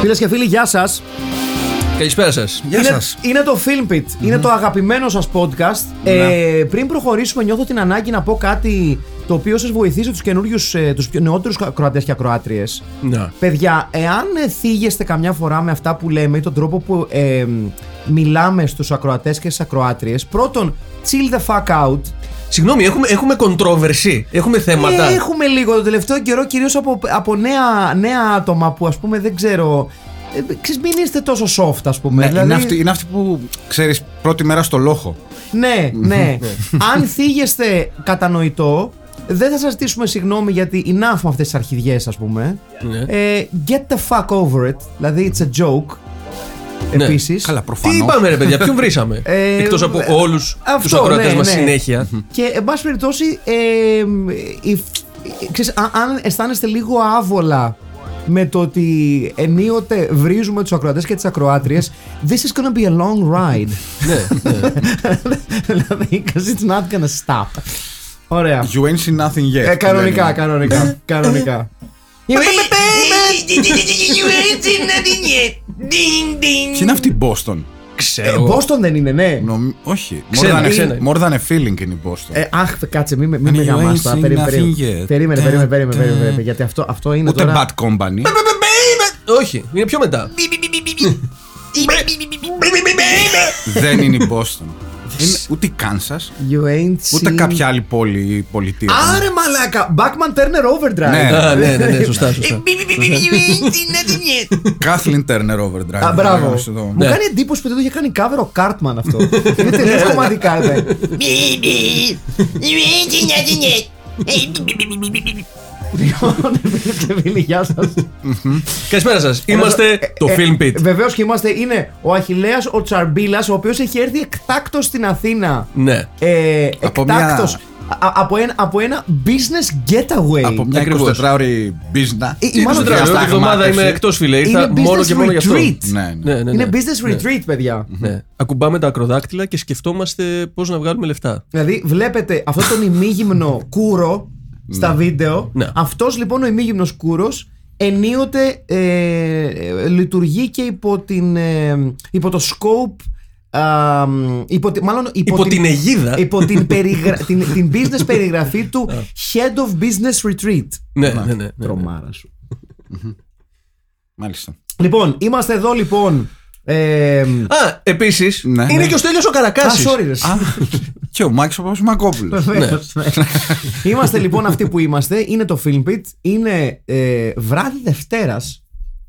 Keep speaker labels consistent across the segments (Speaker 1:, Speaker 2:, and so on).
Speaker 1: Φίλες και φίλοι, γεια σας.
Speaker 2: Καλησπέρα σας.
Speaker 3: Γεια
Speaker 1: είναι,
Speaker 3: σας. Ναι.
Speaker 1: είναι το Filmpit. Είναι το αγαπημένο σας podcast. Ε, πριν προχωρήσουμε, νιώθω την ανάγκη να πω κάτι το οποίο σας βοηθήσει τους καινούριους, ε, τους νεότερους ακροατέ και ακροάτριες.
Speaker 3: Να.
Speaker 1: Παιδιά, εάν ε, θίγεστε καμιά φορά με αυτά που λέμε ή τον τρόπο που ε, μιλάμε στους ακροατές και στις ακροάτριες, πρώτον, chill the fuck out.
Speaker 2: Συγγνώμη, έχουμε, έχουμε controversy. Έχουμε θέματα.
Speaker 1: Ε, έχουμε λίγο το τελευταίο καιρό, κυρίως από, από νέα, νέα άτομα που ας πούμε δεν ξέρω... Ε, ξέρεις, μην είστε τόσο soft, ας πούμε.
Speaker 3: Ναι,
Speaker 1: δηλαδή-
Speaker 3: είναι, αυτή, είναι αυτή που ξέρεις πρώτη μέρα στο λόχο.
Speaker 1: Ναι, ναι. Αν θίγεστε κατανοητό, δεν θα σας ζητήσουμε συγγνώμη γιατί enough με αυτές τις αρχιδιές ας πούμε.
Speaker 2: Ναι.
Speaker 1: Ε, get the fuck over it, δηλαδή it's a joke.
Speaker 2: Ναι.
Speaker 1: Επίσης.
Speaker 3: Καλά,
Speaker 2: Τι
Speaker 3: προφανώς.
Speaker 2: είπαμε, ρε παιδιά, ποιον βρήσαμε.
Speaker 1: Ε,
Speaker 2: Εκτός από
Speaker 1: ε,
Speaker 2: όλους τους
Speaker 1: αυτό,
Speaker 2: ακροατέ
Speaker 1: ναι,
Speaker 2: μας
Speaker 1: ναι.
Speaker 2: συνέχεια.
Speaker 1: Και εν πάση περιπτώσει, ε, η φ- ε, ξέρεις, α- αν αισθάνεστε λίγο άβολα με το ότι ενίοτε βρίζουμε τους ακροατές και τις ακροάτριες This is gonna be a long ride
Speaker 2: ναι, ναι.
Speaker 1: Δηλαδή, because it's not gonna stop Ωραία
Speaker 3: You ain't seen nothing yet.
Speaker 1: ε, Κανονικά,
Speaker 3: λένε.
Speaker 1: κανονικά, κανονικά Ε.
Speaker 3: Ποιοι είναι αυτή η Boston.
Speaker 1: Ε,
Speaker 2: Ξέρω.
Speaker 1: Boston δεν είναι, ναι
Speaker 3: Νομι... Όχι.
Speaker 2: Ξένα,
Speaker 3: more, than
Speaker 2: ξένα.
Speaker 3: a, more than a feeling είναι η Boston.
Speaker 1: Ε, αχ, κάτσε, μην μη
Speaker 3: And
Speaker 1: με
Speaker 3: you
Speaker 1: γαμάς
Speaker 3: ain't
Speaker 1: τώρα.
Speaker 3: seen
Speaker 1: Περίμενε,
Speaker 3: nothing
Speaker 1: περίμενε.
Speaker 3: yet.
Speaker 1: Περίμενε,
Speaker 3: Τα-
Speaker 1: περίμενε, περίμενε,
Speaker 3: τα-
Speaker 1: περίμενε, Γιατί αυτό, αυτό είναι
Speaker 3: Ούτε
Speaker 1: τώρα.
Speaker 3: bad company.
Speaker 2: Όχι, είναι πιο μετά.
Speaker 3: δεν είναι η Boston. είναι ούτε η Kansas,
Speaker 1: You ain't
Speaker 3: ούτε
Speaker 1: seen-
Speaker 3: κάποια άλλη πόλη ή πολιτεία.
Speaker 1: Άρε μαλάκα! Backman Turner Overdrive!
Speaker 3: Ναι.
Speaker 2: Α, ναι, ναι, ναι, σωστά, σωστά.
Speaker 3: Κάθλιν Turner Overdrive.
Speaker 1: Α, μπράβο.
Speaker 3: Έγραψε εδώ.
Speaker 1: Μου
Speaker 2: Ναι.
Speaker 1: κάνει εντύπωση που δεν το είχε κάνει cover ο Κάρτμαν αυτό. Είναι τελείως κομματικά, ρε. Λοιπόν, και φίλοι, γεια σας.
Speaker 2: Καλησπέρα σας. Είμαστε το Film Pit.
Speaker 1: Βεβαίως και είμαστε, είναι ο Αχηλέα ο Τσαρμπίλας, ο οποίος έχει έρθει εκτάκτος στην Αθήνα.
Speaker 2: Ναι.
Speaker 1: Ε,
Speaker 3: Από μια-
Speaker 1: εκτάκτος. Από, ένα, από ένα business getaway.
Speaker 3: Από μια
Speaker 2: Ακριβώς.
Speaker 3: 24ωρη μπίζνα.
Speaker 1: Ε, η μάλλον
Speaker 2: Την εβδομάδα είμαι εκτός, φίλε. Ήρθα
Speaker 1: Είναι
Speaker 2: μόνο και
Speaker 1: business
Speaker 2: μόνο γι' αυτό.
Speaker 1: retreat.
Speaker 3: Ναι, ναι.
Speaker 2: Ναι, ναι,
Speaker 1: Είναι
Speaker 2: ναι.
Speaker 1: business
Speaker 2: Ναι.
Speaker 1: retreat, παιδιά.
Speaker 2: Ναι. Ακουμπάμε τα ακροδάκτυλα και σκεφτόμαστε πώς να βγάλουμε λεφτά.
Speaker 1: Δηλαδή, βλέπετε αυτόν τον ημίγυμνο κούρο στα βίντεο.
Speaker 2: Ναι.
Speaker 1: Αυτός λοιπόν ο ημίγυμνος κούρος ενίοτε ε, ε, λειτουργεί και υπό, την, ε, υπό το scope. α, μ, υπό, τη- μάλλον υπό,
Speaker 2: Υπό την αιγίδα.
Speaker 1: υπό την, περιγρα- την, την business περιγραφή του Head of Business Retreat.
Speaker 2: Ναι, ναι, ναι, ναι, ναι.
Speaker 1: Τρομάρα σου.
Speaker 3: Μάλιστα.
Speaker 1: Λοιπόν, είμαστε εδώ λοιπόν. Ε,
Speaker 2: Α, επίσης,
Speaker 3: Ναι,
Speaker 2: είναι
Speaker 3: ναι.
Speaker 2: και ο Στέλιος ο
Speaker 1: α,
Speaker 2: Καρακάσης.
Speaker 1: sorry, ρε.
Speaker 3: Και ο Μάκης ο Παπασημακόπουλος.
Speaker 1: Βεβαίως, ναι. είμαστε λοιπόν αυτοί που είμαστε. Είναι το Filmpit. Είναι ε, βράδυ Δευτέρας.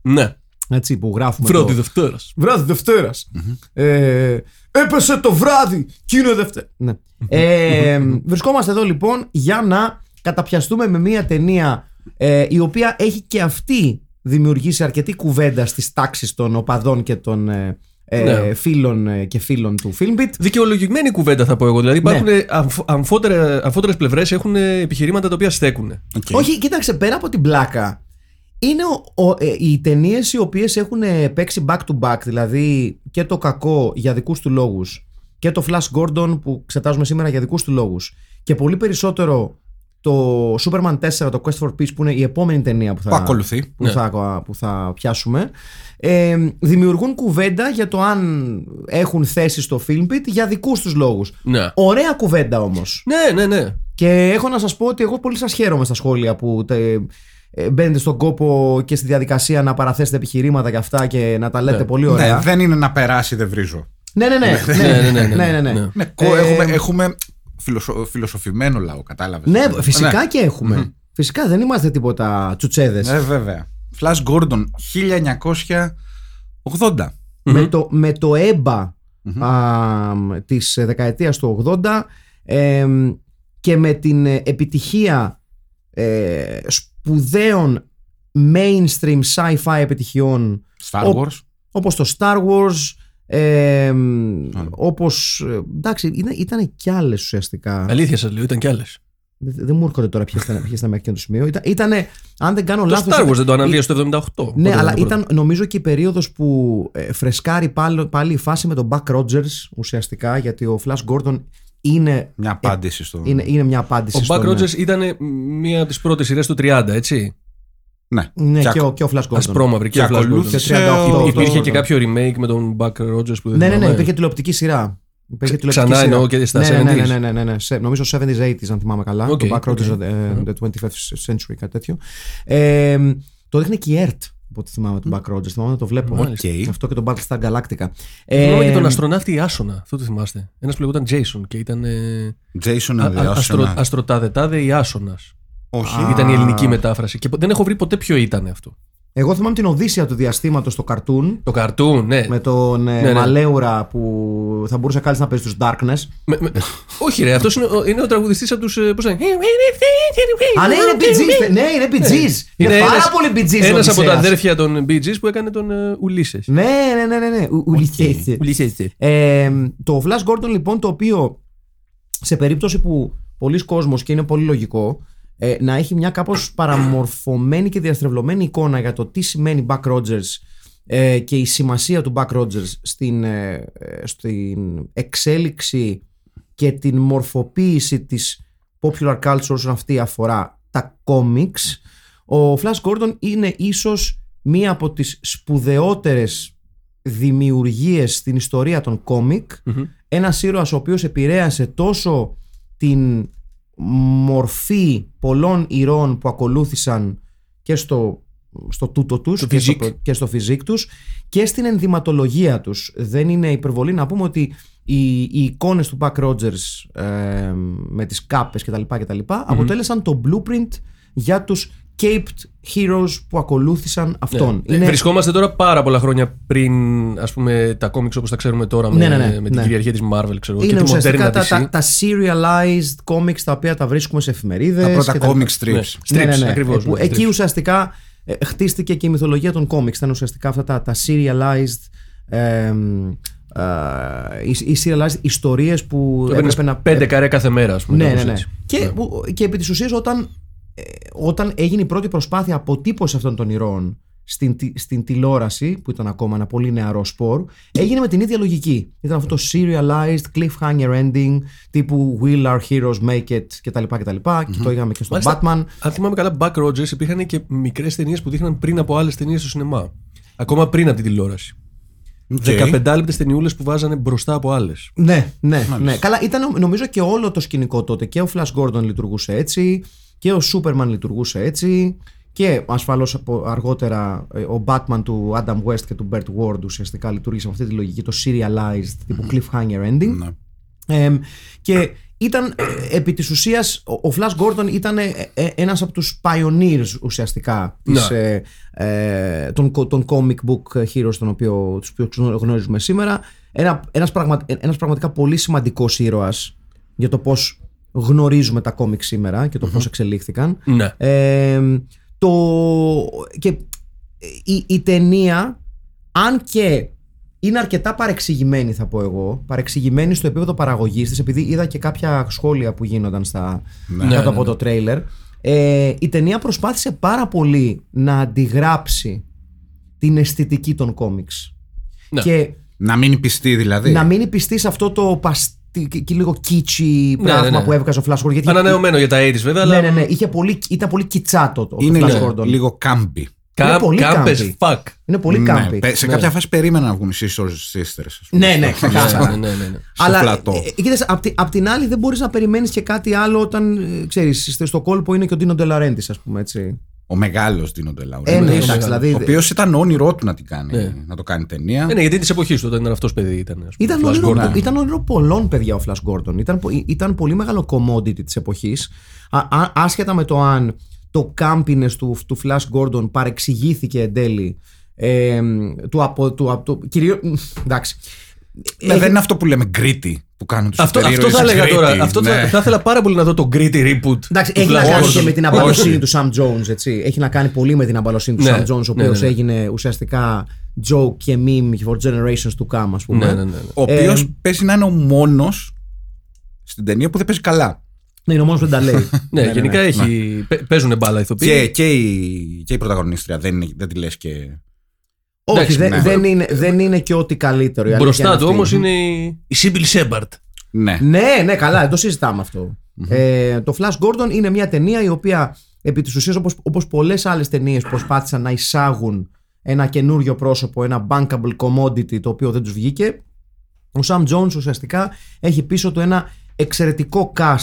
Speaker 2: Ναι.
Speaker 1: Έτσι που γράφουμε.
Speaker 2: Πρώτη
Speaker 1: το-
Speaker 2: Δευτέρας.
Speaker 1: Βράδυ Δευτέρας. Ε, έπεσε το βράδυ και είναι Δευτέρας. Ναι. Ε, βρισκόμαστε εδώ λοιπόν για να καταπιαστούμε με μια ταινία ε, η οποία έχει και αυτή δημιουργήσει αρκετή κουβέντα στις τάξεις των οπαδών και των ε, ε,
Speaker 2: Ναι.
Speaker 1: φίλων ε, και φίλων του Filmbit.
Speaker 2: Δικαιολογημένη κουβέντα θα πω εγώ. Δηλαδή υπάρχουν ναι. αμφότερε πλευρές έχουν ε, επιχειρήματα τα οποία στέκουν.
Speaker 3: Οκ.
Speaker 1: Όχι, κοίταξε, πέρα από την πλάκα. Είναι ο, ο- ε, οι ταινίες οι οποίες έχουν ε, παίξει back to back, δηλαδή και το κακό για δικούς του λόγους και το Flash Gordon που εξετάζουμε σήμερα για δικούς του λόγους. Και πολύ περισσότερο το Superman 4, το Quest for Peace, που είναι η επόμενη ταινία που θα,
Speaker 3: Που ακολουθεί. ναι.
Speaker 1: που, θα, που θα πιάσουμε, ε, δημιουργούν κουβέντα για το αν έχουν θέση στο Filmpit για δικούς τους λόγους.
Speaker 2: Ναι.
Speaker 1: Ωραία κουβέντα όμως.
Speaker 2: Ναι, ναι, ναι.
Speaker 1: Και έχω να σας πω ότι εγώ πολύ σας χαίρομαι στα σχόλια που τε, ε, μπαίνετε στον κόπο και στη διαδικασία να παραθέσετε επιχειρήματα και αυτά και να τα λέτε
Speaker 2: Ναι.
Speaker 1: πολύ
Speaker 3: Ναι,
Speaker 1: ωραία.
Speaker 3: δεν είναι να περάσει, δεν βρίζω.
Speaker 1: Ναι, ναι, ναι.
Speaker 2: Ναι, ναι, ναι, ναι,
Speaker 1: ναι,
Speaker 2: ναι.
Speaker 1: ναι, ναι.
Speaker 2: Ναι.
Speaker 3: Ναι, κο-
Speaker 1: Ε,
Speaker 3: έχουμε, έχουμε φιλοσο- φιλοσοφημένο λαό, κατάλαβες.
Speaker 1: Ναι, φυσικά και έχουμε. Φυσικά δεν είμαστε τίποτα τσουτσέδες.
Speaker 3: Ε, βέβαια. Flash Gordon 1980.
Speaker 1: με, το, με το εμπα α, της δεκαετίας του 80 εμ, και με την ε, επιτυχία ε, σπουδαίων mainstream sci-fi επιτυχιών
Speaker 3: Star
Speaker 1: Ο-
Speaker 3: Wars.
Speaker 1: όπως το Star Wars εμ, όπως ε, εντάξει ήταν, ήταν κι άλλες ουσιαστικά
Speaker 2: Αλήθεια σας λέω, ήταν κι άλλες.
Speaker 1: δεν, δεν μου έρχονται τώρα ποιες ήταν, ποιες ήταν μέχρι εκείνο το σημείο ήταν, ήτανε, αν δεν κάνω
Speaker 2: Το
Speaker 1: λάθος
Speaker 2: Star Wars δεν το
Speaker 1: η-
Speaker 2: αναβίασε το 78.
Speaker 1: ναι,
Speaker 2: Πότε
Speaker 1: αλλά
Speaker 2: το πρώτο.
Speaker 1: ήταν νομίζω και η περίοδος που ε, φρεσκάρει πάλι, πάλι η φάση με τον Buck Rogers ουσιαστικά, γιατί ο Flash Gordon είναι,
Speaker 3: Μια απάντηση στο.
Speaker 1: είναι, είναι μια απάντηση.
Speaker 2: Mm. Ο
Speaker 1: στον-
Speaker 2: Buck Rogers ήταν μία από τις πρώτες σειρές του 30, έτσι.
Speaker 3: Ναι.
Speaker 1: Ναι,
Speaker 3: Και
Speaker 1: και,
Speaker 3: ακο-
Speaker 1: ο, και ο Flash Gordon.
Speaker 2: Ασπρόμαυρη και
Speaker 3: Και
Speaker 2: ο Flash Gordon.
Speaker 3: ακολούθησε.
Speaker 1: Και 38
Speaker 3: ο-
Speaker 1: το-
Speaker 2: Υπήρχε και
Speaker 1: το-
Speaker 2: κάποιο remake με τον Buck Rogers που
Speaker 1: Ναι,
Speaker 2: δεν
Speaker 1: ναι, ναι,
Speaker 2: θυμάμαι.
Speaker 1: υπήρχε τηλεοπτική σειρά. Υπήρχε
Speaker 2: Ξ-
Speaker 1: τηλεοπτική
Speaker 2: ξανά
Speaker 1: σειρά.
Speaker 2: εννοώ και στα
Speaker 1: ναι, ναι, ναι,
Speaker 2: 70s.
Speaker 1: ναι, ναι, ναι, ναι, σε- νομίζω 70s, 80s, αν θυμάμαι καλά.
Speaker 2: Οκ,
Speaker 1: το Buck
Speaker 2: οκ.
Speaker 1: Rogers, ε, the 25th century, κάτι τέτοιο. Ε, το δείχνει και η ΕΡΤ, από ό,τι θυμάμαι, τον Buck Rogers. Θυμάμαι να το βλέπω.
Speaker 2: Μάλιστα.
Speaker 3: Οκ.
Speaker 1: Αυτό και τον Battlestar Galactica.
Speaker 2: Θυμάμαι και τον
Speaker 1: Ε,
Speaker 2: αστροναύτη Άσονα, αυτό το θυμάστε. Ένας που λεγόταν Jason και ήταν. ε,
Speaker 3: Jason
Speaker 2: α- α- αστρο-
Speaker 3: Aleasson.
Speaker 2: Αστροτάδε-τάδε ή Άσονα.
Speaker 3: Όχι.
Speaker 2: Ήταν η ελληνική μετάφραση. Και πο- δεν έχω βρει ποτέ ποιο ήταν αυτό.
Speaker 1: Εγώ θυμάμαι την Οδύσσια του διαστήματος στο καρτούν.
Speaker 2: Το καρτούν, ναι.
Speaker 1: με τον ε,
Speaker 2: Ναι, ναι.
Speaker 1: Μαλέουρα που θα μπορούσε κάλλιστα να παίζει τους Darkness.
Speaker 2: Με- με- Όχι, ρε, αυτός είναι, ο- είναι ο τραγουδιστής από του. Πώ ε,
Speaker 1: ναι,
Speaker 2: λένε. Ε,
Speaker 1: Α, ναι, είναι BGs. Ναι, είναι BGs. Είναι πάρα πολύ BGs. ο
Speaker 2: Ένας ε, από τα
Speaker 1: Οδυσσέας.
Speaker 2: αδέρφια των Bee Gees που έκανε τον ε, Ουλίσσες.
Speaker 1: Ναι, ναι, ναι, ναι. ναι. Ο- Ουλυσσέστε. Ε, το Flash Gordon λοιπόν το οποίο σε περίπτωση που πολλοί κόσμος και είναι πολύ λογικό ε, να έχει μια κάπως παραμορφωμένη και διαστρεβλωμένη εικόνα για το τι σημαίνει Buck Rogers ε, και η σημασία του Buck Rogers στην, ε, ε, στην εξέλιξη και την μορφοποίηση της popular culture όσον αυτή αφορά τα comics ο Flash Gordon είναι ίσως μία από τις σπουδαιότερες δημιουργίες στην ιστορία των κόμικ ένας ήρωας ο οποίος επηρέασε τόσο την μορφή πολλών ηρώων που ακολούθησαν και στο, στο τούτο τους
Speaker 2: Το
Speaker 1: και, στο,
Speaker 2: physique.
Speaker 1: προ- και στο physique τους και στην ενδυματολογία τους δεν είναι υπερβολή να πούμε ότι οι, οι εικόνες του Buck Rogers ε, με τις κάπες κτλ, κτλ αποτέλεσαν το blueprint για τους caped heroes που ακολούθησαν αυτόν.
Speaker 2: Ε, Βρισκόμαστε τώρα πάρα πολλά χρόνια πριν ας πούμε, τα κόμιξ όπως τα ξέρουμε τώρα με,
Speaker 1: Ναι, ναι, ναι,
Speaker 2: με την
Speaker 1: ναι.
Speaker 2: κυριαρχία της Marvel ξέρω, εγώ,
Speaker 1: Είναι
Speaker 2: και τη
Speaker 1: ουσιαστικά
Speaker 2: μοντέρνα
Speaker 1: τα,
Speaker 2: της.
Speaker 1: τα, τα serialized comics τα οποία τα βρίσκουμε σε εφημερίδες.
Speaker 3: Τα πρώτα
Speaker 1: και τα-
Speaker 3: comic
Speaker 2: Ναι,
Speaker 3: strips.
Speaker 2: strips, ακριβώς,
Speaker 1: Ε, που
Speaker 2: ναι,
Speaker 1: εκεί
Speaker 2: strips.
Speaker 1: ουσιαστικά ε, χτίστηκε και η μυθολογία των comics. Ήταν ουσιαστικά αυτά τα, τα serialized εμ, ε, οι- οι serialized ιστορίες που
Speaker 2: Το
Speaker 1: έπρεπε
Speaker 2: έπαιρνες
Speaker 1: να...
Speaker 2: πέντε καρέ κάθε μέρα ας πούμε,
Speaker 1: Ναι, ναι,
Speaker 2: κάπως
Speaker 1: ναι.
Speaker 2: έτσι.
Speaker 1: Και, που- και επί της ουσίας όταν, ε, όταν έγινε η πρώτη προσπάθεια αποτύπωση αυτών των ηρώων στην, τη- στην τηλεόραση, που ήταν ακόμα ένα πολύ νεαρό σπορ, έγινε με την ίδια λογική. Ήταν αυτό το serialized cliffhanger ending τύπου Will our heroes make it κτλ. κτλ. Και το είχαμε και στο
Speaker 2: Μάλιστα.
Speaker 1: Batman.
Speaker 2: Αν θυμάμαι καλά Buck Rogers υπήρχαν και μικρές ταινίες που δείχναν πριν από άλλες ταινίες στο σινεμά ακόμα πριν από την τηλεόραση
Speaker 3: Οκ.
Speaker 2: 15 λεπτές ταινιούλες που βάζανε μπροστά από άλλες
Speaker 1: Ναι, ναι, ναι. Καλά, ήταν νομίζω και όλο το σκηνικό τότε. Και ο Flash Gordon λειτουργούσε έτσι, και ο Superman λειτουργούσε έτσι, και ασφαλώς από- αργότερα ε, ο Batman του Adam West και του Bert Ward ουσιαστικά λειτουργήσε με αυτή τη λογική, το serialized τύπου cliffhanger ending.
Speaker 3: Ναι.
Speaker 1: Εμ, και ήταν ε, επί της ουσίας ο, ο Flash Gordon ήταν ε, ε, ένας από τους pioneers ουσιαστικά της,
Speaker 2: Ναι.
Speaker 1: ε, ε, των, κο- των comic book heroes τον οποίο, τους οποίους γνω- γνωρίζουμε σήμερα Ένα, ένας, πραγμα, ε, ένας πραγματικά πολύ σημαντικός ήρωας για το πώς γνωρίζουμε τα comic σήμερα και το πώς εξελίχθηκαν
Speaker 2: Ναι.
Speaker 1: ε, το, και η, η ταινία, αν και είναι αρκετά παρεξηγημένη, θα πω εγώ, παρεξηγημένη στο επίπεδο παραγωγής της, επειδή είδα και κάποια σχόλια που γίνονταν στα, κάτω
Speaker 2: Ναι, ναι,
Speaker 1: από
Speaker 2: ναι.
Speaker 1: το τρέιλερ. Ε, η ταινία προσπάθησε πάρα πολύ να αντιγράψει την αισθητική των κόμιξ.
Speaker 2: Ναι.
Speaker 1: Και
Speaker 3: Να μείνει πιστή δηλαδή.
Speaker 1: να μείνει πιστή σε αυτό το παστι... και- και λίγο κίτσι
Speaker 2: ναι,
Speaker 1: πράγμα
Speaker 2: ναι.
Speaker 1: που έβγαζε ο Flash Gordon. γιατί-
Speaker 2: Ανανεωμένο για τα 80's βέβαια
Speaker 1: Ναι,
Speaker 2: αλλά ναι,
Speaker 1: ναι, ναι. Είχε πολύ, ήταν πολύ κιτσάτο το
Speaker 3: Είναι
Speaker 1: Flash
Speaker 3: λίγο,
Speaker 1: Gordon.
Speaker 3: λίγο κάμπι.
Speaker 2: κα-
Speaker 1: Είναι πολύ
Speaker 2: κάμπες,
Speaker 1: κάμπι.
Speaker 2: fuck
Speaker 1: Είναι πολύ
Speaker 3: Ναι,
Speaker 1: κάμπι.
Speaker 3: πε- Σε
Speaker 2: Ναι.
Speaker 3: κάποια φάση περίμενα να βγουν οι Sisters Sisters. ας πούμε.
Speaker 1: Ναι, ναι, ξεκάθαρα.
Speaker 2: Ναι, ναι, ναι, ναι.
Speaker 3: στο πλατό.
Speaker 1: ε, κοίταξε, απ' τη- απ' την άλλη δεν μπορείς να περιμένεις και κάτι άλλο όταν ε, ξέρεις, στο κόλπο είναι και ο Ντίνο Ντελαρέντη, ας πούμε έτσι.
Speaker 3: Ο μεγάλος Ντίνο Ντελάουρ.
Speaker 1: Ένα,
Speaker 2: ίσως,
Speaker 1: εντάξει, δηλαδή.
Speaker 3: ναι, Ο οποίος ήταν όνειρό του να, την κάνει,
Speaker 2: Ναι.
Speaker 3: να το κάνει ταινία.
Speaker 2: Ε, ναι, γιατί της εποχής του, όταν ήταν αυτός παιδί, ήταν. Ας πούμε,
Speaker 1: Ήταν
Speaker 2: Flash
Speaker 1: όνειρο,
Speaker 2: Gordon.
Speaker 3: Gordon.
Speaker 1: ήταν όνειρο πολλών παιδιά ο Flash Gordon. Ήταν, πο- ε, ήταν πολύ μεγάλο commodity της εποχής. Α, α- άσχετα με το αν το κάμπινες του, του Flash Gordon παρεξηγήθηκε εν τέλει. Ε, του από, του, από, του, κυρίω, εντάξει. Ε,
Speaker 3: Ναι, δεν είναι αυτό που λέμε γκρίτι που κάνουν τους
Speaker 2: Αυτό, αυτό θα έλεγα τώρα. Αυτό
Speaker 3: Ναι.
Speaker 2: θα, θα ήθελα πάρα πολύ να δω το gritty reboot.
Speaker 1: Εντάξει,
Speaker 2: του
Speaker 1: έχει να
Speaker 2: Flash
Speaker 1: κάνει
Speaker 2: Gordon.
Speaker 1: και με την απαλωσύνη
Speaker 3: Όχι.
Speaker 1: του Sam Jones, έτσι. Έχει να κάνει πολύ με την απαλωσύνη του
Speaker 2: Ναι,
Speaker 1: Sam Jones, ο
Speaker 2: ναι,
Speaker 1: οποίος
Speaker 2: ναι, ναι.
Speaker 1: έγινε ουσιαστικά joke και meme for generations to come, ας πούμε.
Speaker 2: Ναι, ναι, ναι. ναι.
Speaker 3: Ο οποίος παίζει να είναι ο μόνος στην ταινία που δεν παίζει καλά.
Speaker 1: Ναι, είναι ο μόνος που δεν τα λέει.
Speaker 2: Ναι,
Speaker 3: ναι, ναι,
Speaker 2: γενικά
Speaker 3: ναι.
Speaker 2: έχει. παι- Παίζουν μπάλα ηθοποιοί.
Speaker 3: Και, και, η, και η πρωταγωνίστρια δεν, είναι- δεν τη λες και.
Speaker 1: Όχι,
Speaker 2: Εντάξει,
Speaker 1: δεν,
Speaker 3: ναι.
Speaker 1: δεν, είναι, δεν είναι και ό,τι καλύτερο. η αλήθεια
Speaker 2: Μπροστά
Speaker 1: είναι
Speaker 2: του
Speaker 1: αυτή.
Speaker 2: όμως είναι η- η Σίμπιλ Σέμπαρτ.
Speaker 3: Ναι.
Speaker 1: Ναι, ναι, καλά, δεν το συζητάμε αυτό. Ε, το Flash Gordon είναι μια ταινία η οποία επί της ουσίας, όπως όπως πολλές άλλες ταινίες, προσπάθησαν να εισάγουν ένα καινούριο πρόσωπο, ένα bankable commodity το οποίο δεν τους βγήκε. Ο Sam Jones ουσιαστικά έχει πίσω του ένα εξαιρετικό cast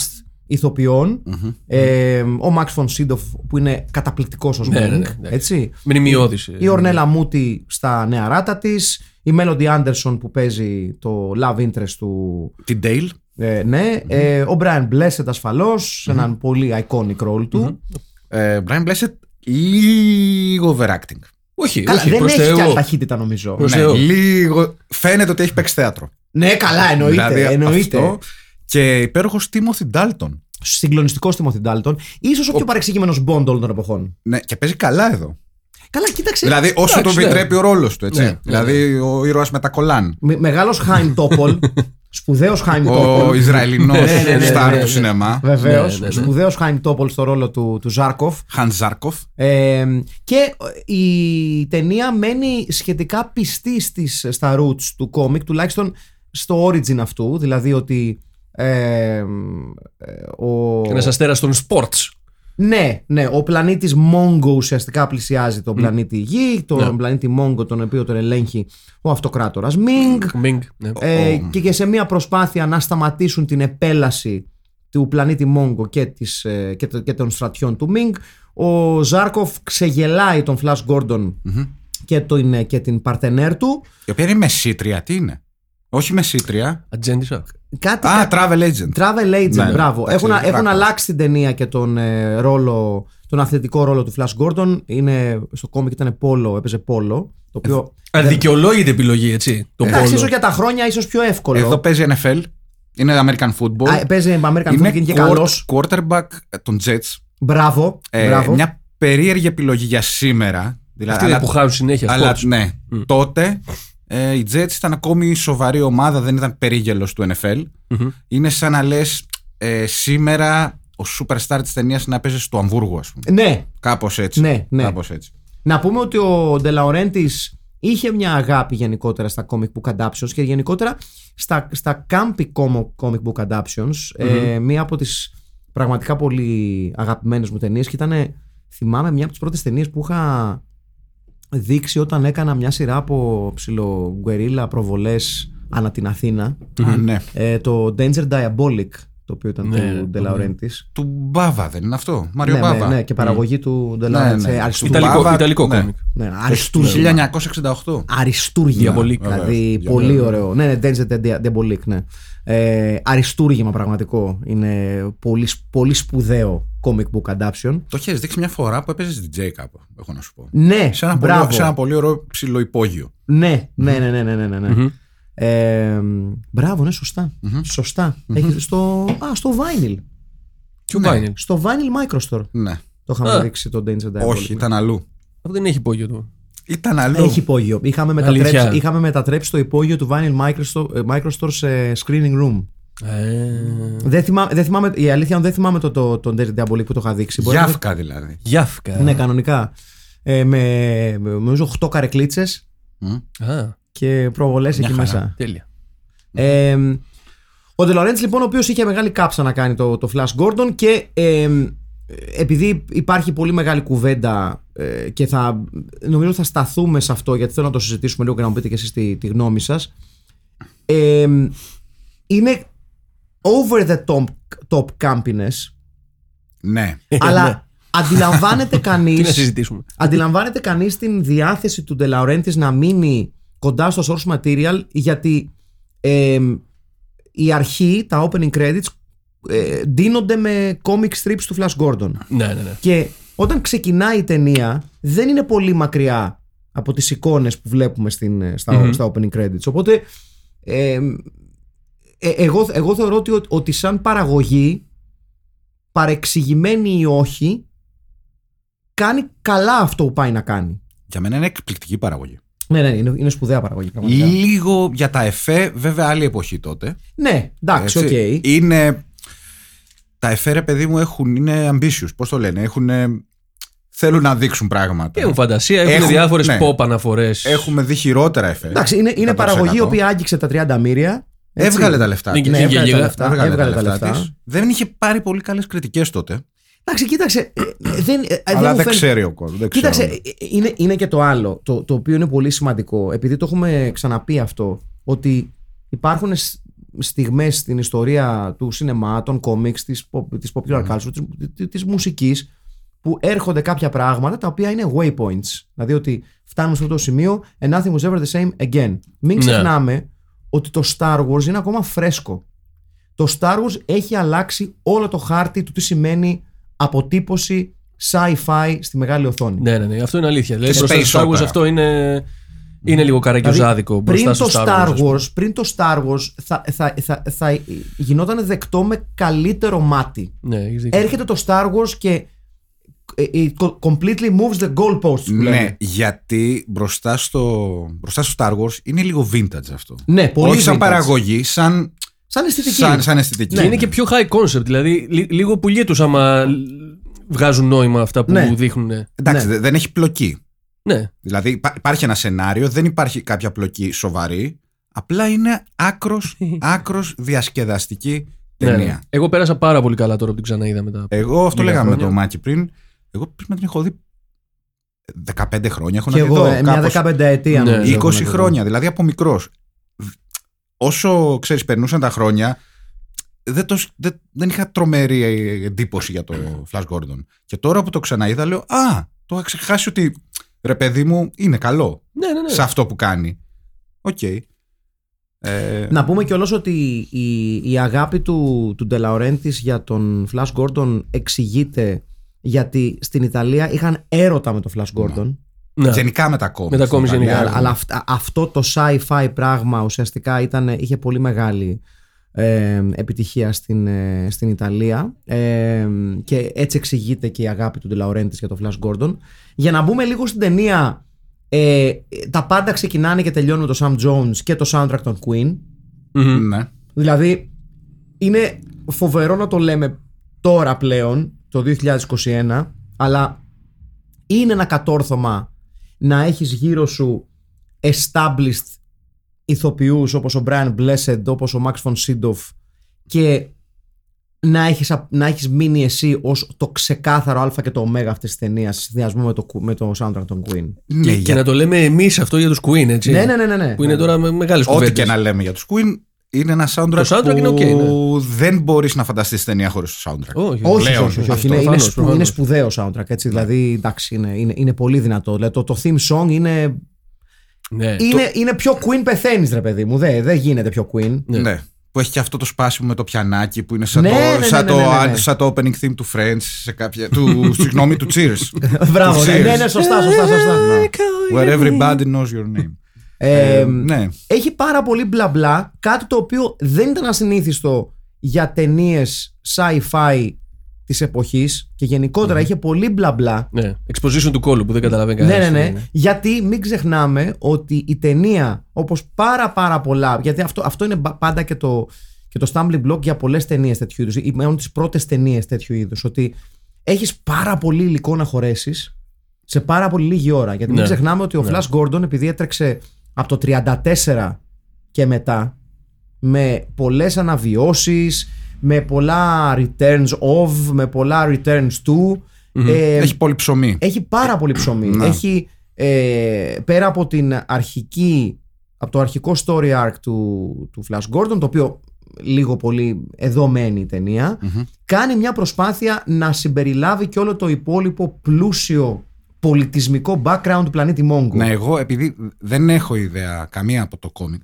Speaker 1: ηθοποιών. Ε, ο Max von Sydow που είναι καταπληκτικός ως
Speaker 2: Ναι, ναι, ναι,
Speaker 1: Ming,
Speaker 2: εντάξει. Ε, ναι.
Speaker 1: έτσι.
Speaker 2: Μνημειώδηση.
Speaker 1: Η Ορνέλα Μούτι στα νεαράτα της. Η Μέλοντι Άντερσον που παίζει το love interest του.
Speaker 3: Την Dale.
Speaker 1: Ε, ναι. Ε, ο Brian Blessed ασφαλώς, έναν πολύ iconic ρόλο του.
Speaker 3: Ε, Brian Blessed λίγο overacting.
Speaker 2: Όχι,
Speaker 1: Καλά,
Speaker 2: όχι,
Speaker 1: δεν
Speaker 2: προς
Speaker 1: έχει
Speaker 2: Θεού.
Speaker 1: κι άλλη ταχύτητα νομίζω.
Speaker 2: Προς-
Speaker 3: Ναι,
Speaker 2: Θεού.
Speaker 3: λίγο. Φαίνεται ότι έχει παίξει θέατρο.
Speaker 1: Ναι, καλά, εννοείται.
Speaker 3: Δηλαδή,
Speaker 1: εννοείται.
Speaker 3: αυτό. Και υπέροχος Τίμωθη Ντάλτον.
Speaker 1: Συγκλονιστικό Τιμωθή Ντάλτον. σω ο πιο παρεξηγημένος Bond όλων των εποχών.
Speaker 3: Ναι, και παίζει καλά εδώ.
Speaker 1: Καλά, κοίταξε.
Speaker 3: Δηλαδή, όσο το
Speaker 2: εντάξει, ναι.
Speaker 3: επιτρέπει ο ρόλος του, έτσι.
Speaker 2: Ναι, ναι,
Speaker 3: δηλαδή, ο ήρωας με τα κολάν.
Speaker 1: Με, Μεγάλος Χάιμ Τόπολ. Σπουδαίος Χάιμ
Speaker 3: Ο
Speaker 1: Τόπολ.
Speaker 3: Ισραηλινός
Speaker 1: ναι, ναι, ναι, ναι,
Speaker 3: στάρ
Speaker 1: ναι.
Speaker 3: του σινεμά.
Speaker 1: Βεβαίως.
Speaker 2: Ναι, ναι, ναι.
Speaker 1: Σπουδαίος Χάιμ Τόπολ στο ρόλο του, του Ζάρκοφ.
Speaker 3: Χαν Ζάρκοφ.
Speaker 1: Ε, και ε, η ταινία μένει σχετικά πιστή στις, στα roots του κόμικ, τουλάχιστον στο origin αυτού, δηλαδή ότι ε, ε, ο...
Speaker 2: Ένας αστέρας των σπορτ.
Speaker 1: Ναι, ναι, ο πλανήτης Μόγκο ουσιαστικά πλησιάζει τον πλανήτη Γη, τον
Speaker 2: Ναι.
Speaker 1: πλανήτη Μόγκο τον οποίο τον ελέγχει ο αυτοκράτορας Μινγκ
Speaker 2: ναι.
Speaker 1: ε,
Speaker 3: Ο-
Speaker 1: και, και σε μια προσπάθεια να σταματήσουν την επέλαση του πλανήτη Μόγκο και, της, ε, και, το- και των στρατιών του Μινγκ ο Ζάρκοφ ξεγελάει τον Φλας Γκόρντον και, τον- ε, και την παρτενέρ του
Speaker 3: Η οποία είναι μεσήτρια, τι είναι. Όχι μεσήτρια.
Speaker 2: Ατζέντισα. Ε,
Speaker 1: κάτι
Speaker 3: Α, travel agent.
Speaker 1: Travel agent,
Speaker 3: Ναι, ναι.
Speaker 1: μπράβο.
Speaker 3: Εντάξει,
Speaker 1: Έχουν,
Speaker 3: εντάξει,
Speaker 1: έχουν
Speaker 3: εντάξει.
Speaker 1: αλλάξει την ταινία και τον ε, ρόλο, τον αθλητικό ρόλο του Flash Gordon. Είναι, στο κόμικ ήταν πόλο, έπαιζε πόλο. Το οποίο.
Speaker 2: Αδικαιολόγητη επιλογή, έτσι. Το
Speaker 1: Εντάξει, ίσω
Speaker 2: πόλο.
Speaker 1: για τα χρόνια ίσως πιο εύκολο.
Speaker 3: Εδώ παίζει NFL. Είναι American football.
Speaker 1: Α, ε, παίζει American Football
Speaker 3: είναι
Speaker 1: και είναι και
Speaker 3: quar-
Speaker 1: καλός.
Speaker 3: quarterback των Jets.
Speaker 1: Μπράβο.
Speaker 3: Ε,
Speaker 1: μπράβο.
Speaker 3: μια περίεργη επιλογή για σήμερα. Δηλαδή,
Speaker 2: Αυτοί που χάνουν συνέχεια.
Speaker 3: αλλά
Speaker 2: sports.
Speaker 3: ναι, τότε ε, οι Jets ήταν ακόμη σοβαρή ομάδα, δεν ήταν περίγελος του NFL.
Speaker 2: Μμμ.
Speaker 3: Είναι σαν να λες ε, σήμερα ο superstar της ταινίας να παίζει στο Αμβούργο, ας πούμε.
Speaker 1: Ναι,
Speaker 3: Κάπως έτσι.
Speaker 1: Ναι, ναι.
Speaker 3: Κάπως έτσι.
Speaker 1: Να πούμε ότι ο Ντελαουρέντη είχε μια αγάπη γενικότερα στα comic book adaptions και γενικότερα στα, στα campy como- comic book adaptions. Ε, μία από τις πραγματικά πολύ αγαπημένες μου ταινίες και ήταν, θυμάμαι, μια από τις πρώτες ταινίες που είχα δείξει όταν έκανα μια σειρά από ψιλογκουερίλα προβολές ανά την Αθήνα.
Speaker 3: Α, ναι.
Speaker 1: Ε, το Danger Diabolic, το οποίο ήταν
Speaker 2: Ναι,
Speaker 1: του
Speaker 2: το-
Speaker 1: Ντελαουρέντης.
Speaker 3: Του Μπάβα δεν είναι αυτό. Μάριο
Speaker 1: Ναι,
Speaker 3: Μπάβα.
Speaker 1: ναι, ναι, και παραγωγή του Ντελαουρέντης.
Speaker 3: ναι.
Speaker 1: Ε, αριστούργημα.
Speaker 3: Ιταλικό-
Speaker 2: Ιταλικό,
Speaker 3: Μπάβα,
Speaker 2: ιταλικό
Speaker 3: ναι.
Speaker 2: κόμικ.
Speaker 1: Ναι,
Speaker 3: Του
Speaker 1: αριστούργημα.
Speaker 3: 1968.
Speaker 1: αριστούργημα.
Speaker 2: Διαβολίκ.
Speaker 1: Δηλαδή,
Speaker 3: Βέβαια,
Speaker 1: πολύ
Speaker 3: διαβολίκ.
Speaker 1: ωραίο. Ναι, ναι, Danger Dia- Diabolic, ναι. Ε, αριστούργημα πραγματικό. Είναι πολύ, σ- πολύ σπουδαίο comic book adaption.
Speaker 3: Το είχε δείξει μια φορά που έπαιζες DJ κάπου, έχω να σου πω.
Speaker 1: Ναι,
Speaker 3: Σε ένα,
Speaker 1: μπράβο.
Speaker 3: πολύ, σε ένα πολύ ωραίο ψηλό υπόγειο.
Speaker 1: Ναι, ναι, ναι, ναι, ναι, ναι, ναι, ναι.
Speaker 2: Μμμ.
Speaker 1: Ε, μ, μπράβο, ναι, σωστα Σωστά. Έχεις στο, α, στο Vinyl.
Speaker 2: Και
Speaker 1: Ναι.
Speaker 2: ο Vinyl.
Speaker 1: Στο Vinyl Microstore
Speaker 3: Ναι.
Speaker 1: το είχαμε
Speaker 2: Α.
Speaker 1: δείξει το Danger Diabolic.
Speaker 3: Όχι, ήταν αλλού.
Speaker 2: Αυτό δεν έχει υπόγειο του.
Speaker 3: Ήταν αλλού.
Speaker 1: Ε, Έχει υπόγειο. Είχαμε μετατρέψει,
Speaker 2: Αλήθεια.
Speaker 1: είχαμε μετατρέψει το υπόγειο του Vinyl Microstore, ε, Microstore σε screening room.
Speaker 2: Ε,
Speaker 1: Δεν θυμάμαι, δεν θυμάμαι, η αλήθεια είναι ότι δεν θυμάμαι το, το, τον Dirty Diabolic που το είχα δείξει. Μπορεί να-
Speaker 3: Γιάφκα δηλαδή.
Speaker 2: Γιάφκα.
Speaker 1: Ναι, κανονικά. Ε, με, με, νομίζω 8 καρεκλίτσε
Speaker 2: Α,
Speaker 1: και προβολές εκεί
Speaker 3: χαρά.
Speaker 1: μέσα.
Speaker 2: τέλεια.
Speaker 1: Ε, ο Ντελορέντ, λοιπόν, ο οποίος είχε μεγάλη κάψα να κάνει το, το Flash Gordon και ε, επειδή υπάρχει πολύ μεγάλη κουβέντα ε, και θα, νομίζω θα σταθούμε σε αυτό γιατί θέλω να το συζητήσουμε λίγο και να μου πείτε και εσείς τη, τη γνώμη σας ε, είναι over the top, top campiness
Speaker 3: Ναι.
Speaker 1: αλλά Αντιλαμβάνεται
Speaker 2: Ε, Τι
Speaker 1: κανεί.
Speaker 2: να συζητήσουμε.
Speaker 1: Αντιλαμβάνεται κανείς την διάθεση του Ντελαουρέντη να μείνει κοντά στο source material γιατί ε, η αρχή, τα opening credits, ε, ντύνονται με comic strips του Flash Gordon.
Speaker 2: Ναι, ναι, ναι.
Speaker 1: Και όταν ξεκινάει η ταινία, δεν είναι πολύ μακριά από τις εικόνες που βλέπουμε στην, ε, στα,
Speaker 2: Μμμ.
Speaker 1: στα opening credits. Οπότε, ε, ε, εγώ, εγώ θεωρώ ότι, ότι σαν παραγωγή, παρεξηγημένη ή όχι, κάνει καλά αυτό που πάει να κάνει.
Speaker 3: Για μένα είναι εκπληκτική παραγωγή.
Speaker 1: Ναι, ναι, είναι, είναι σπουδαία παραγωγή. Πραγματικά.
Speaker 3: Λίγο για τα εφέ, βέβαια άλλη εποχή τότε.
Speaker 1: Ναι, εντάξει, οκ.
Speaker 3: Έτσι. Είναι. Τα εφέ, ρε παιδί μου, έχουν, είναι ambitious. Πώς το λένε, έχουν. ε, Θέλουν να δείξουν
Speaker 1: Ε,
Speaker 3: πράγματα.
Speaker 2: Έχουν φαντασία, έχουν
Speaker 3: Έχουν-
Speaker 2: διάφορες
Speaker 3: ναι.
Speaker 2: pop αναφορές.
Speaker 3: Έχουμε δει χειρότερα εφέ.
Speaker 1: Εντάξει, είναι, είναι
Speaker 3: 100%.
Speaker 1: παραγωγή η οποία άγγιξε τα 30 μύρια. έτσι.
Speaker 3: Έβγαλε τα λεφτά.
Speaker 2: Ναι,
Speaker 3: της.
Speaker 1: Ναι,
Speaker 2: Είχε
Speaker 1: έβγαλε τα
Speaker 2: γελιά.
Speaker 1: λεφτά. Έβγαλε τα λεφτά.
Speaker 3: της. Δεν είχε πάρει πολύ καλές κριτικές τότε.
Speaker 1: Εντάξει, κοίταξε. ε, ε, Δεν, ε, δεν
Speaker 3: αλλά
Speaker 1: μου
Speaker 3: δεν
Speaker 1: φαίνεται-
Speaker 3: ξέρει ο κόσμος.
Speaker 1: Κοίταξε, ε, είναι, είναι και το άλλο, το, το οποίο είναι πολύ σημαντικό. Επειδή το έχουμε ξαναπεί αυτό, ότι υπάρχουν σ- στιγμές στην ιστορία του σινεμά, των κόμιξ, της, pop- της popular
Speaker 2: Ναι.
Speaker 1: culture, της, της- της μουσικής, που έρχονται κάποια πράγματα τα οποία είναι waypoints. Δηλαδή ότι φτάνουμε σε αυτό το σημείο, and nothing was ever the same again. Μην
Speaker 2: Ναι.
Speaker 1: ξεχνάμε ότι το Star Wars είναι ακόμα φρέσκο. Το Star Wars έχει αλλάξει όλο το χάρτη του τι σημαίνει αποτύπωση sci-fi στη μεγάλη οθόνη.
Speaker 2: Ναι, ναι, ναι. Αυτό είναι αλήθεια. Δηλαδή,
Speaker 3: Και
Speaker 2: μπροστά
Speaker 3: space
Speaker 2: στο Star Wars
Speaker 3: opera.
Speaker 2: αυτό είναι, είναι λίγο καραγκιόζάδικο.
Speaker 1: Δηλαδή,
Speaker 2: μπροστά
Speaker 1: πριν, το
Speaker 2: στο
Speaker 1: Star
Speaker 2: ας πούμε.
Speaker 1: Wars, πριν το Star Wars θα, θα, θα, θα γινόταν δεκτό με καλύτερο μάτι.
Speaker 2: Ναι, έχεις δίκιο.
Speaker 1: Έρχεται το Star Wars και ε, it completely moves the goalposts. δηλαδή. που
Speaker 3: Ναι,
Speaker 1: λένε.
Speaker 3: γιατί μπροστά στο, μπροστά στο Star Wars είναι λίγο vintage αυτό.
Speaker 1: ναι πολύ
Speaker 3: Όχι σαν
Speaker 1: vintage.
Speaker 3: παραγωγή, σαν,
Speaker 1: Σαν αισθητική.
Speaker 3: σαν, σαν
Speaker 1: Ναι,
Speaker 3: αισθητική.
Speaker 2: Και είναι και πιο high concept. Δηλαδή, λι- λίγο πουλί τους άμα βγάζουν νόημα αυτά που
Speaker 1: Ναι.
Speaker 2: δείχνουν.
Speaker 3: Εντάξει,
Speaker 1: ναι.
Speaker 3: δε- δεν έχει πλοκή.
Speaker 2: Ναι.
Speaker 3: Δηλαδή υπά- υπάρχει ένα σενάριο, δεν υπάρχει κάποια πλοκή σοβαρή. Απλά είναι άκρος,
Speaker 1: Ναι.
Speaker 3: άκρος διασκεδαστική
Speaker 2: Ναι,
Speaker 3: ταινία.
Speaker 2: ναι. Εγώ πέρασα πάρα πολύ καλά τώρα που την ξαναείδα μετά.
Speaker 3: Εγώ αυτό
Speaker 2: Λίγα
Speaker 3: λέγαμε με
Speaker 2: χρόνια.
Speaker 3: τον Μάκη πριν. Εγώ πριν να την έχω δει 15 χρόνια. Έχω
Speaker 1: Και
Speaker 3: να την
Speaker 1: εγώ,
Speaker 3: δω,
Speaker 1: ε,
Speaker 3: κάπως
Speaker 1: μια 15 ετία.
Speaker 2: Ναι.
Speaker 1: νομίζω,
Speaker 3: 20
Speaker 1: έχω να
Speaker 3: χρόνια, δηλαδή από μικρός. Όσο ξέρεις, περνούσαν τα χρόνια, δεν, το, σ- δεν, δεν είχα τρομερή εντύπωση για το Flash Gordon. Και τώρα που το ξαναείδα, λέω Α, το είχα ξεχάσει ότι ρε παιδί μου είναι καλό
Speaker 2: Ναι, ναι, ναι.
Speaker 3: σε αυτό που κάνει. Οκ. Ε,
Speaker 1: Να πούμε κιόλας ότι η, η αγάπη του, του Ντελαουρέντης για τον Flash Gordon εξηγείται γιατί στην Ιταλία είχαν έρωτα με τον Flash Gordon.
Speaker 2: Ναι.
Speaker 3: Γενικά με τα κόμμα.
Speaker 2: Με τα comics γενικά.
Speaker 1: Ναι, αλλά,
Speaker 2: Άρα.
Speaker 1: αλλά αυτά- αυτό το sci-fi πράγμα ουσιαστικά ήταν, είχε πολύ μεγάλη ε, επιτυχία στην, ε, στην Ιταλία ε, και έτσι εξηγείται και η αγάπη του Ντελαουρέντης για τον Flash Gordon. Για να μπούμε λίγο στην ταινία, ε, τα πάντα ξεκινάνε και τελειώνουν με τον Sam Jones και το soundtrack των Queen.
Speaker 2: Μμμ.
Speaker 3: Ναι.
Speaker 1: Δηλαδή, είναι φοβερό να το λέμε τώρα πλέον, το 2021, αλλά είναι ένα κατόρθωμα να έχεις γύρω σου established ηθοποιούς όπως ο Brian Blessed, όπως ο Max von Sydow και να έχεις, απ- να έχεις μείνει εσύ ως το ξεκάθαρο α και το ω αυτής της ταινίας σε συνδυασμό με το, κου- με το soundtrack των Queen.
Speaker 3: Ναι,
Speaker 2: Και, και
Speaker 3: για-
Speaker 2: να το λέμε εμείς αυτό για τους Queen, έτσι.
Speaker 1: Ναι, ναι, ναι, ναι. ναι.
Speaker 2: Που είναι τώρα με μεγάλες κουβέντε.
Speaker 3: Ό,τι και να λέμε για τους Queen, είναι ένα soundtrack,
Speaker 2: Το soundtrack
Speaker 3: που
Speaker 2: είναι οκ, ναι.
Speaker 3: δεν μπορείς να φανταστείς ταινία χωρίς το soundtrack.
Speaker 2: Όχι,
Speaker 1: Όχι,
Speaker 3: Πλέον,
Speaker 1: όχι, όχι,
Speaker 3: αυτό, Ναι.
Speaker 1: όχι. Είναι, είναι,
Speaker 2: προφανώς,
Speaker 1: σπου-
Speaker 2: προφανώς.
Speaker 1: είναι σπουδαίο soundtrack. Έτσι, δηλαδή, εντάξει, είναι, είναι, είναι πολύ δυνατό. Δηλαδή, το, το theme song είναι.
Speaker 3: Ε,
Speaker 2: Ναι.
Speaker 1: είναι, είναι πιο queen πεθαίνεις, ρε παιδί μου. Δεν δεν γίνεται πιο queen.
Speaker 2: Ναι.
Speaker 3: Ναι. Που έχει και αυτό το σπάσιμο με το πιανάκι που είναι σαν,
Speaker 1: Ναι,
Speaker 3: το,
Speaker 1: ναι, ναι,
Speaker 3: σαν,
Speaker 1: ναι, ναι, ναι,
Speaker 3: το,
Speaker 1: ναι.
Speaker 3: σαν το opening theme του Friends, σε κάποια, του, συγγνώμη, του Cheers.
Speaker 1: Μπράβο.
Speaker 3: Του
Speaker 1: Ναι,
Speaker 3: Cheers.
Speaker 1: ναι, ναι, σωστά, σωστά. σωστά. ναι.
Speaker 3: Where everybody knows your name.
Speaker 1: Ε,
Speaker 3: Ε, ναι.
Speaker 1: Έχει πάρα πολύ μπλα μπλα. Κάτι το οποίο δεν ήταν ασυνήθιστο για ταινίες sci-fi της εποχής και γενικότερα είχε πολύ μπλα μπλα.
Speaker 2: Ναι. Exposition του κόλου που δεν καταλαβαίνει κανένας.
Speaker 1: Ναι, ναι, ναι. Γιατί μην ξεχνάμε ότι η ταινία, όπως πάρα πάρα πολλά. Γιατί αυτό, αυτό είναι μπα- πάντα και το, και το stumbling block για πολλές ταινίες τέτοιου είδους. Ή μάλλον τις πρώτες ταινίες τέτοιου είδους. Ότι έχεις πάρα πολύ υλικό να χωρέσεις σε πάρα πολύ λίγη ώρα. Γιατί μην
Speaker 2: Ναι.
Speaker 1: ξεχνάμε ότι ο Flash Gordon, επειδή έτρεξε από το 34 και μετά, με πολλές αναβιώσεις, με πολλά returns of, με πολλά returns to. ε,
Speaker 3: Έχει πολύ ψωμί.
Speaker 1: έχει πάρα πολύ ψωμί.
Speaker 3: Ναι.
Speaker 1: Έχει ε, πέρα από την αρχική από το αρχικό story arc του, του Flash Gordon το οποίο λίγο πολύ εδώ μένει η ταινια κάνει μια προσπάθεια να συμπεριλάβει και όλο το υπόλοιπο πλούσιο πολιτισμικό background του πλανήτη Μόγκο.
Speaker 3: Ναι, εγώ επειδή δεν έχω ιδέα καμία από το κόμικ.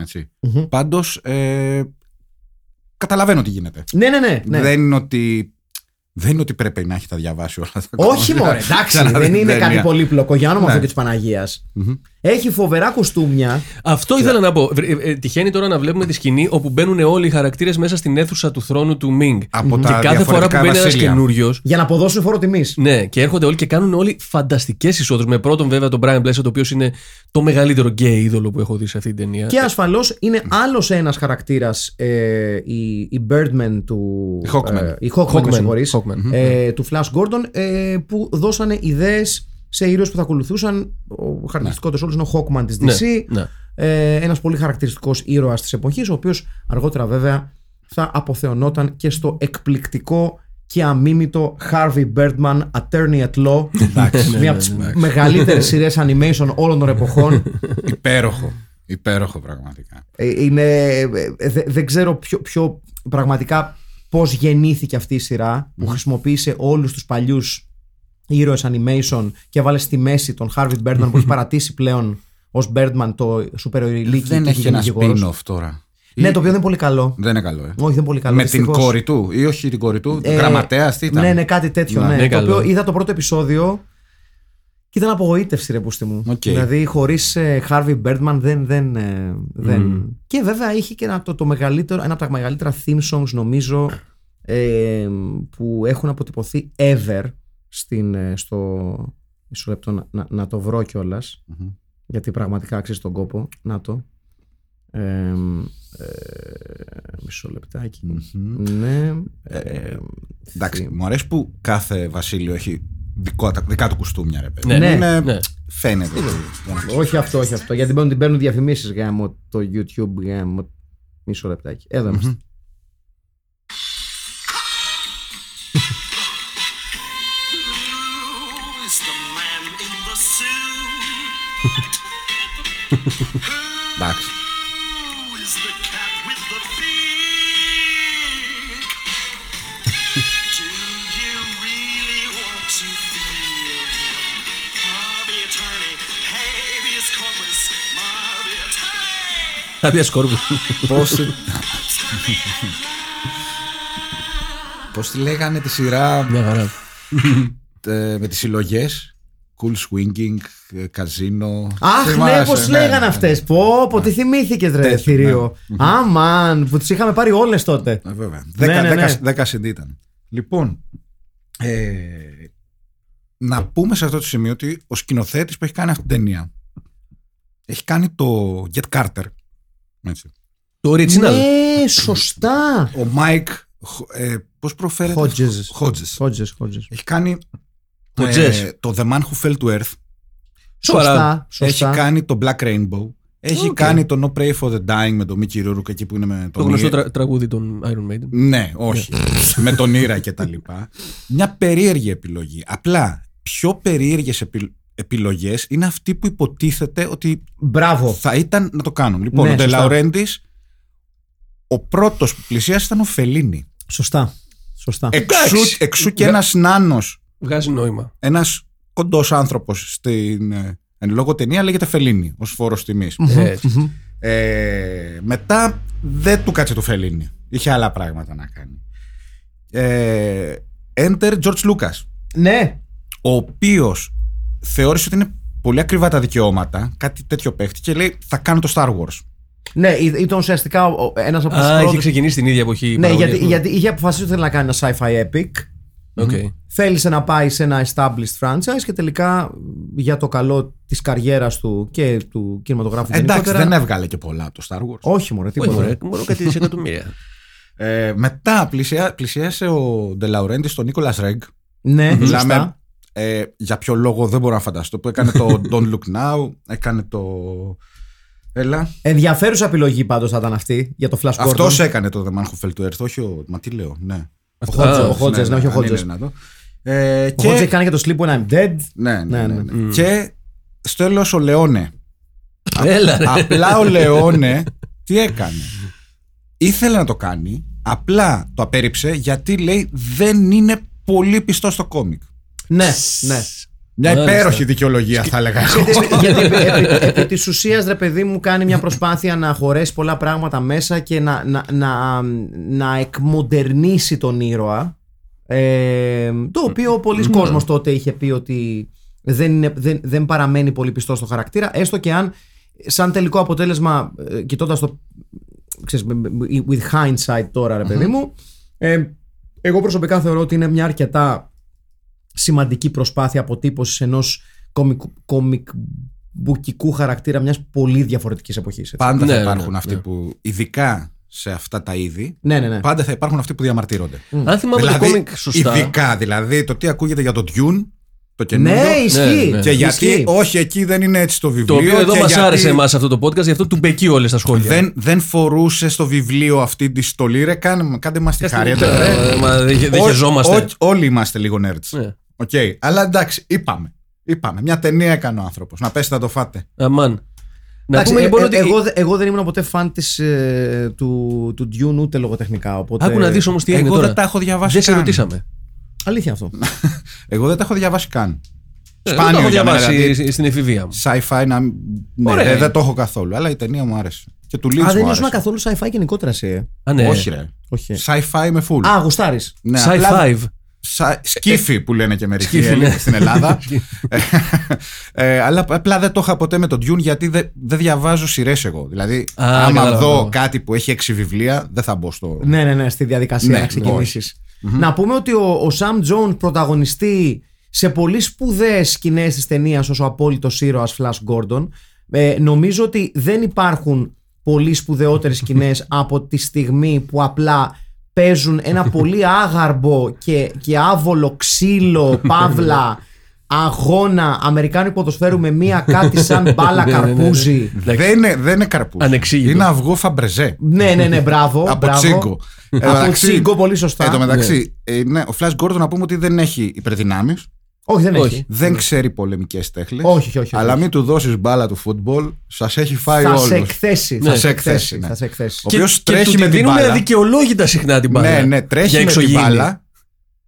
Speaker 3: Έτσι.
Speaker 1: Μμμ.
Speaker 3: Πάντως, ε, καταλαβαίνω τι γίνεται.
Speaker 1: ναι, ναι, ναι. ναι.
Speaker 3: Δεν είναι ότι. Δεν είναι ότι πρέπει να έχει τα διαβάσει όλα τα
Speaker 1: Όχι
Speaker 3: κανονικά.
Speaker 1: μωρέ, εντάξει,
Speaker 3: Ξαναδεί
Speaker 1: δεν
Speaker 3: την
Speaker 1: είναι κάτι
Speaker 3: ταινία.
Speaker 1: πολύπλοκο για όνομα
Speaker 3: Ναι.
Speaker 1: αυτό και της παναγια
Speaker 3: Μμμ.
Speaker 1: Έχει φοβερά κοστούμια.
Speaker 2: Αυτό ήθελα να πω. Ε, ε, Τυχαίνει τώρα να βλέπουμε τη σκηνή όπου μπαίνουν όλοι οι χαρακτήρες μέσα στην αίθουσα του θρόνου του Μινγκ.
Speaker 3: Από
Speaker 2: Και
Speaker 3: τα
Speaker 2: κάθε φορά που
Speaker 3: διαφορετικά
Speaker 2: μπαίνει ένας
Speaker 3: βασίλεια.
Speaker 2: καινούριος,
Speaker 1: Για να αποδώσουν φόρο τιμής.
Speaker 2: Ναι, και έρχονται όλοι και κάνουν όλοι φανταστικές εισόδους. Με πρώτον, βέβαια, τον Brian Blessed, ο οποίος είναι το μεγαλύτερο γκέι είδωλο που έχω δει σε αυτή την ταινία.
Speaker 1: Και ασφαλώς είναι άλλος ένας χαρακτήρας ε, η, η Birdman του.
Speaker 3: Η Hawkman.
Speaker 1: ε, η Hawkman,
Speaker 2: Hawkman,
Speaker 1: με συγχωρείς,
Speaker 2: Hawkman.
Speaker 1: ε, του Flash Gordon ε, που δώσανε ιδέες σε ήρωες που θα ακολουθούσαν. Ο χαρακτηριστικότερο όλος είναι ο Hawkman της
Speaker 2: Ναι,
Speaker 1: DC.
Speaker 2: ναι.
Speaker 1: Ε, ένας πολύ χαρακτηριστικός ήρωας της εποχής, ο οποίος αργότερα βέβαια θα αποθεωνόταν και στο εκπληκτικό και αμίμητο Harvey Birdman Attorney at Law.
Speaker 2: ναι,
Speaker 1: Μια από τις μεγαλύτερες σειρές animation όλων των εποχών.
Speaker 3: Υπέροχο. Υπέροχο πραγματικά.
Speaker 1: Ε, Είναι, ε, δε- δεν ξέρω ποιο, ποιο πραγματικά πώς γεννήθηκε αυτή η σειρά που χρησιμοποίησε όλους τους παλιούς ήρωες animation και βάλε στη μέση τον Harvey Birdman που έχει παρατήσει πλέον ως Birdman το σούπερ οριλίκι
Speaker 3: δεν έχει ένα spin-off τώρα.
Speaker 1: Ναι, το οποίο δεν είναι πολύ καλό.
Speaker 3: Δεν είναι καλό. Ε.
Speaker 1: Όχι, δεν είναι πολύ καλό.
Speaker 3: Με την
Speaker 1: δυστυχώς.
Speaker 3: κόρη του ή όχι την κόρη του.
Speaker 1: Ε,
Speaker 3: Γραμματέας, τι ήταν.
Speaker 1: Ναι, ναι, κάτι τέτοιο.
Speaker 3: Να,
Speaker 1: Ναι,
Speaker 2: ναι,
Speaker 1: το οποίο
Speaker 2: καλό.
Speaker 1: είδα το πρώτο επεισόδιο και ήταν απογοήτευση, ρε πούστη μου.
Speaker 3: Οκ.
Speaker 1: Δηλαδή, χωρίς Harvey Birdman δεν. δεν, ε, δεν. Και βέβαια είχε και ένα, το, το μεγαλύτερο, ένα από τα μεγαλύτερα theme songs, νομίζω, ε, που έχουν αποτυπωθεί ever στην, ε, στο. Μισό λεπτό να, να, να το βρω κιόλας.
Speaker 3: Μμμ.
Speaker 1: Γιατί πραγματικά αξίζει τον κόπο. Να το. Ε, ε, μισό λεπτάκι.
Speaker 3: Μμμ.
Speaker 1: Ναι. ε,
Speaker 3: Εντάξει,
Speaker 1: theme.
Speaker 3: μου αρέσει που κάθε βασίλειο έχει δικό, τα- δικά του κουστούμια, ρε παιδί.
Speaker 2: Ναι,
Speaker 1: ναι,
Speaker 3: Είναι-
Speaker 2: ναι.
Speaker 3: Φαίνεται.
Speaker 1: Όχι αυτό, όχι αυτό. Γιατί μπαίνουν, την παίρνουν διαφημίσεις γάμο το YouTube γάμο. Μισό λεπτάκι. Εδώ είμαστε.
Speaker 4: Who is the man in the suit?
Speaker 3: Εντάξει.
Speaker 4: Who is the cat with the beak? Do you really want to feel him? Harvey attorney, habeas corpus, Marvy attorney.
Speaker 2: Θα πει σκόρπου.
Speaker 3: Πώς τη- Πώς τη λέγανε τη σειρά
Speaker 2: Μια χαρά.
Speaker 3: ε, με τις συλλογές Cool Swinging, ε, Casino
Speaker 1: Αχ, ναι, ναι.
Speaker 3: Θυμάσαι,
Speaker 1: πώ λέγανε αυτές. Πω, πω, τι θυμήθηκες, ρε
Speaker 3: Τέτοιο,
Speaker 1: θηρίο. Αμαν, που τις είχαμε πάρει όλες τότε.
Speaker 3: Ε, βέβαια.
Speaker 1: ναι,
Speaker 3: Δέκα,
Speaker 1: ναι.
Speaker 3: δέκα, δέκα CD ήταν. Λοιπόν, ε, να πούμε σε αυτό το σημείο ότι ο σκηνοθέτης που έχει κάνει αυτή την ταινία έχει κάνει το Get Carter. Έτσι.
Speaker 2: Το original.
Speaker 1: Ναι, σωστά.
Speaker 3: Ο Mike, Χ- ε, πώς προφέρεται?
Speaker 1: Hodges.
Speaker 3: Hodges.
Speaker 1: Χότζε, χότζε.
Speaker 3: Έχει κάνει ε,
Speaker 2: Hodges.
Speaker 3: το The Man Who Fell to Earth.
Speaker 1: Σωστά,
Speaker 3: Έχει
Speaker 1: σωστά.
Speaker 3: κάνει το Black Rainbow. Έχει
Speaker 2: Οκ.
Speaker 3: κάνει το No Pray for the Dying με τον Mickey Rourke εκεί που είναι με τον
Speaker 2: Το γνωστό
Speaker 3: Ira-
Speaker 2: τρα- τραγούδι των Iron Maiden.
Speaker 3: Ναι, όχι. με τον Ήρα και τα λοιπά. Μια περίεργη επιλογή. Απλά, πιο περίεργες επι... επιλογές είναι αυτή που υποτίθεται ότι
Speaker 1: Μπράβο.
Speaker 3: θα ήταν να το κάνουν. Λοιπόν,
Speaker 1: Ναι,
Speaker 3: ο
Speaker 1: σωστά.
Speaker 3: Ντελαουρέντης, ο πρώτος που πλησίασε ήταν ο Φελίνη.
Speaker 1: Σωστά. Σωστά.
Speaker 3: Εξού,
Speaker 2: Εντάξει.
Speaker 3: εξού και
Speaker 2: Βγα-
Speaker 3: ένας νάνος,
Speaker 2: Βγάζει νόημα.
Speaker 3: ένας κοντός άνθρωπος στην ε, εν λόγω ταινία λέγεται Φελίνη ως φόρος τιμής.
Speaker 2: Έτσι.
Speaker 3: Ε, μετά δεν του κάτσε το Φελίνι. Είχε άλλα πράγματα να κάνει. Ε, enter George Lucas,
Speaker 1: Ναι,
Speaker 3: ο οποίος θεώρησε ότι είναι πολύ ακριβά τα δικαιώματα, κάτι τέτοιο παίχτη και λέει θα κάνω το Star Wars.
Speaker 1: ναι, ή- ήταν ουσιαστικά ένας από τους
Speaker 2: Α, είχε
Speaker 1: πρώτους.
Speaker 2: ξεκινήσει την ίδια εποχή. η
Speaker 1: Ναι,
Speaker 2: παραγωγή
Speaker 1: γιατί,
Speaker 2: αυτού.
Speaker 1: γιατί είχε αποφασίσει ότι θέλει να κάνει ένα sci-fi epic.
Speaker 2: Οκ.
Speaker 1: θέλησε να πάει σε ένα established franchise και τελικά για το καλό της καριέρας του και του κινηματογράφου
Speaker 3: Εντάξει,
Speaker 1: γενικότερα-
Speaker 3: δεν έβγαλε και πολλά από το Star Wars.
Speaker 1: Όχι μωρέ,
Speaker 2: Όχι,
Speaker 1: τίποτα.
Speaker 2: μωρέ, Μόνο κάτι δισεκατομμύρια.
Speaker 3: Ε, μετά πλησιά, πλησίασε ο Ντελαουρέντη στον Νίκολα Ρεγκ.
Speaker 1: Ναι,
Speaker 3: Μιλάμε
Speaker 1: σωστά.
Speaker 3: ε, για ποιο λόγο δεν μπορώ να φανταστώ. Που έκανε το Don't Look Now, έκανε το. Έλα.
Speaker 1: Ενδιαφέρουσα επιλογή πάντως θα ήταν αυτή για το Flash Gordon.
Speaker 3: Αυτός έκανε το The Man Who Fell to Earth, όχι ο. Μα τι λέω, ναι.
Speaker 1: Ο Hodges,
Speaker 2: Α,
Speaker 1: ο Hodges, ναι, όχι ο
Speaker 3: αν είναι
Speaker 1: Hodges.
Speaker 3: δυνατό. Ε,
Speaker 1: Ο
Speaker 3: και...
Speaker 1: Hodges κάνει και το Sleep When I'm Dead.
Speaker 3: Ναι,
Speaker 1: Ναι,
Speaker 3: ναι, ναι, ναι. Και στο έλεος ο Λεόνε.
Speaker 2: Έλα, ρε.
Speaker 3: Απλά ο Λεόνε τι έκανε. ήθελε να το κάνει, απλά το απέρριψε γιατί λέει δεν είναι πολύ πιστό στο κόμικ.
Speaker 1: Ναι, ναι.
Speaker 3: Μια
Speaker 2: Μάλιστα.
Speaker 3: υπέροχη δικαιολογία θα έλεγα εγώ.
Speaker 1: Γιατί επί, επί, επί της ουσίας ρε παιδί μου κάνει μια προσπάθεια να χωρέσει πολλά πράγματα μέσα και να, να, να, να εκμοντερνήσει τον ήρωα ε, το οποίο πολλοί κόσμος τότε είχε πει ότι δεν, είναι, δεν, δεν παραμένει πολύ πιστός στο χαρακτήρα έστω και αν σαν τελικό αποτέλεσμα ε, κοιτώντας το ξέρεις, με- με- with hindsight τώρα ρε παιδί μου ε, εγώ προσωπικά θεωρώ ότι είναι μια αρκετά σημαντική προσπάθεια αποτύπωσης ενός κομικμπουκικού χαρακτήρα μιας πολύ διαφορετικής εποχής.
Speaker 3: Πάντα
Speaker 2: Ναι,
Speaker 3: θα
Speaker 2: ναι,
Speaker 3: υπάρχουν
Speaker 2: ναι.
Speaker 3: αυτοί που, ειδικά σε αυτά τα είδη,
Speaker 1: Ναι, ναι, ναι.
Speaker 3: πάντα θα υπάρχουν αυτοί που διαμαρτύρονται. Δηλαδή,
Speaker 2: Αν θυμάμαι το κόμικ σωστά.
Speaker 3: ειδικά, δηλαδή το τι ακούγεται για το Dune, το καινούριο.
Speaker 1: Ναι, ισχύει.
Speaker 2: ναι, ναι.
Speaker 3: Και γιατί,
Speaker 1: Ισχύει.
Speaker 3: όχι, εκεί δεν είναι έτσι το
Speaker 2: Το
Speaker 3: βιβλίο.
Speaker 2: οποίο εδώ
Speaker 3: και
Speaker 2: μας
Speaker 3: γιατί
Speaker 2: άρεσε εμάς αυτό το podcast, γι' αυτό του μπεκεί όλες τα σχόλια.
Speaker 3: Δεν, δεν φορούσε στο βιβλίο αυτή τη στολή. Ρε, κάνε, κάντε μας τη χάρη.
Speaker 2: Ε,
Speaker 3: ρε.
Speaker 2: ε, μα δεν χε- δεν
Speaker 3: Ό-
Speaker 2: χεζόμαστε.
Speaker 3: ό- Όλοι είμαστε λίγο nerds.
Speaker 2: Ναι.
Speaker 3: Οκ. Αλλά εντάξει, είπαμε. Είπαμε. Μια ταινία έκανε ο άνθρωπος. Να πέσετε να το φάτε.
Speaker 2: Αμάν. Να
Speaker 1: Εντάξει,
Speaker 2: πούμε
Speaker 1: ε,
Speaker 2: λοιπόν
Speaker 1: ε,
Speaker 2: ότι.
Speaker 1: εγώ, δε- εγώ δεν ήμουν ποτέ φαν της, ε, του, του Dune ούτε λογοτεχνικά. Οπότε...
Speaker 2: Άκου να δεις όμως τι
Speaker 3: ε, Εγώ
Speaker 2: έγινε
Speaker 3: δεν
Speaker 2: τώρα.
Speaker 3: τα έχω διαβάσει
Speaker 2: Δεν σε
Speaker 3: καν.
Speaker 2: ρωτήσαμε.
Speaker 1: Αλήθεια αυτό.
Speaker 3: Εγώ δεν τα έχω διαβάσει καν.
Speaker 2: Ε,
Speaker 3: Σπάνιο
Speaker 2: δεν τα έχω
Speaker 3: για μένα,
Speaker 2: διαβάσει ε,
Speaker 3: δηλαδή.
Speaker 2: στην εφηβεία μου.
Speaker 3: Sci-fi να. μ- Ναι,
Speaker 2: Ωραία.
Speaker 3: δεν, δεν το έχω καθόλου. Αλλά η ταινία μου άρεσε. Και του Lynch
Speaker 1: Α, δεν
Speaker 3: μου άρεσε.
Speaker 1: ήσουν καθόλου sci-fi γενικότερα εσύ. ε.
Speaker 2: Α, ναι.
Speaker 3: Όχι, ρε.
Speaker 1: Όχι.
Speaker 3: Sci-fi με full.
Speaker 1: Α, γουστάρεις.
Speaker 3: Ναι, απλά-
Speaker 2: Sci-fi.
Speaker 3: σα- σκύφη που λένε και μερικοί
Speaker 2: Σκύφη,
Speaker 3: Έλληνες
Speaker 2: ναι.
Speaker 3: στην Ελλάδα. ε, αλλά απλά δεν το είχα ποτέ με τον Dune γιατί δεν δεν διαβάζω σειρές εγώ. Δηλαδή,
Speaker 2: Α, ναι,
Speaker 3: άμα
Speaker 2: κατάλαβα.
Speaker 3: δω κάτι που έχει έξι βιβλία, δεν θα μπω στο.
Speaker 1: Ναι, ναι, ναι, στη διαδικασία
Speaker 3: Ναι,
Speaker 1: να ξεκινησεις Να πούμε ότι ο, ο Sam Jones πρωταγωνιστεί σε πολύ σπουδαίες σκηνές της ταινίας ως ο απόλυτος ήρωας Flash Gordon. Ε, νομίζω ότι δεν υπάρχουν πολύ σπουδαιότερες σκηνές από τη στιγμή που απλά παίζουν ένα πολύ άγαρμπο και, και άβολο ξύλο παύλα αγώνα Αμερικάνου ποδοσφαίρου με μία κάτι σαν μπάλα
Speaker 2: Ναι, ναι, ναι, ναι.
Speaker 1: καρπούζι.
Speaker 3: Δεν είναι, δεν είναι καρπούζι.
Speaker 2: Ανεξήγητο.
Speaker 3: Είναι αυγό φαμπρεζέ.
Speaker 1: Ναι, ναι, ναι, μπράβο.
Speaker 3: από
Speaker 1: μπράβο.
Speaker 3: τσίγκο. Ε,
Speaker 1: Από
Speaker 3: μεταξύ-
Speaker 1: τσίγκο, πολύ σωστά.
Speaker 3: Εν τω μεταξύ, ε, ναι, ο Flash Gordon να πούμε ότι δεν έχει υπερδυνάμεις.
Speaker 1: Όχι, δεν
Speaker 2: Όχι.
Speaker 1: έχει.
Speaker 3: Δεν ξέρει πολεμικές τέχνες.
Speaker 1: Όχι, όχι, όχι.
Speaker 3: Αλλά
Speaker 1: όχι.
Speaker 3: μην του δώσεις μπάλα του φούτμπολ, σας έχει φάει
Speaker 1: θα σε
Speaker 3: όλους.
Speaker 1: εκθέσει.
Speaker 3: Ναι.
Speaker 1: θα σε
Speaker 3: Ναι.
Speaker 1: εκθέσει.
Speaker 3: Ναι.
Speaker 1: Θα σε εκθέσει.
Speaker 3: Ο οποίος τρέχει με την
Speaker 2: δίνουμε
Speaker 3: μπάλα.
Speaker 2: αδικαιολόγητα συχνά την μπάλα.
Speaker 3: Ναι, ναι, τρέχει
Speaker 2: Για
Speaker 3: με την
Speaker 2: εξωγήινη.
Speaker 3: μπάλα.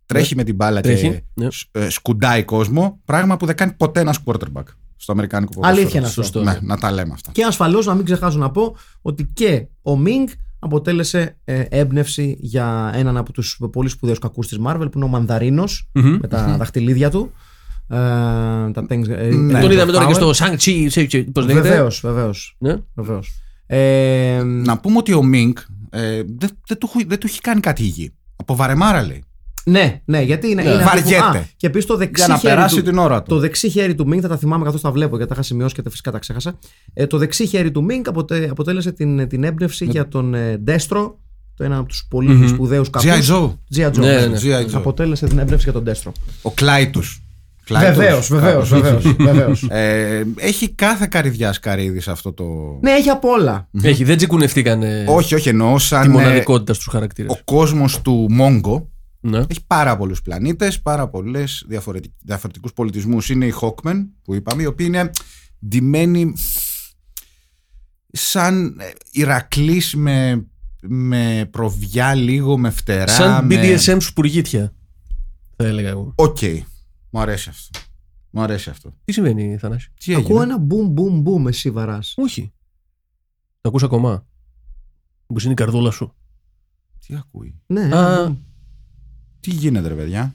Speaker 3: Τρέχει με την μπάλα και
Speaker 2: Τρέχει, ναι.
Speaker 3: σ- ε, σκουντάει κόσμο. Πράγμα που δεν κάνει ποτέ ένας quarterback στο αμερικάνικο ποδόσφαιρο.
Speaker 1: Αλήθεια είναι αυτό.
Speaker 2: Σωστό.
Speaker 3: Ναι, να τα λέμε αυτά.
Speaker 1: Και ασφαλώς να μην ξεχάσω να πω ότι και ο Μινγκ αποτέλεσε ε, έμπνευση για έναν από τους πολύ σπουδαίους κακούς της Marvel που είναι ο Μανδαρίνος
Speaker 2: Μμμ.
Speaker 1: με τα δαχτυλίδια του. Ε, τα things, ε, Rings
Speaker 3: Ναι.
Speaker 2: Τον
Speaker 1: of
Speaker 2: είδαμε τώρα και
Speaker 1: Power.
Speaker 2: στο Shang-Chi. Πώς λέγεται.
Speaker 1: Βεβαίως, βεβαίως,
Speaker 2: Ναι.
Speaker 1: βεβαίως. Ε,
Speaker 3: Να πούμε ότι ο Μίνκ ε, δεν, δεν, του, χου- δεν του έχει κάνει κάτι η γη. Από βαρεμάρα λέει.
Speaker 1: ναι, ναι, γιατί είναι. είναι αυτό που-
Speaker 3: Βαριέται.
Speaker 1: Α, και επίσης το δεξί
Speaker 3: Για να
Speaker 1: χέρι
Speaker 3: περάσει
Speaker 1: του,
Speaker 3: την ώρα
Speaker 1: Το
Speaker 3: του.
Speaker 1: δεξί χέρι του Μίνγκ, θα τα θυμάμαι καθώς τα βλέπω γιατί τα είχα σημειώσει και τα φυσικά τα ξέχασα. Ε, το δεξί χέρι του Μίνγκ αποτε, αποτέλεσε την, την έμπνευση για τον ε, Ντέστρο, το ένα από τους πολύ
Speaker 2: Μμμ.
Speaker 1: σπουδαίους
Speaker 3: G.I.
Speaker 1: κακού.
Speaker 3: Joe.
Speaker 1: G.I. Joe.
Speaker 2: Ναι, ναι.
Speaker 3: G.I. Joe.
Speaker 1: Αποτέλεσε την έμπνευση για τον Ντέστρο.
Speaker 3: Ο Κλάιτους. Κλάιτους,
Speaker 1: Βεβαίως, βεβαίως,
Speaker 3: κάπως
Speaker 1: βεβαίω.
Speaker 3: έτσι.
Speaker 1: Βεβαίως.
Speaker 3: Ε, έχει κάθε καρδιά καρύδι σε αυτό το.
Speaker 1: ναι, έχει απ' όλα.
Speaker 2: Έχει, δεν τσικουνευτήκαν ε,
Speaker 3: Όχι, όχι, εννοώ
Speaker 2: τη
Speaker 3: σαν. ε,
Speaker 2: μοναδικότητα στους χαρακτήρες.
Speaker 3: ο κόσμος του Μόγκο
Speaker 2: Ναι.
Speaker 3: έχει πάρα πολλούς πλανήτες, πάρα πολλές διαφορετικούς πολιτισμούς. Είναι οι Hawkmen που είπαμε, οι οποίοι είναι ντυμένοι σαν ε, Ηρακλής με, με προβιά λίγο, με φτερά.
Speaker 2: Σαν
Speaker 3: με-
Speaker 2: BDSM σπουργίτια. Θα έλεγα εγώ.
Speaker 3: Οκ. Μου αρέσει αυτό. Μου αρέσει αυτό.
Speaker 2: Τι συμβαίνει, Θανάση.
Speaker 3: Τι
Speaker 1: Ακούω
Speaker 3: έγινε.
Speaker 1: ένα μπουμ μπουμ μπουμ εσύ βαράς.
Speaker 2: Όχι. Το ακούς ακόμα. Μήπως είναι η καρδούλα σου.
Speaker 3: Τι ακούει.
Speaker 1: Ναι,
Speaker 2: Α.
Speaker 1: ένα μπουμ.
Speaker 3: Τι γίνεται, ρε παιδιά.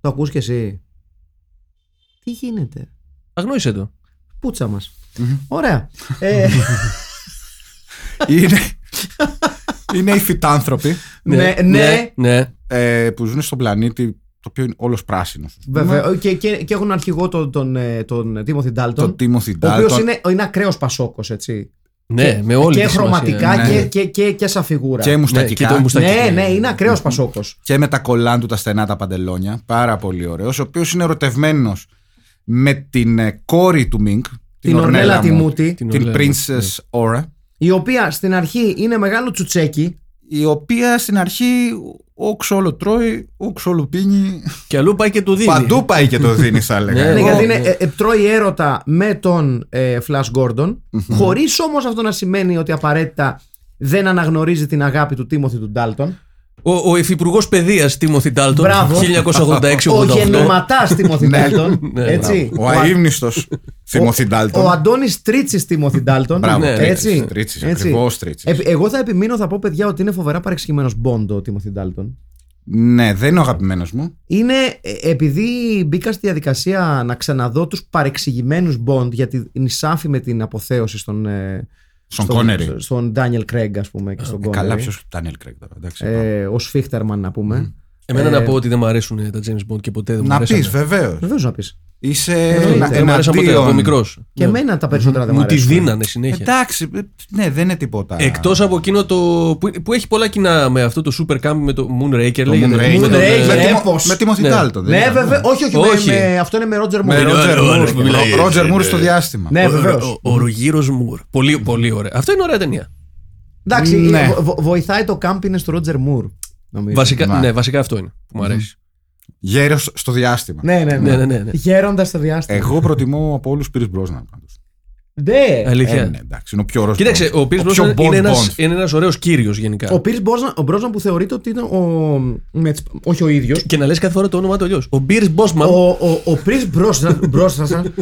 Speaker 1: το ακούς κι εσύ. Τι γίνεται.
Speaker 2: Αγνώρισε το.
Speaker 1: Πούτσα μας.
Speaker 3: Μμμ.
Speaker 1: Ωραία. Ε,
Speaker 3: είναι, είναι οι φυτάνθρωποι
Speaker 1: ναι, ναι,
Speaker 2: ναι. ναι.
Speaker 3: ε, που ζουν στον πλανήτη το οποίο είναι όλος πράσινος.
Speaker 1: Βέβαια. Και, και, και έχουν αρχηγό τον, τον, ε, τον Τίμωθη Ντάλτον.
Speaker 3: Το Timothy
Speaker 1: Ο οποίος
Speaker 3: Dalton.
Speaker 1: είναι, είναι ακραίος πασόκος, έτσι.
Speaker 2: ναι
Speaker 1: και,
Speaker 2: με όλη
Speaker 1: Και
Speaker 2: τη σημασία.
Speaker 1: χρωματικά
Speaker 3: ναι.
Speaker 1: και, και, και, και σαν φιγούρα.
Speaker 3: Και
Speaker 2: Ναι,
Speaker 3: μουστακικά.
Speaker 2: και το μουστακι-
Speaker 1: ναι, ναι, είναι ακραίος πασόκος.
Speaker 3: και με τα κολάν του τα στενά τα παντελόνια. Πάρα πολύ ωραίος. Ο οποίος είναι ερωτευμένος με την ε, κόρη του Μινκ, την,
Speaker 1: Την Ορνέλα ναι.
Speaker 3: μου,
Speaker 1: Τιμούτη,
Speaker 2: Την
Speaker 3: την
Speaker 2: Ορνέλα,
Speaker 3: Princess Aura,
Speaker 1: η οποία στην αρχή είναι μεγάλο τσουτσέκι.
Speaker 3: η οποία στην αρχή όξο όλο τρώει, όξο όλο πίνει.
Speaker 2: Και αλλού πάει και το δίνει.
Speaker 3: Παντού πάει και το δίνει, θα έλεγα.
Speaker 2: Ναι,
Speaker 1: Ναι,
Speaker 3: εγώ.
Speaker 1: γιατί
Speaker 2: ναι.
Speaker 1: είναι, ε, ε, τρώει έρωτα με τον ε, Flash Gordon, χωρίς όμως αυτό να σημαίνει ότι απαραίτητα δεν αναγνωρίζει την αγάπη του Τίμωθη του Ντάλτον.
Speaker 2: Ο, ο υφυπουργός παιδείας Τίμωθη Ντάλτον
Speaker 1: Μπράβο.
Speaker 2: 1986-88.
Speaker 1: Ο γενοματά Τίμωθη Ντάλτον.
Speaker 2: Ναι,
Speaker 1: έτσι.
Speaker 3: Ο αείμνηστος Θήμωθη
Speaker 1: Ο
Speaker 3: Ντάλτον.
Speaker 1: Αντώνη Τρίτσι Τίμωθη Ντάλτον.
Speaker 3: Μπράβο,
Speaker 2: Ναι.
Speaker 3: τρίτσις,
Speaker 1: Έτσι.
Speaker 3: τρίτσις,
Speaker 1: Έτσι.
Speaker 3: ακριβώς τρίτσις.
Speaker 1: Ε, εγώ θα επιμείνω, θα πω παιδιά ότι είναι φοβερά παρεξηγημένος Μπόντο ο Τίμωθη Ντάλτον.
Speaker 3: Ναι, δεν είναι ο αγαπημένος μου.
Speaker 1: Είναι ε, επειδή μπήκα στη διαδικασία να ξαναδώ τους παρεξηγημένους Μπόντ γιατί νησάφη με την αποθέωση στον. ε,
Speaker 3: Στον Κόνερι.
Speaker 1: Στον Ντάνιελ Κρέγκ, ας πούμε,
Speaker 2: Ε,
Speaker 1: και στον Κόνερι.
Speaker 3: Καλά, ποιος Ντάνιελ Κρέγκ τώρα. εντάξει.
Speaker 1: ναι. ε, ο Σφίχτερμαν, να πούμε.
Speaker 2: Εμένα να πω ότι δεν μου αρέσουν τα James Bond και ποτέ δεν μου
Speaker 3: Να πει,
Speaker 2: αρέσανε. Ε,
Speaker 3: βεβαίως.
Speaker 1: Βεβαίως να πεις.
Speaker 3: Είσαι
Speaker 1: Δεν
Speaker 3: ένα-
Speaker 1: μου
Speaker 2: Δεν μου αρέσαν ποτέ από
Speaker 3: εναντίον.
Speaker 2: μικρός.
Speaker 1: Και εμένα τα περισσότερα δεν μου
Speaker 2: Μου τη
Speaker 1: αρέσουν.
Speaker 2: δίνανε συνέχεια.
Speaker 3: Εντάξει, ε, ναι, δεν είναι τίποτα.
Speaker 2: Εκτός από εκείνο το. Που, που, έχει πολλά κοινά με αυτό το Super Camp με το Moonraker.
Speaker 3: Το
Speaker 2: λέγεται.
Speaker 3: Moonraker.
Speaker 2: Με
Speaker 3: Με
Speaker 2: τον,
Speaker 1: Moonraker,
Speaker 2: ε,
Speaker 3: Τιμο-
Speaker 1: έπος.
Speaker 3: Με Τίμωθη
Speaker 2: Ναι.
Speaker 3: Ντάλτον. δεν
Speaker 1: Ναι,
Speaker 3: είναι.
Speaker 1: βέβαια. Όχι, όχι.
Speaker 2: Όχι.
Speaker 1: με- με- αυτό είναι με Ρότζερ
Speaker 3: Με
Speaker 1: Μουρ.
Speaker 2: ναι,
Speaker 3: Ρότζερ
Speaker 5: ο- ο-
Speaker 3: Μούρ.
Speaker 5: που μιλάει,
Speaker 3: Ο Ρότζερ
Speaker 5: ε,
Speaker 3: Μούρ
Speaker 5: ε,
Speaker 3: στο
Speaker 5: ε,
Speaker 3: διάστημα.
Speaker 1: Ναι,
Speaker 2: ο-
Speaker 1: βεβαίως.
Speaker 2: ο- Ο Ρογύρο Μουρ. Πολύ, πολύ ωραία. Αυτό είναι ωραία ταινία.
Speaker 1: Εντάξει,
Speaker 3: Ναι.
Speaker 1: βο- βο- βοηθάει το κάμπινε του Ρότζερ Μουρ. Νομίζω.
Speaker 2: Βασικά,
Speaker 3: Μα. Ε,
Speaker 2: ναι, βασικά αυτό είναι που μου αρέσει.
Speaker 3: Γέρος στο διάστημα.
Speaker 1: Ναι, ναι,
Speaker 2: Ναι,
Speaker 1: ναι.
Speaker 2: ναι, ναι. ναι.
Speaker 1: Γέροντας στο διάστημα.
Speaker 3: Εγώ προτιμώ από όλους Πύρι Μπρόσναν πάντως.
Speaker 1: Ναι.
Speaker 2: Αλήθεια.
Speaker 3: ναι, εντάξει, είναι ο πιο ωραίος.
Speaker 2: Κοίταξε, ο Pierce
Speaker 3: πιο
Speaker 2: Brosnan
Speaker 3: Bond
Speaker 2: είναι ένας
Speaker 3: Bond.
Speaker 2: είναι ένας ωραίος κύριος γενικά.
Speaker 1: Ο Πίρ Μπρόσναν, ο Μπρόσναν που θεωρείται ότι ήταν ο. με τις- Όχι ο ίδιος.
Speaker 2: Και να λες κάθε φορά το όνομα του αλλιώς. Ο Μπίρς Μπόσμαν.
Speaker 1: Ο, ο, ο Πρις Μπρόσναν- Μπρόσναν,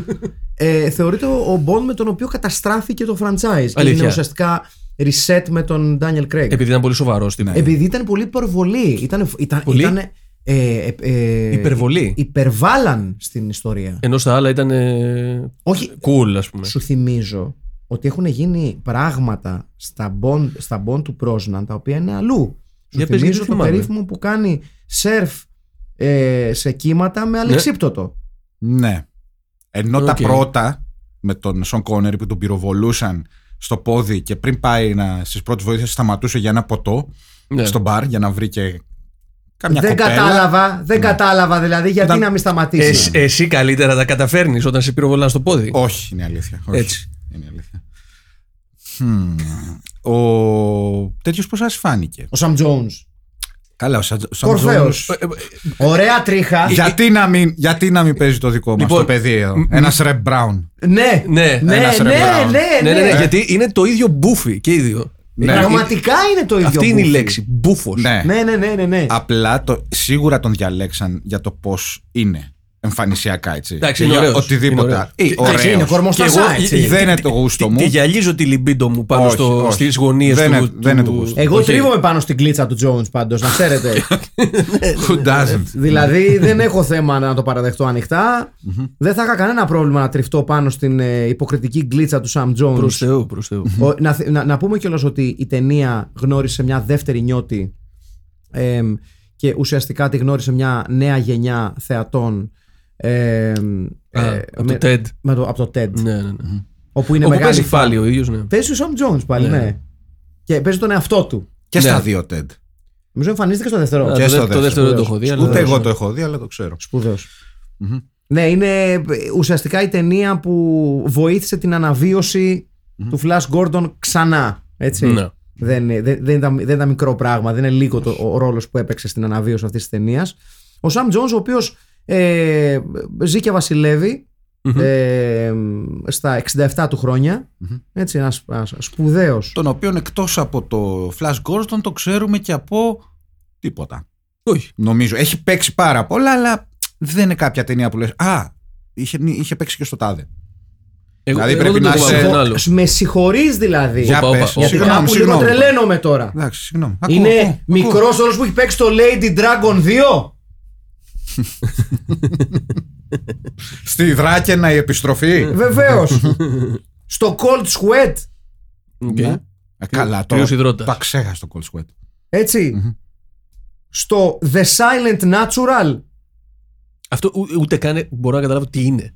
Speaker 1: ε, θεωρείται ο, ο Μπον με τον οποίο καταστράφηκε το franchise. Και
Speaker 2: Αλήθεια.
Speaker 1: είναι ουσιαστικά reset με τον Daniel Craig.
Speaker 2: Επειδή ήταν πολύ σοβαρός στην
Speaker 3: Ναι.
Speaker 1: Επειδή ήταν πολύ υπερβολή. Ήταν, ήταν,
Speaker 2: Πολύ?
Speaker 1: ήταν, ε, ε, ε,
Speaker 2: Υπερβολή.
Speaker 1: Υπερβάλλαν στην ιστορία.
Speaker 2: Ενώ στα άλλα ήταν. ε,
Speaker 1: Όχι,
Speaker 2: Cool, ας πούμε.
Speaker 1: σου θυμίζω ότι έχουν γίνει πράγματα στα bond, στα bond του Πρόσναν τα οποία είναι αλλού. Σου
Speaker 2: Για πες, γιατί
Speaker 1: θυμίζω
Speaker 2: δεν
Speaker 1: το
Speaker 2: θυμάμαι.
Speaker 1: περίφημο που κάνει σερφ ε, σε κύματα με αλεξίπτωτο.
Speaker 3: Ναι. Ενώ τα
Speaker 2: Οκ.
Speaker 3: πρώτα με τον Σον Κόνερ που τον πυροβολούσαν στο πόδι και πριν πάει να, στις πρώτες βοήθειες σταματούσε για ένα ποτό
Speaker 2: Ναι.
Speaker 3: στο μπαρ για να βρει και καμιά
Speaker 1: δεν
Speaker 3: κοπέλα.
Speaker 1: κατάλαβα, δεν κατάλαβα δηλαδή γιατί
Speaker 3: Ήταν-
Speaker 1: να μην σταματήσει.
Speaker 2: Ναι. Ε, Εσύ, εσύ καλύτερα τα καταφέρνεις όταν σε πυροβολάνε στο πόδι.
Speaker 3: Όχι, είναι αλήθεια. Όχι.
Speaker 2: Έτσι.
Speaker 3: Είναι αλήθεια. Χμ. Ο τέτοιος πώς σας φάνηκε.
Speaker 1: Ο Σαμ Jones.
Speaker 3: Καλά, ο Σαν ο Σαν
Speaker 1: Κορφέος.
Speaker 3: Τζόνς-
Speaker 2: Ε, ε,
Speaker 1: Ωραία τρίχα.
Speaker 3: Γιατί να, μην, γιατί να μην παίζει το δικό μας
Speaker 2: Λοιπόν,
Speaker 3: το παιδί εδώ. Ένα Ρεμ Μπράουν.
Speaker 1: Ναι,
Speaker 2: Ναι,
Speaker 1: ναι,
Speaker 3: ένας
Speaker 1: ναι,
Speaker 3: Ρεμπράουν.
Speaker 1: ναι,
Speaker 2: ναι, ναι, ναι,
Speaker 1: ναι.
Speaker 2: γιατί είναι το ίδιο μπουφι και οι δύο.
Speaker 3: Ναι.
Speaker 1: Πραγματικά είναι το ίδιο.
Speaker 2: Αυτή είναι η
Speaker 1: μπουφι.
Speaker 2: λέξη. Μπούφος.
Speaker 3: Ναι.
Speaker 1: Ναι, ναι, ναι, ναι. ναι.
Speaker 3: Απλά το, σίγουρα τον διαλέξαν για το πώς είναι εμφανισιακά έτσι.
Speaker 2: Εντάξει,
Speaker 3: Και
Speaker 2: είναι
Speaker 3: για
Speaker 2: ωραίος. Είναι
Speaker 3: Οτιδήποτε.
Speaker 2: ωραίος.
Speaker 3: Ε,
Speaker 2: Εντάξει,
Speaker 3: ωραίος.
Speaker 1: είναι κορμός
Speaker 2: Και
Speaker 1: στα
Speaker 2: εγώ-
Speaker 1: σάιτς,
Speaker 2: και-
Speaker 1: έτσι.
Speaker 3: Δεν είναι το γούστο μου.
Speaker 2: Τη γυαλίζω τη λιμπίντο μου πάνω
Speaker 3: Όχι,
Speaker 2: στο,
Speaker 3: όχι.
Speaker 2: στις γωνίες
Speaker 3: Δεν
Speaker 2: του,
Speaker 3: είναι-
Speaker 2: του-
Speaker 3: δεν είναι το γούστο.
Speaker 1: Εγώ
Speaker 2: Όχι.
Speaker 1: τρίβομαι πάνω στην κλίτσα του Jones πάντως, να ξέρετε.
Speaker 3: Who doesn't.
Speaker 1: δηλαδή δεν έχω θέμα να το παραδεχτώ ανοιχτά. δεν θα είχα κανένα πρόβλημα να τριφτώ πάνω στην ε, υποκριτική γκλίτσα του Sam Jones.
Speaker 2: Προς Θεού, προς Θεού.
Speaker 1: Ο- να, θε- να, να πούμε κιόλας ότι η ταινία γνώρισε μια δεύτερη νιώτη εμ, και ουσιαστικά τη γνώρισε μια νέα γενιά θεατών εμ,
Speaker 2: Α,
Speaker 1: ε,
Speaker 2: από το TED.
Speaker 1: με το- από το TED.
Speaker 2: Ναι, ναι, ναι.
Speaker 1: Όπου είναι
Speaker 2: Όπου
Speaker 1: μεγάλη
Speaker 2: παίζει
Speaker 1: φα-
Speaker 2: πάλι ο ίδιος, ναι.
Speaker 1: Παίζει ο Σαμ Jones πάλι,
Speaker 2: Ναι.
Speaker 1: ναι. Και παίζει τον εαυτό του.
Speaker 3: Και
Speaker 2: Ναι.
Speaker 3: στα δύο TED.
Speaker 1: Νομίζω εμφανίστηκε στο δεύτερο.
Speaker 2: Α,
Speaker 3: Και
Speaker 2: το,
Speaker 3: στο
Speaker 2: δε- το
Speaker 3: δεύτερο.
Speaker 2: δεύτερο δεν το έχω δει. αλλά-
Speaker 3: Ούτε εγώ το έχω δει, αλλά το ξέρω.
Speaker 1: Σπουδαίος. Ναι, είναι ε, ουσιαστικά η ταινία που βοήθησε την αναβιωση του Flash Gordon ξανά. Έτσι.
Speaker 2: Ναι.
Speaker 1: Δεν, δεν, δεν, ήταν, δεν ήταν μικρό πράγμα, δεν είναι λίγο το, ο ρόλος που έπαιξε στην αναβίωση αυτής της ταινίας. Ο Σαμ Τζόνς ο οποίος ε, ζει και βασιλευει
Speaker 2: Μμμ.
Speaker 1: ε, στα 67 του χρονια Έτσι, ένας σπουδαίος.
Speaker 3: Τον οποίο εκτός από το Flash Gordon το ξέρουμε και από τίποτα.
Speaker 2: Όχι.
Speaker 3: Νομίζω. Έχει παίξει πάρα πολλά, αλλά δεν είναι κάποια ταινία που λες. Α, είχε, είχε παίξει και στο τάδε.
Speaker 2: Εγώ,
Speaker 3: Δηλαδή,
Speaker 2: εγώ
Speaker 3: πρέπει
Speaker 2: δεν το
Speaker 3: να
Speaker 2: έχω
Speaker 3: είσαι-
Speaker 2: δει, ένα άλλο.
Speaker 1: Με συγχωρείς δηλαδή.
Speaker 3: Για
Speaker 2: όπα,
Speaker 3: πες.
Speaker 2: όπα.
Speaker 1: γιατί
Speaker 3: Συγγνώμη,
Speaker 1: κάπου λίγο
Speaker 3: συγγνώμη.
Speaker 1: τρελαίνομαι τώρα.
Speaker 3: Εντάξει, συγγνώμη. Ακούω, ακούω, ακούω.
Speaker 1: είναι μικρός όλος που έχει παίξει το Lady Dragon 2.
Speaker 3: Στη Δράκαινα η
Speaker 2: Ε,
Speaker 3: επιστροφή.
Speaker 1: Βεβαίω. Ε, Στο Cold Sweat.
Speaker 2: Οκ.
Speaker 3: Ε, Καλά,
Speaker 2: Κρύος
Speaker 3: τώρα.
Speaker 2: υδρότας.
Speaker 3: Τα ξέχασα το Cold Sweat.
Speaker 1: ετσι Στο The Silent Natural.
Speaker 2: Αυτό ο- ούτε καν μπορώ να καταλάβω τι
Speaker 3: Ναι,
Speaker 2: είναι.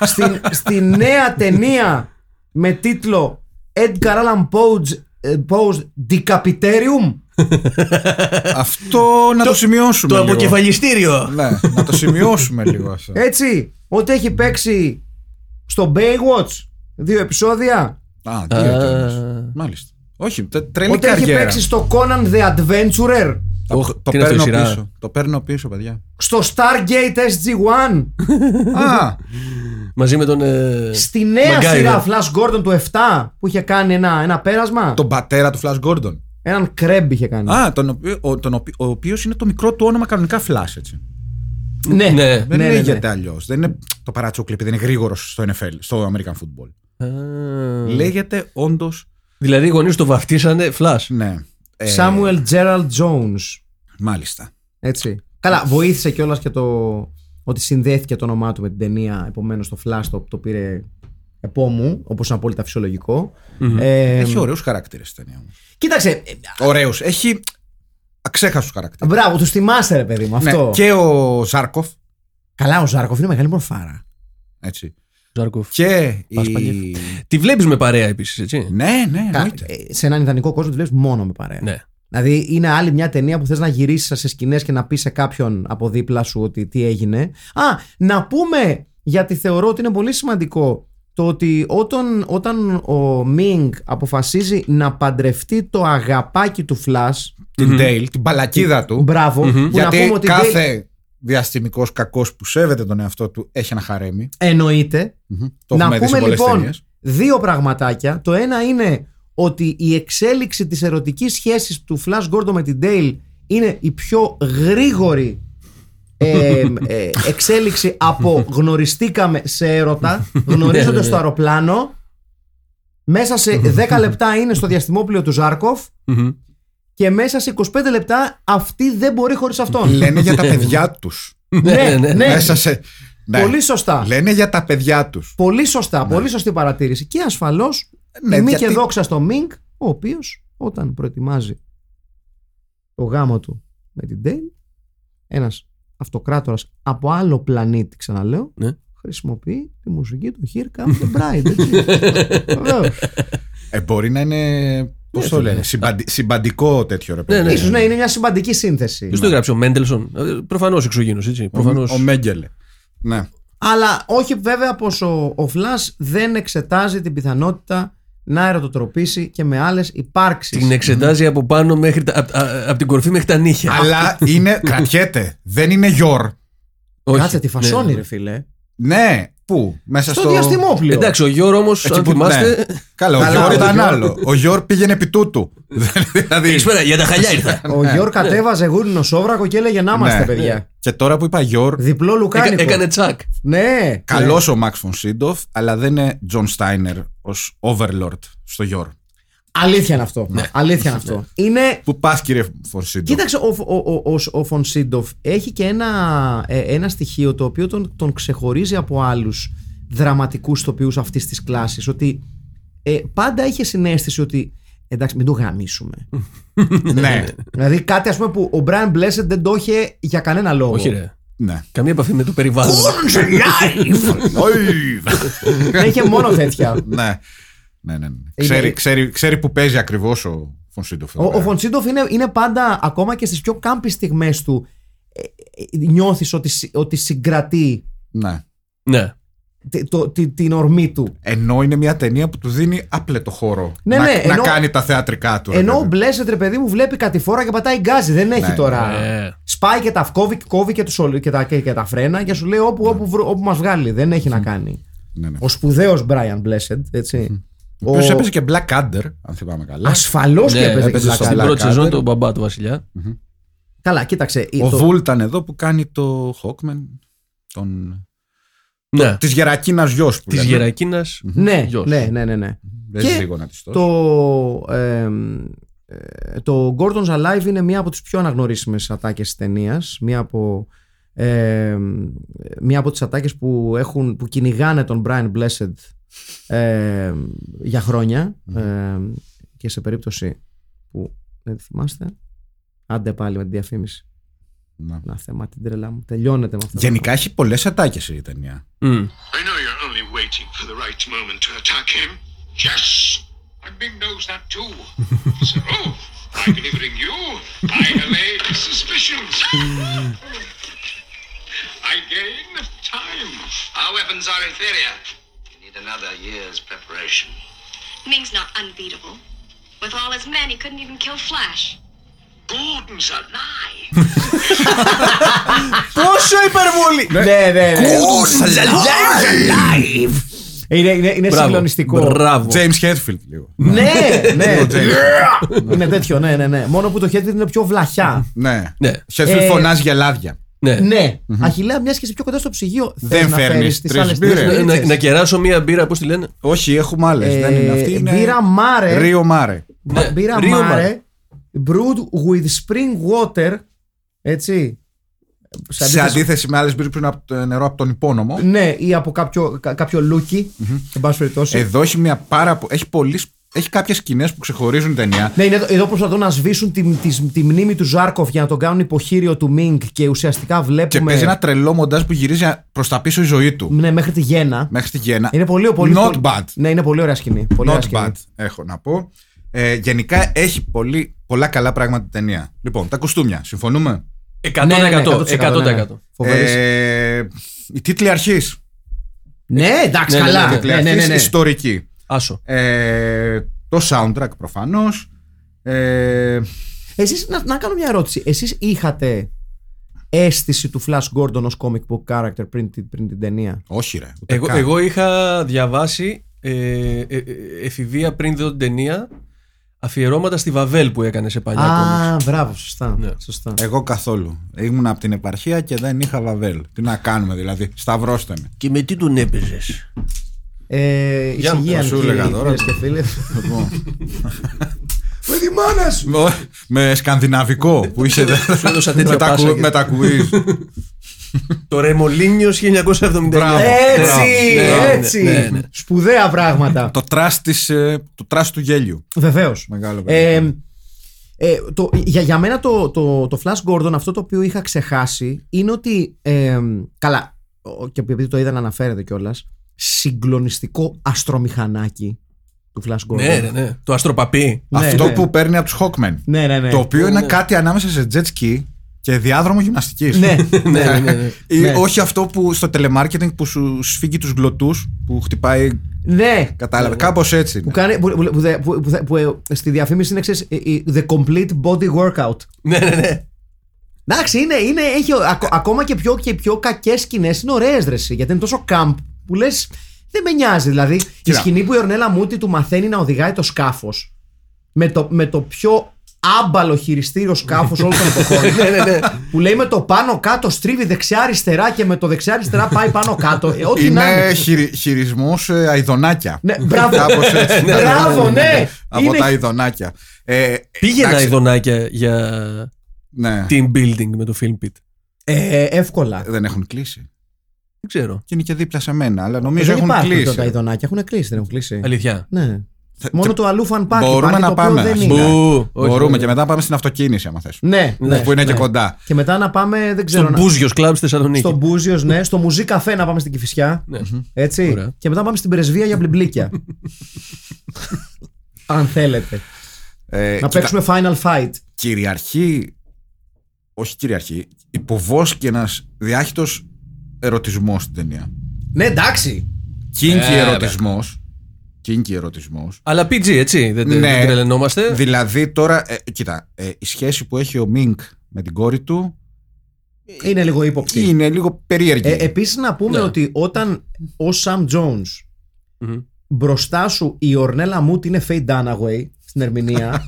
Speaker 1: στην, στη νέα ταινία με τίτλο Edgar Allan Poe's, ε, Poe's Decapitarium.
Speaker 2: Ε,
Speaker 3: Αυτό να το, σημειώσουμε. λίγο.
Speaker 2: αποκεφαλιστήριο.
Speaker 3: Ναι, να το σημειώσουμε λίγο
Speaker 2: Ε,
Speaker 3: αυτό.
Speaker 1: Έτσι, ότι έχει παίξει στο Baywatch δύο επεισόδια.
Speaker 3: Α,
Speaker 2: Α.
Speaker 3: δύο ταινίες. Μάλιστα. Όχι, τε- τρελή
Speaker 1: Ότι έχει
Speaker 3: καριέρα.
Speaker 1: παίξει στο Conan the Adventurer.
Speaker 3: Τα-
Speaker 2: Οχ,
Speaker 3: το
Speaker 2: τι είναι αυτό,
Speaker 3: παίρνω
Speaker 2: η σειρά?
Speaker 3: πίσω. Το παίρνω πίσω, παιδιά.
Speaker 1: Στο Stargate SG-1.
Speaker 3: Α,
Speaker 2: Μαζί με τον. ε,
Speaker 1: Στη νέα
Speaker 2: MacGyver.
Speaker 1: σειρά Flash Gordon του 7 που είχε κάνει ένα, ένα πέρασμα.
Speaker 3: Τον πατέρα του Flash Gordon.
Speaker 1: Έναν κρέμπ είχε κάνει.
Speaker 3: Α, τον οποίο, ο, τον οποί- ο οποίος είναι το μικρό του όνομα κανονικά Flash, έτσι.
Speaker 1: ναι,
Speaker 2: ναι.
Speaker 3: Δεν
Speaker 1: ναι, ναι.
Speaker 3: λέγεται αλλιώς. Δεν είναι το παρατσούκλι επειδή είναι γρήγορος στο NFL, στο American football.
Speaker 2: Α,
Speaker 3: Λέγεται όντως.
Speaker 2: Δηλαδή οι γονείς το βαφτίσανε φλα.
Speaker 3: Ναι. ε,
Speaker 1: Samuel Gerald Jones.
Speaker 3: Μάλιστα.
Speaker 1: Έτσι. Καλά, βοήθησε κιόλας και το ότι συνδέθηκε το όνομά του με την ταινία. Επομένως το Flash το, το πήρε επόμου, όπως είναι απόλυτα φυσιολογικό. Ε,
Speaker 3: Έχει ωραίους χαρακτήρες η ταινία μου.
Speaker 1: Κοίταξε. ε,
Speaker 3: Ωραίους. Έχει αξέχαστους χαρακτήρες.
Speaker 1: Μπράβο, τους θυμάστε, ρε παιδί μου αυτό.
Speaker 3: Ναι, Και ο Ζάρκοφ.
Speaker 1: Καλά, ο Ζάρκοφ είναι μεγάλη μορφάρα.
Speaker 3: Έτσι. Και η.
Speaker 2: Τη βλέπεις με παρέα επίσης, έτσι.
Speaker 3: Ναι, ναι,
Speaker 1: Κα-
Speaker 3: εννοείται.
Speaker 1: ε, σε έναν ιδανικό κόσμο τη βλέπεις μόνο με παρέα.
Speaker 2: Ναι.
Speaker 1: Δηλαδή είναι άλλη μια ταινία που θες να γυρίσεις σε σκηνές και να πεις σε κάποιον από δίπλα σου ότι τι έγινε. Α, να πούμε, γιατί θεωρώ ότι είναι πολύ σημαντικό το ότι όταν, όταν ο Μίνγκ αποφασίζει να παντρευτεί το αγαπάκι του Φλάς,
Speaker 3: Την Dale, την παλακίδα του.
Speaker 1: μπράβο, που να
Speaker 3: Γιατί
Speaker 1: πούμε ότι δεν-
Speaker 3: κάθε διαστημικός κακός που σέβεται τον εαυτό του έχει ένα χαρέμι.
Speaker 1: εννοείται,
Speaker 3: Το
Speaker 1: να
Speaker 3: έχουμε δει
Speaker 1: πούμε
Speaker 3: σε πολλές
Speaker 1: λοιπόν
Speaker 3: ταινίες.
Speaker 1: δύο πραγματάκια. Το ένα είναι ότι η εξέλιξη της ερωτικής σχέσης του Flash Gordon με την Dale είναι η πιο γρήγορη ε, ε, εξέλιξη από γνωριστήκαμε σε έρωτα,
Speaker 2: Ναι, ναι,
Speaker 1: γνωρίζονται
Speaker 2: ναι.
Speaker 1: στο αεροπλάνο, μέσα σε 10 λεπτά είναι στο διαστημόπλαιο του Ζάρκοφ
Speaker 2: Μμμ.
Speaker 1: και μέσα σε 25 λεπτά αυτή δεν μπορεί χωρίς αυτόν.
Speaker 3: Λένε για τα παιδιά τους.
Speaker 1: ναι, ναι,
Speaker 3: Μέσα σε. Ναι.
Speaker 1: Πολύ σωστά.
Speaker 3: Λένε για τα παιδιά τους.
Speaker 1: Πολύ σωστά, πολύ σωστή παρατήρηση. Και ασφαλώς,
Speaker 3: Ναι,
Speaker 1: ναι, τιμή
Speaker 3: γιατί-
Speaker 1: και δόξα στο Μίνκ, ο οποίος όταν προετοιμάζει το γάμο του με την Ντέιλ, ένας αυτοκράτορας από άλλο πλανήτη, ξαναλέω,
Speaker 2: Ναι.
Speaker 1: χρησιμοποιεί τη μουσική του Here Comes the Bride. έτσι. Βεβαίως.
Speaker 3: Ε, μπορεί να είναι. Πώς το λένε, συμπαντι- συμπαντικό τέτοιο ρε
Speaker 2: Ναι,
Speaker 3: παιδί.
Speaker 1: Ίσως ναι, είναι μια σημαντική σύνθεση.
Speaker 2: Ποιο το έγραψε, ο Μέντελσον. Προφανώς εξωγήινος, έτσι.
Speaker 3: Ο-
Speaker 2: Προφανώς.
Speaker 3: Ο Μέγκελε. Ναι.
Speaker 1: Ε, Αλλά όχι βέβαια πως ο, ο Φλάς δεν εξετάζει την πιθανότητα να ερωτοτροπήσει και με άλλες υπάρξεις.
Speaker 2: Την εξετάζει από πάνω μέχρι τα, απ- α- απ' την κορφή μέχρι τα νύχια.
Speaker 3: Αλλά είναι. κρατιέται. Δεν είναι Γιόρ.
Speaker 2: Όχι.
Speaker 1: Κάτσε τη φασώνει
Speaker 2: Ναι.
Speaker 1: ρε φίλε.
Speaker 3: Ναι. Πού, μέσα
Speaker 1: Στο,
Speaker 3: στο.
Speaker 1: διαστημόπλαιο.
Speaker 2: Εντάξει, ο Γιώργο όμω, αν
Speaker 3: που-
Speaker 2: θυμάστε.
Speaker 3: ναι. Καλά, ο
Speaker 1: Καλά,
Speaker 3: Γιόρ
Speaker 1: ο
Speaker 3: ήταν
Speaker 1: Γιώρ.
Speaker 3: άλλο. Ο Γιόρ πήγαινε επί τούτου. δηλαδή.
Speaker 2: Καλησπέρα, για τα χαλιά ήρθα. Ναι.
Speaker 1: Ο Γιώργο κατέβαζε γούρινο σόβρακο και έλεγε να είμαστε,
Speaker 3: Ναι.
Speaker 1: παιδιά.
Speaker 3: Και τώρα που είπα Γιόρ,
Speaker 1: Διπλό
Speaker 2: Έκα-
Speaker 1: λουκάνικο.
Speaker 2: Έκανε τσακ.
Speaker 1: Ναι.
Speaker 3: καλός ο Μαξ Φονσίντοφ, αλλά δεν είναι Τζον Στάινερ ως Overlord στο Γιόρ.
Speaker 1: Αλήθεια είναι αυτό.
Speaker 2: Ναι.
Speaker 1: Αλήθεια είναι αυτό. Είναι.
Speaker 3: Πού πας, κύριε Φονσίντοφ.
Speaker 1: Κοίταξε, ο, ο, ο, ο, ο Φον Σίντοφ έχει και ένα, ε, ένα στοιχείο το οποίο τον, τον ξεχωρίζει από άλλους δραματικούς τοπίου αυτής της κλάσης. Ότι ε, πάντα είχε συνέστηση ότι. Εντάξει, μην το γαμίσουμε.
Speaker 3: ναι,
Speaker 1: δηλαδή κάτι ας πούμε που ο Brian Blessed δεν το είχε για κανένα λόγο.
Speaker 2: Όχι, ρε.
Speaker 3: ναι.
Speaker 2: Καμία επαφή με το περιβάλλον.
Speaker 3: Ωι!
Speaker 1: Δεν είχε μόνο τέτοια.
Speaker 3: ναι. ναι, ναι, ναι. Ξέρει, ξέρει, ξέρει που παίζει ακριβώς ο Φονσίντοφ. εδώ
Speaker 1: Ο, ο
Speaker 3: πέρα.
Speaker 1: Φοντσίντοφ είναι, είναι πάντα, ακόμα και στις πιο κάμπι στιγμές του, ε, ε, νιώθεις ότι, συ- ότι συγκρατεί
Speaker 3: Ναι.
Speaker 2: Ναι.
Speaker 1: τε- το, τη- την ορμή του.
Speaker 3: Ενώ είναι μια ταινία που του δίνει άπλετο χώρο
Speaker 1: Ναι,
Speaker 3: να,
Speaker 1: ναι,
Speaker 3: να
Speaker 1: ενώ-
Speaker 3: κάνει τα θεατρικά του. ρε
Speaker 1: Ενώ ο
Speaker 3: παιδί.
Speaker 1: Μπλέσετ, ρε παιδί μου, βλέπει κάτι φορά και πατάει γκάζι. Δεν έχει
Speaker 3: Ναι,
Speaker 1: τώρα.
Speaker 2: Ε,
Speaker 1: Σπάει και τα κόβει, κόβει και, τους, ολ- και, τα, και, και τα φρένα και σου λέει όπου, όπου, βρω- όπου μας βγάλει. Δεν έχει να κάνει.
Speaker 3: ναι, ναι.
Speaker 1: Ο σπουδαίος Brian Blessed, έτσι.
Speaker 3: Ο οποίος έπαιζε και Black Adder, αν θυμάμαι καλά.
Speaker 1: Ασφαλώς και
Speaker 2: Ναι,
Speaker 1: έπαιζε,
Speaker 3: έπαιζε
Speaker 1: και
Speaker 3: στο
Speaker 2: Στην
Speaker 1: πλάκα.
Speaker 3: Black.
Speaker 2: πρώτη
Speaker 3: Blackadder.
Speaker 2: σεζόν τον μπαμπά του Βασιλιά.
Speaker 1: Καλά, κοίταξε.
Speaker 3: Ο
Speaker 1: το-
Speaker 3: Βούλ ήταν εδώ που κάνει το Hawkman. Τον...
Speaker 2: Ναι.
Speaker 3: Της Γερακίνας γιος που
Speaker 2: Της
Speaker 3: λέμε.
Speaker 2: Γερακίνας.
Speaker 1: Ναι,
Speaker 2: γιος.
Speaker 1: ναι, ναι, ναι, ναι.
Speaker 3: Δεν
Speaker 1: Και
Speaker 3: λίγο να της το.
Speaker 1: Το, εμ, ε, το Gordon's Alive είναι μία από τις πιο αναγνωρίσιμες ατάκες της ταινίας. Μία από, εμ, μία από τις ατάκες που, έχουν, που κυνηγάνε τον Brian Blessed εμ, για χρόνια. εμ, και σε περίπτωση που δεν τη θυμάστε, άντε πάλι με τη διαφήμιση.
Speaker 3: Ναι.
Speaker 1: Να θέμα την τρελά μου. Τελειώνεται με αυτό.
Speaker 3: Γενικά έχει πολλές ατάκες η ταινία.
Speaker 2: Μμ.
Speaker 4: I know you're only waiting for the right moment to attack him. Yes! And Bing knows that too. so, I believe in you. I allay his suspicions. I gain time. Our weapons are inferior. We need another year's preparation.
Speaker 6: Ming's not unbeatable. With all his men, he couldn't even kill Flash.
Speaker 4: Gordon's alive.
Speaker 1: Πόσο υπερβολή! Ναι, ναι, ναι.
Speaker 3: Κούτσα, λαλιά,
Speaker 1: alive! Είναι, είναι, είναι
Speaker 2: Μπράβο.
Speaker 1: συγκλονιστικό.
Speaker 2: Μπράβο.
Speaker 3: James Hetfield λίγο.
Speaker 1: Ναι, ναι. είναι τέτοιο, ναι, ναι, ναι. Μόνο που το χέρι είναι πιο βλαχιά.
Speaker 3: Ναι.
Speaker 2: Ναι.
Speaker 3: Hetfield
Speaker 1: Ε,
Speaker 3: φωνάζει γελάδια.
Speaker 2: Ναι.
Speaker 1: ναι, αχιλέα μια σχέση πιο κοντά στο ψυγείο.
Speaker 3: Δεν
Speaker 1: Θες να
Speaker 3: φέρνεις
Speaker 1: φέρεις τις
Speaker 3: τρεις
Speaker 1: άλλες τρεις
Speaker 3: μπύρες.
Speaker 2: Να- Να,
Speaker 1: μπύριτσες.
Speaker 2: να κεράσω μία μπύρα, πώς τη λένε.
Speaker 3: Όχι, έχουμε άλλες.
Speaker 1: Ε,
Speaker 3: Δεν είναι ναι, αυτή. Είναι...
Speaker 1: Μπύρα Μάρε.
Speaker 3: Ρίο Μάρε.
Speaker 2: Ναι,
Speaker 1: Μπύρα
Speaker 2: Rio Mare.
Speaker 1: Mare. Brewed with spring water. Έτσι. σε
Speaker 3: Σε
Speaker 1: αντίθεση-
Speaker 3: αντίθεση με άλλες μπύρε που είναι από το νερό από τον υπόνομο.
Speaker 1: Ναι, ή από κάποιο, κα- κάποιο λούκι. Εν πάση περιπτώσει.
Speaker 3: Εδώ έχει μια πάρα πο- Έχει, πολλοί... έχει κάποιες σκηνές που ξεχωρίζουν η ταινία.
Speaker 1: Ναι, είναι εδώ, εδώ προσπαθούν να σβήσουν τη, τη, τη μνήμη του Ζάρκοφ για να τον κάνουν υποχείριο του Μίνκ και ουσιαστικά
Speaker 3: Και
Speaker 1: βλέπουμε.
Speaker 3: παίζει ένα τρελό μοντάζ που γυρίζει προς τα πίσω η ζωή του.
Speaker 1: Ναι, μέχρι τη γέννα.
Speaker 3: Μέχρι τη γέννα.
Speaker 1: Είναι πολύ, πολύ.
Speaker 3: Not
Speaker 1: πολύ-
Speaker 3: bad.
Speaker 1: Ναι, είναι πολύ ωραία σκηνή. Πολύ ωραία
Speaker 3: Not
Speaker 1: σκηνή.
Speaker 3: bad, έχω να πω. Ε, γενικά έχει πολύ, πολλά καλά πράγματα η ταινία. Λοιπόν, τα κουστούμια, συμφωνούμε.
Speaker 2: 100%.
Speaker 1: Ναι, ναι, ναι,
Speaker 2: 100%.
Speaker 1: ναι, ναι. Φοβερής.
Speaker 3: Ε, οι τίτλοι αρχής.
Speaker 1: Ναι, εντάξει,
Speaker 2: ναι, ναι,
Speaker 1: καλά.
Speaker 2: ναι,
Speaker 3: τίτλοι αρχής ιστορικοί.
Speaker 2: Άσο.
Speaker 3: Ε, το soundtrack προφανώς. Ε,
Speaker 1: Εσείς, να, να κάνω μια ερώτηση. Εσείς είχατε αίσθηση του Flash Gordon ως comic book character πριν, την- πριν την ταινία.
Speaker 3: όχι, ρε. ούτε
Speaker 2: Εγώ,
Speaker 3: καν.
Speaker 2: εγώ είχα διαβάσει ε, ε, ε, εφηβεία πριν δω την ταινία αφιερώματα στη Βαβέλ που έκανε σε παλιά κόμιξ.
Speaker 1: Α, μπράβο, σωστά.
Speaker 2: Ναι.
Speaker 1: σωστά.
Speaker 3: Εγώ καθόλου. Ήμουν από την επαρχία και δεν είχα βαβέλ. Τι να κάνουμε δηλαδή. Σταυρώστε με.
Speaker 2: Και με τι τον έπαιζες.
Speaker 1: Ε, η
Speaker 2: Για να
Speaker 1: Συγγεία,
Speaker 3: σου
Speaker 1: κύριοι-
Speaker 3: έλεγα τώρα.
Speaker 1: κυρίες και φίλοι.
Speaker 3: Εγώ. με, με σκανδιναβικό που είσαι.
Speaker 2: Σου έδωσα τέτοια
Speaker 3: με τα
Speaker 2: πάσα
Speaker 3: κου-
Speaker 2: και-
Speaker 3: με τα κουίζ.
Speaker 2: Το Ρεμολίνιο 1979.
Speaker 3: Μπράβο.
Speaker 1: Έτσι,
Speaker 2: Ναι, ναι,
Speaker 1: έτσι.
Speaker 2: ναι, ναι.
Speaker 1: Σπουδαία πράγματα.
Speaker 3: το τρας της, ε, το τρας του γέλιου.
Speaker 1: Βεβαίως.
Speaker 3: Μεγάλο
Speaker 1: Ε,
Speaker 3: παιδί.
Speaker 1: ε, το, για, για μένα το, το, το Flash Gordon αυτό το οποίο είχα ξεχάσει είναι ότι. ε, καλά, ο- και επειδή το είδα να αναφέρεται κιόλας. Συγκλονιστικό αστρομηχανάκι του Flash Gordon.
Speaker 2: Ναι, ναι, ναι. Το αστροπαπί.
Speaker 1: Ναι,
Speaker 3: Αυτό
Speaker 1: ναι.
Speaker 3: που παίρνει από τους Hawkmen.
Speaker 1: Ναι, ναι, ναι.
Speaker 3: Το οποίο
Speaker 2: Ναι,
Speaker 3: είναι
Speaker 2: ναι.
Speaker 3: κάτι ανάμεσα σε jet ski και διάδρομο γυμναστικής.
Speaker 1: Ναι,
Speaker 2: ναι, ναι, ναι, ναι.
Speaker 3: Ή
Speaker 1: Ναι.
Speaker 3: όχι αυτό που στο telemarketing που σου σφίγγει τους γλωτούς που χτυπάει.
Speaker 1: ναι.
Speaker 3: Κατάλαβε. Κάπως έτσι.
Speaker 1: Που,
Speaker 3: είναι.
Speaker 1: κάνει, που, που, που, που, που, που, ε, στη διαφήμιση είναι ξέρεις, ε, ε, The Complete Body Workout.
Speaker 2: ναι, ναι, ναι.
Speaker 1: Εντάξει, είναι, είναι, έχει ακο- ακόμα και πιο, και πιο κακές σκηνές. Είναι ωραίες δρεσί, γιατί είναι τόσο camp που λες. Δεν με νοιάζει. Δηλαδή, η
Speaker 3: Κοίτα.
Speaker 1: σκηνή που η Ορνέλα Μούτι του μαθαίνει να οδηγάει το σκάφος με το, με το πιο άμπαλο χειριστήριο σκάφος όλων των εποχών.
Speaker 2: Ναι, ναι, ναι.
Speaker 1: που λέει με το πάνω κάτω στρίβει δεξιά-αριστερά και με το δεξιά-αριστερά πάει πάνω κάτω. Ε, ό,τι να
Speaker 3: Είναι χειρι, χειρισμός ε, αηδονάκια.
Speaker 1: Ναι, μπράβο.
Speaker 3: Κάπως έτσι.
Speaker 1: Ναι, μπράβο, ναι.
Speaker 3: Από
Speaker 1: Είναι-
Speaker 3: τα αηδονάκια. Ε,
Speaker 2: Πήγαινα
Speaker 3: εντάξει,
Speaker 2: ειδονάκια για
Speaker 3: Ναι.
Speaker 2: team building με το film pit.
Speaker 1: Ε, εύκολα.
Speaker 3: Δεν έχουν κλείσει.
Speaker 2: Δεν ξέρω.
Speaker 3: Και είναι και δίπλα σε μένα, αλλά νομίζω
Speaker 1: Ε, Δεν
Speaker 3: έχουν
Speaker 1: υπάρχουν
Speaker 3: κλείσει. ε.
Speaker 1: τότε τα ειδονάκια. Έχουν κλείσει, δεν έχουν κλείσει.
Speaker 2: Αλήθεια.
Speaker 1: Ναι. Μόνο το αλλού φαν πάρκι.
Speaker 3: Μπορούμε
Speaker 1: υπάρχει,
Speaker 3: να
Speaker 1: το οποίο
Speaker 3: πάμε.
Speaker 1: δεν
Speaker 3: ας
Speaker 1: είναι.
Speaker 3: πούμε.
Speaker 2: Μπου, όχι, ναι.
Speaker 3: Μπορούμε
Speaker 2: όχι.
Speaker 3: και μετά πάμε στην αυτοκίνηση, άμα θες.
Speaker 1: Ναι, ναι,
Speaker 3: που είναι και
Speaker 1: ναι.
Speaker 3: κοντά.
Speaker 1: Και μετά να πάμε, δεν ξέρω.
Speaker 2: Στον
Speaker 1: να-
Speaker 2: Μπούζιος Κλαμπ στη Θεσσαλονίκη.
Speaker 1: Στο Μπούζιος, ναι. Στο Μουζί Καφέ να πάμε στην Κυφυσιά.
Speaker 2: Ναι.
Speaker 1: Έτσι.
Speaker 2: Ωραία.
Speaker 1: Και μετά πάμε στην Πρεσβεία για μπλιμπλίκια. Αν θέλετε.
Speaker 3: Ε,
Speaker 1: να
Speaker 3: κοίτα,
Speaker 1: παίξουμε Final Fight.
Speaker 3: Κυριαρχεί. Όχι κυριαρχεί. Υποβόσκει ένα διάχυτος ερωτισμός στην ταινία.
Speaker 1: Ναι, εντάξει.
Speaker 3: Κίνκι ερωτισμό. Κίνκι ερωτισμός.
Speaker 2: Αλλά PG, έτσι. Δεν, δεν-
Speaker 3: Ναι.
Speaker 2: δεν τρελαινόμαστε.
Speaker 3: Δηλαδή τώρα, ε, κοίτα, ε, η σχέση που έχει ο Μίνκ με την κόρη του
Speaker 1: Είναι λίγο ύποπτη.
Speaker 3: Ε, είναι λίγο περίεργη.
Speaker 1: Ε, Επίσης να πούμε
Speaker 2: Ναι.
Speaker 1: ότι όταν ο Σαμ Jones
Speaker 2: Μμμ.
Speaker 1: μπροστά σου η Ορνέλα Μούτ είναι Faye Dunaway στην ερμηνεία.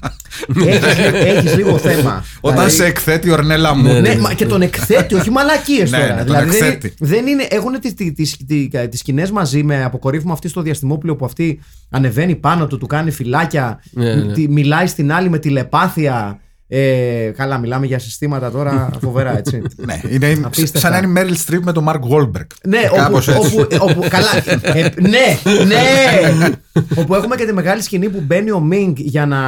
Speaker 1: έχεις, έχεις λίγο θέμα.
Speaker 3: Ναι. Όταν
Speaker 1: Δηλαδή-
Speaker 3: σε εκθέτει η Ορνέλα μου.
Speaker 2: Ναι,
Speaker 1: Ναι, μα και τον εκθέτει, όχι μαλακίες
Speaker 3: Ε, Ναι, ναι,
Speaker 1: τώρα.
Speaker 3: τον
Speaker 1: δηλαδή δεν,
Speaker 3: εκθέτει.
Speaker 1: δεν είναι. Έχουν τις τις, σκηνές μαζί με αποκορύφωμα αυτή στο διαστημόπλαιο που αυτή ανεβαίνει πάνω του, του κάνει φυλάκια,
Speaker 2: Ναι, ναι.
Speaker 1: τη- μιλάει στην άλλη με τηλεπάθεια. Ε, καλά, μιλάμε για συστήματα τώρα φοβερά, έτσι.
Speaker 3: Ναι, είναι
Speaker 1: Απίστευτα.
Speaker 3: σαν να είναι η Μέριλ Στριπ με τον Μαρκ Γόλμπεργκ.
Speaker 1: Ναι, όπου,
Speaker 3: Ε, Κάπως έτσι.
Speaker 1: όπου, όπου- καλά, ε, ναι, ναι, όπου έχουμε και τη μεγάλη σκηνή που μπαίνει ο Μίνγκ για να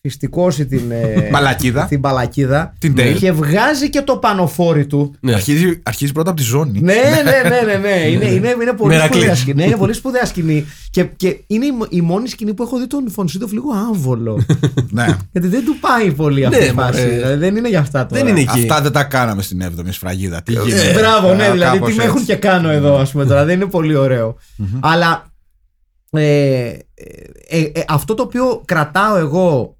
Speaker 1: φυστικώσει την, ε,
Speaker 3: Μαλακίδα.
Speaker 1: την μπαλακίδα
Speaker 3: Την Dale.
Speaker 1: και βγάζει και το πανοφόρι του
Speaker 2: Ναι.
Speaker 3: Αρχίζει, αρχίζει πρώτα από τη ζώνη.
Speaker 1: ναι, ναι, ναι, ναι, ναι. Είναι, είναι, είναι πολύ
Speaker 2: Μερακλή.
Speaker 1: σπουδαία σκηνή. Ναι, είναι πολύ σπουδαία σκηνή. Και, και είναι η, μο- η μόνη σκηνή που έχω δει τον Φωνσίτοφ λίγο άμβολο.
Speaker 3: ναι.
Speaker 1: Γιατί δεν του πάει πολύ αυτή
Speaker 2: Ναι,
Speaker 1: η φάση.
Speaker 2: μωρέ.
Speaker 1: Δηλαδή, δεν είναι για αυτά τώρα.
Speaker 2: Δεν είναι εκεί.
Speaker 3: Αυτά δεν τα κάναμε στην 7η σφραγίδα. Τι γίνεται.
Speaker 1: Ε, Μπράβο, ναι,
Speaker 3: Ε,
Speaker 1: δηλαδή
Speaker 3: κάπως
Speaker 1: τι με
Speaker 3: έτσι.
Speaker 1: έχουν και κάνω εδώ, ας πούμε τώρα. Δεν είναι πολύ ωραίο. Αλλά ε, ε, ε, ε, αυτό το οποίο κρατάω εγώ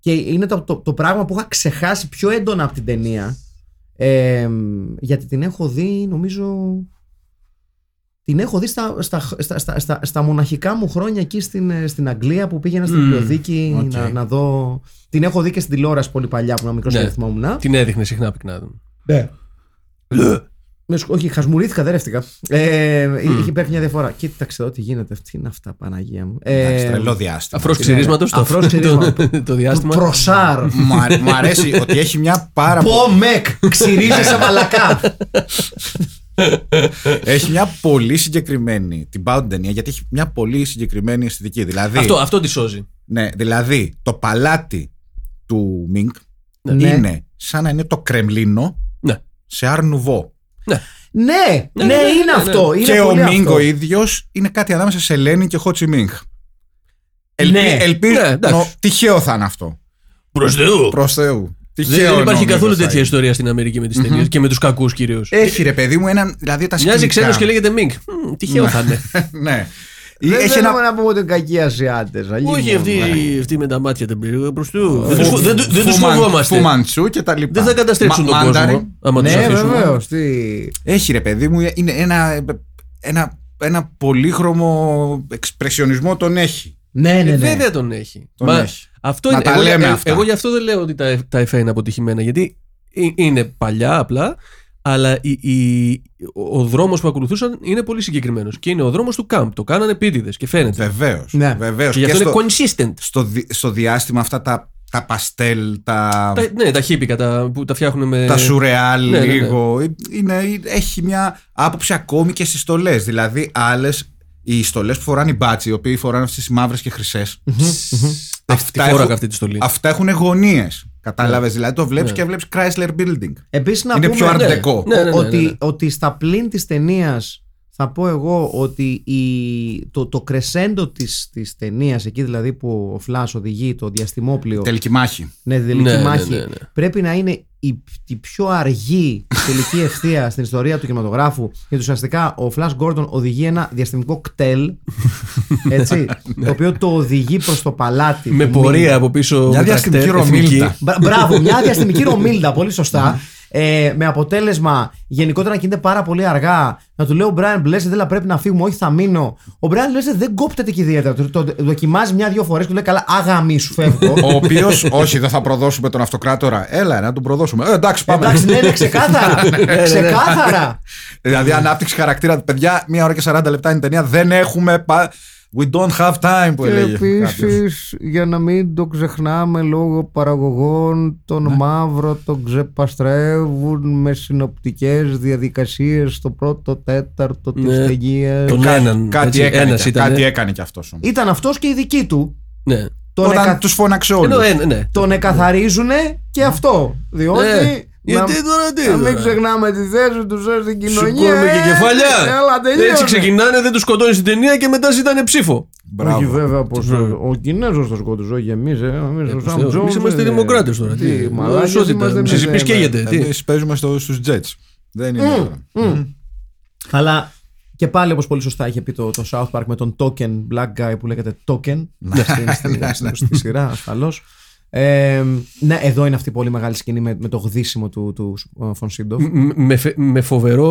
Speaker 1: και είναι το, το, το πράγμα που είχα ξεχάσει πιο έντονα από την ταινία Ε, γιατί την έχω δει, νομίζω. Την έχω δει στα, στα, στα, στα, στα, στα μοναχικά μου χρόνια εκεί στην, ε, στην Αγγλία που πήγαινα στην
Speaker 2: Μμμ,
Speaker 1: βιβλιοθήκη
Speaker 3: οκ.
Speaker 1: να, να δω. Την έχω δει και στην τηλεόραση πολύ παλιά που ήμουν μικρός
Speaker 2: Ναι.
Speaker 1: και δεν θυμόμουν.
Speaker 2: Την έδειχνε συχνά πυκνά.
Speaker 1: Ναι. Με σκο- Όχι, χασμουρήθηκα, δεν ρεύτηκα. Ε, είχε- Υπάρχει μια διαφορά. Κοίταξε εδώ τι γίνεται. Τι είναι αυτά, Παναγία μου.
Speaker 3: Εντάξει,
Speaker 1: Ε,
Speaker 3: τρελό διάστημα.
Speaker 2: Αφρός ξυρίσματος. Το,
Speaker 1: Αφρός ξυρίσματος.
Speaker 2: το, το
Speaker 1: του
Speaker 2: διάστημα.
Speaker 1: Προσάρ.
Speaker 3: Μου, αρέ- μου αρέσει ότι έχει μια πάρα πο-
Speaker 1: Πομεκ! Ξυρίζεσαι μαλακά!
Speaker 3: Έχει μια πολύ συγκεκριμένη. Την πάω την ταινία γιατί έχει μια πολύ συγκεκριμένη αισθητική. Δηλαδή,
Speaker 2: Αυτό, αυτό τη σώζει.
Speaker 3: ναι, δηλαδή το παλάτι του Μινκ
Speaker 1: Ναι.
Speaker 3: είναι σαν να είναι το Κρεμλίνο
Speaker 2: Ναι.
Speaker 3: σε Αρνουβό.
Speaker 1: Ναι, ναι,
Speaker 2: ναι, ναι,
Speaker 1: είναι
Speaker 2: ναι,
Speaker 1: αυτό. είναι
Speaker 3: και ο
Speaker 1: πολύ
Speaker 3: Μινγκ
Speaker 1: αυτό.
Speaker 3: ο ίδιος είναι κάτι ανάμεσα σε Λένιν και Χότσι Μινγκ.
Speaker 1: Ναι.
Speaker 3: ελπίζω.
Speaker 2: Ναι, εντάξει.
Speaker 3: νο- τυχαίο θα είναι αυτό.
Speaker 2: Προς Θεού.
Speaker 3: Προς Θεού.
Speaker 2: Δεν,
Speaker 3: Τυχαίο
Speaker 2: δεν υπάρχει
Speaker 3: νομίζω
Speaker 2: καθόλου
Speaker 3: θα
Speaker 2: τέτοια
Speaker 3: είναι.
Speaker 2: ιστορία στην Αμερική με τις ταινίες και με τους κακούς κυρίως.
Speaker 3: Έχει ρε παιδί μου έναν. Δηλαδή τα
Speaker 2: Μοιάζει
Speaker 3: σκηνικά.
Speaker 2: ξένος και λέγεται Μινκ. Μμ, Τυχαίο θα είναι.
Speaker 3: ναι.
Speaker 1: Δεν
Speaker 3: Έχει
Speaker 1: θέλουμε
Speaker 3: ένα.
Speaker 1: να πούμε ότι είναι κακοί Ασιάτες.
Speaker 2: Όχι, αυτοί, αυτοί με τα μάτια δεν πήγαν προ του. Δεν τους
Speaker 3: ναι. Φου-
Speaker 2: φο- Δεν του- δεν τους
Speaker 3: Φου Μαν- Φου
Speaker 2: φοβόμαστε.
Speaker 3: Μαντσού και τα λοιπά.
Speaker 2: Δεν θα καταστρέψουν
Speaker 3: Μα-
Speaker 2: τον κόσμο.
Speaker 3: Mandarin.
Speaker 2: Άμα τους
Speaker 1: Ναι,
Speaker 2: αφήσουμε.
Speaker 1: βεβαίως. Τι...
Speaker 3: Έχει ρε παιδί μου, είναι ένα, ένα, ένα πολύχρωμο εξπρεσιονισμό τον έχει.
Speaker 1: Ναι, ναι, ναι.
Speaker 2: Ε, Βέβαια τον έχει.
Speaker 3: Τον
Speaker 2: Μα
Speaker 3: έχει.
Speaker 2: Αυτό
Speaker 3: Να
Speaker 2: είναι.
Speaker 3: τα
Speaker 2: εγώ,
Speaker 3: λέμε
Speaker 2: ε,
Speaker 3: αυτά.
Speaker 2: εγώ γι' αυτό δεν λέω ότι τα, τα FA είναι αποτυχημένα, γιατί ε- είναι παλιά απλά, αλλά η, η- ο δρόμος που ακολουθούσαν είναι πολύ συγκεκριμένος. Και είναι ο δρόμος του Καμπ. Το κάνανε επίτηδες και φαίνεται.
Speaker 3: Βεβαίως.
Speaker 1: Ναι.
Speaker 2: Και γι' αυτό είναι
Speaker 3: στο,
Speaker 2: consistent.
Speaker 3: στο, δι- στο διάστημα αυτά τα, τα παστέλ, τα,
Speaker 2: Τα, ναι, τα χίπικα τα, που τα φτιάχνουν με.
Speaker 3: τα σουρεάλ
Speaker 2: ναι, ναι, ναι.
Speaker 3: λίγο. ε, Είναι, έχει μια άποψη ακόμη και στις στολές. Δηλαδή, άλλες. Οι στολές που φοράνε οι μπάτσι, οι οποίοι φοράνε αυτές τις μαύρες και χρυσές.
Speaker 2: Αυτή τη
Speaker 3: Αυτά
Speaker 2: φόραγα
Speaker 3: έχω-
Speaker 2: αυτή τη στολή.
Speaker 3: Αυτά έχουν γωνίες. Κατάλαβες. Δηλαδή, το βλέπεις
Speaker 2: Ναι.
Speaker 3: και βλέπεις Chrysler Building.
Speaker 1: Επίσης να
Speaker 3: είναι
Speaker 1: πούμε
Speaker 3: πιο art
Speaker 2: ναι.
Speaker 3: deco.
Speaker 2: Ναι, ναι, ναι,
Speaker 1: ότι,
Speaker 2: ναι, ναι.
Speaker 1: ότι στα πλήν της ταινίας θα πω εγώ ότι η, το, το κρεσέντο της, της ταινίας, εκεί δηλαδή που ο Φλάς οδηγεί το διαστημόπλιο,
Speaker 3: Τελική μάχη.
Speaker 1: ναι, τη τελική
Speaker 2: Ναι, ναι,
Speaker 1: μάχη,
Speaker 2: ναι, ναι.
Speaker 1: πρέπει να είναι η, η πιο αργή τελική ευθεία στην ιστορία του κινηματογράφου. Γιατί ουσιαστικά ο Φλάς Γκόρντον οδηγεί ένα διαστημικό κτέλ, έτσι, το οποίο το οδηγεί προς το παλάτι.
Speaker 2: Ναι. Με
Speaker 1: του Μίνγκ.
Speaker 2: πορεία από πίσω.
Speaker 3: Μια
Speaker 2: με
Speaker 3: διαστημική
Speaker 2: τρακτέρ,
Speaker 3: ρομίλτα.
Speaker 2: εθνική.
Speaker 1: Μπρα- Μπράβο, μια διαστημική ρομίλδα, πολύ σωστά. Ε, με αποτέλεσμα γενικότερα να κινείται πάρα πολύ αργά. Να του λέω ο Μπράιν Μπλέσσετ, δεν πρέπει να φύγουμε, όχι θα μείνω. Ο Μπράιν Μπλέσσετ δεν κόπτεται και ιδιαίτερα. Το, το δοκιμάζει μια-δύο φορές και του λέει καλά, αγαμί σου φεύγω.
Speaker 3: Ο οποίος, όχι, δεν θα προδώσουμε τον αυτοκράτορα. Έλα, να τον προδώσουμε. Ε, εντάξει, πάμε.
Speaker 1: Εντάξει, ναι, ναι, ξεκάθαρα. ξεκάθαρα.
Speaker 3: Δηλαδή, ανάπτυξη χαρακτήρα. Παιδιά, μία ώρα και 40 λεπτά είναι η ταινία. Δεν έχουμε. πα- We don't have time που έλεγε. κάποιος.
Speaker 1: για να μην το ξεχνάμε λόγω παραγωγών, τον μαύρο τον ξεπαστρεύουν με συνοπτικές διαδικασίες στο πρώτο τέταρτο
Speaker 2: της Ναι.
Speaker 1: ταινία.
Speaker 2: Τον έναν.
Speaker 3: Κάτι
Speaker 2: έτσι,
Speaker 3: έκανε,
Speaker 2: ένας
Speaker 3: και,
Speaker 2: ήτανε.
Speaker 3: κάτι έκανε και αυτός όμως.
Speaker 1: Ήταν αυτός και η δική του.
Speaker 2: Ναι.
Speaker 1: Τον,
Speaker 3: Όταν
Speaker 1: εκα...
Speaker 3: τους φώναξε
Speaker 2: Ενώ
Speaker 3: όλου.
Speaker 2: ένα, ναι.
Speaker 1: τον εκαθαρίζουνε και αυτό. Διότι.
Speaker 2: Ναι.
Speaker 1: να-
Speaker 2: Γιατί τώρα τι.
Speaker 1: να μην
Speaker 2: τώρα.
Speaker 1: ξεχνάμε τη θέση τους στην κοινωνία.
Speaker 2: Σηκώνουμε και
Speaker 1: Ε,
Speaker 2: κεφαλιά.
Speaker 1: Έλα, τελείωνε.
Speaker 2: Έτσι ξεκινάνε, δεν τους σκοτώνει στην ταινία και μετά ζητάνε ψήφο.
Speaker 3: Μπράβο.
Speaker 1: Όχι βέβαια πως
Speaker 2: Βέβαια.
Speaker 1: ο Κινέζος το σκότωσε, όχι εμείς, ε, εμείς ο Σαμ Τζόνς,
Speaker 2: Εμείς είμαστε
Speaker 1: ε,
Speaker 2: δημοκράτες τώρα.
Speaker 1: τι,
Speaker 2: Τι,
Speaker 1: μαλάκες είμαστε
Speaker 2: ισότητα.
Speaker 1: εμείς,
Speaker 2: Ψηφί
Speaker 1: ε,
Speaker 2: καίγεται. τι.
Speaker 3: Εμείς παίζουμε στο, στους Jets. Δεν είναι. τώρα.
Speaker 1: Αλλά και πάλι όπως πολύ σωστά είχε πει το, το South Park με τον Token Black Guy που λέγεται Token στην- στην- στην- στη σειρά ασφαλώς. Ε, ναι, εδώ είναι αυτή η πολύ μεγάλη σκηνή με, με το γδύσιμο του, του ε, Φονσίντοφ.
Speaker 2: Μ- με φε- Με φοβερό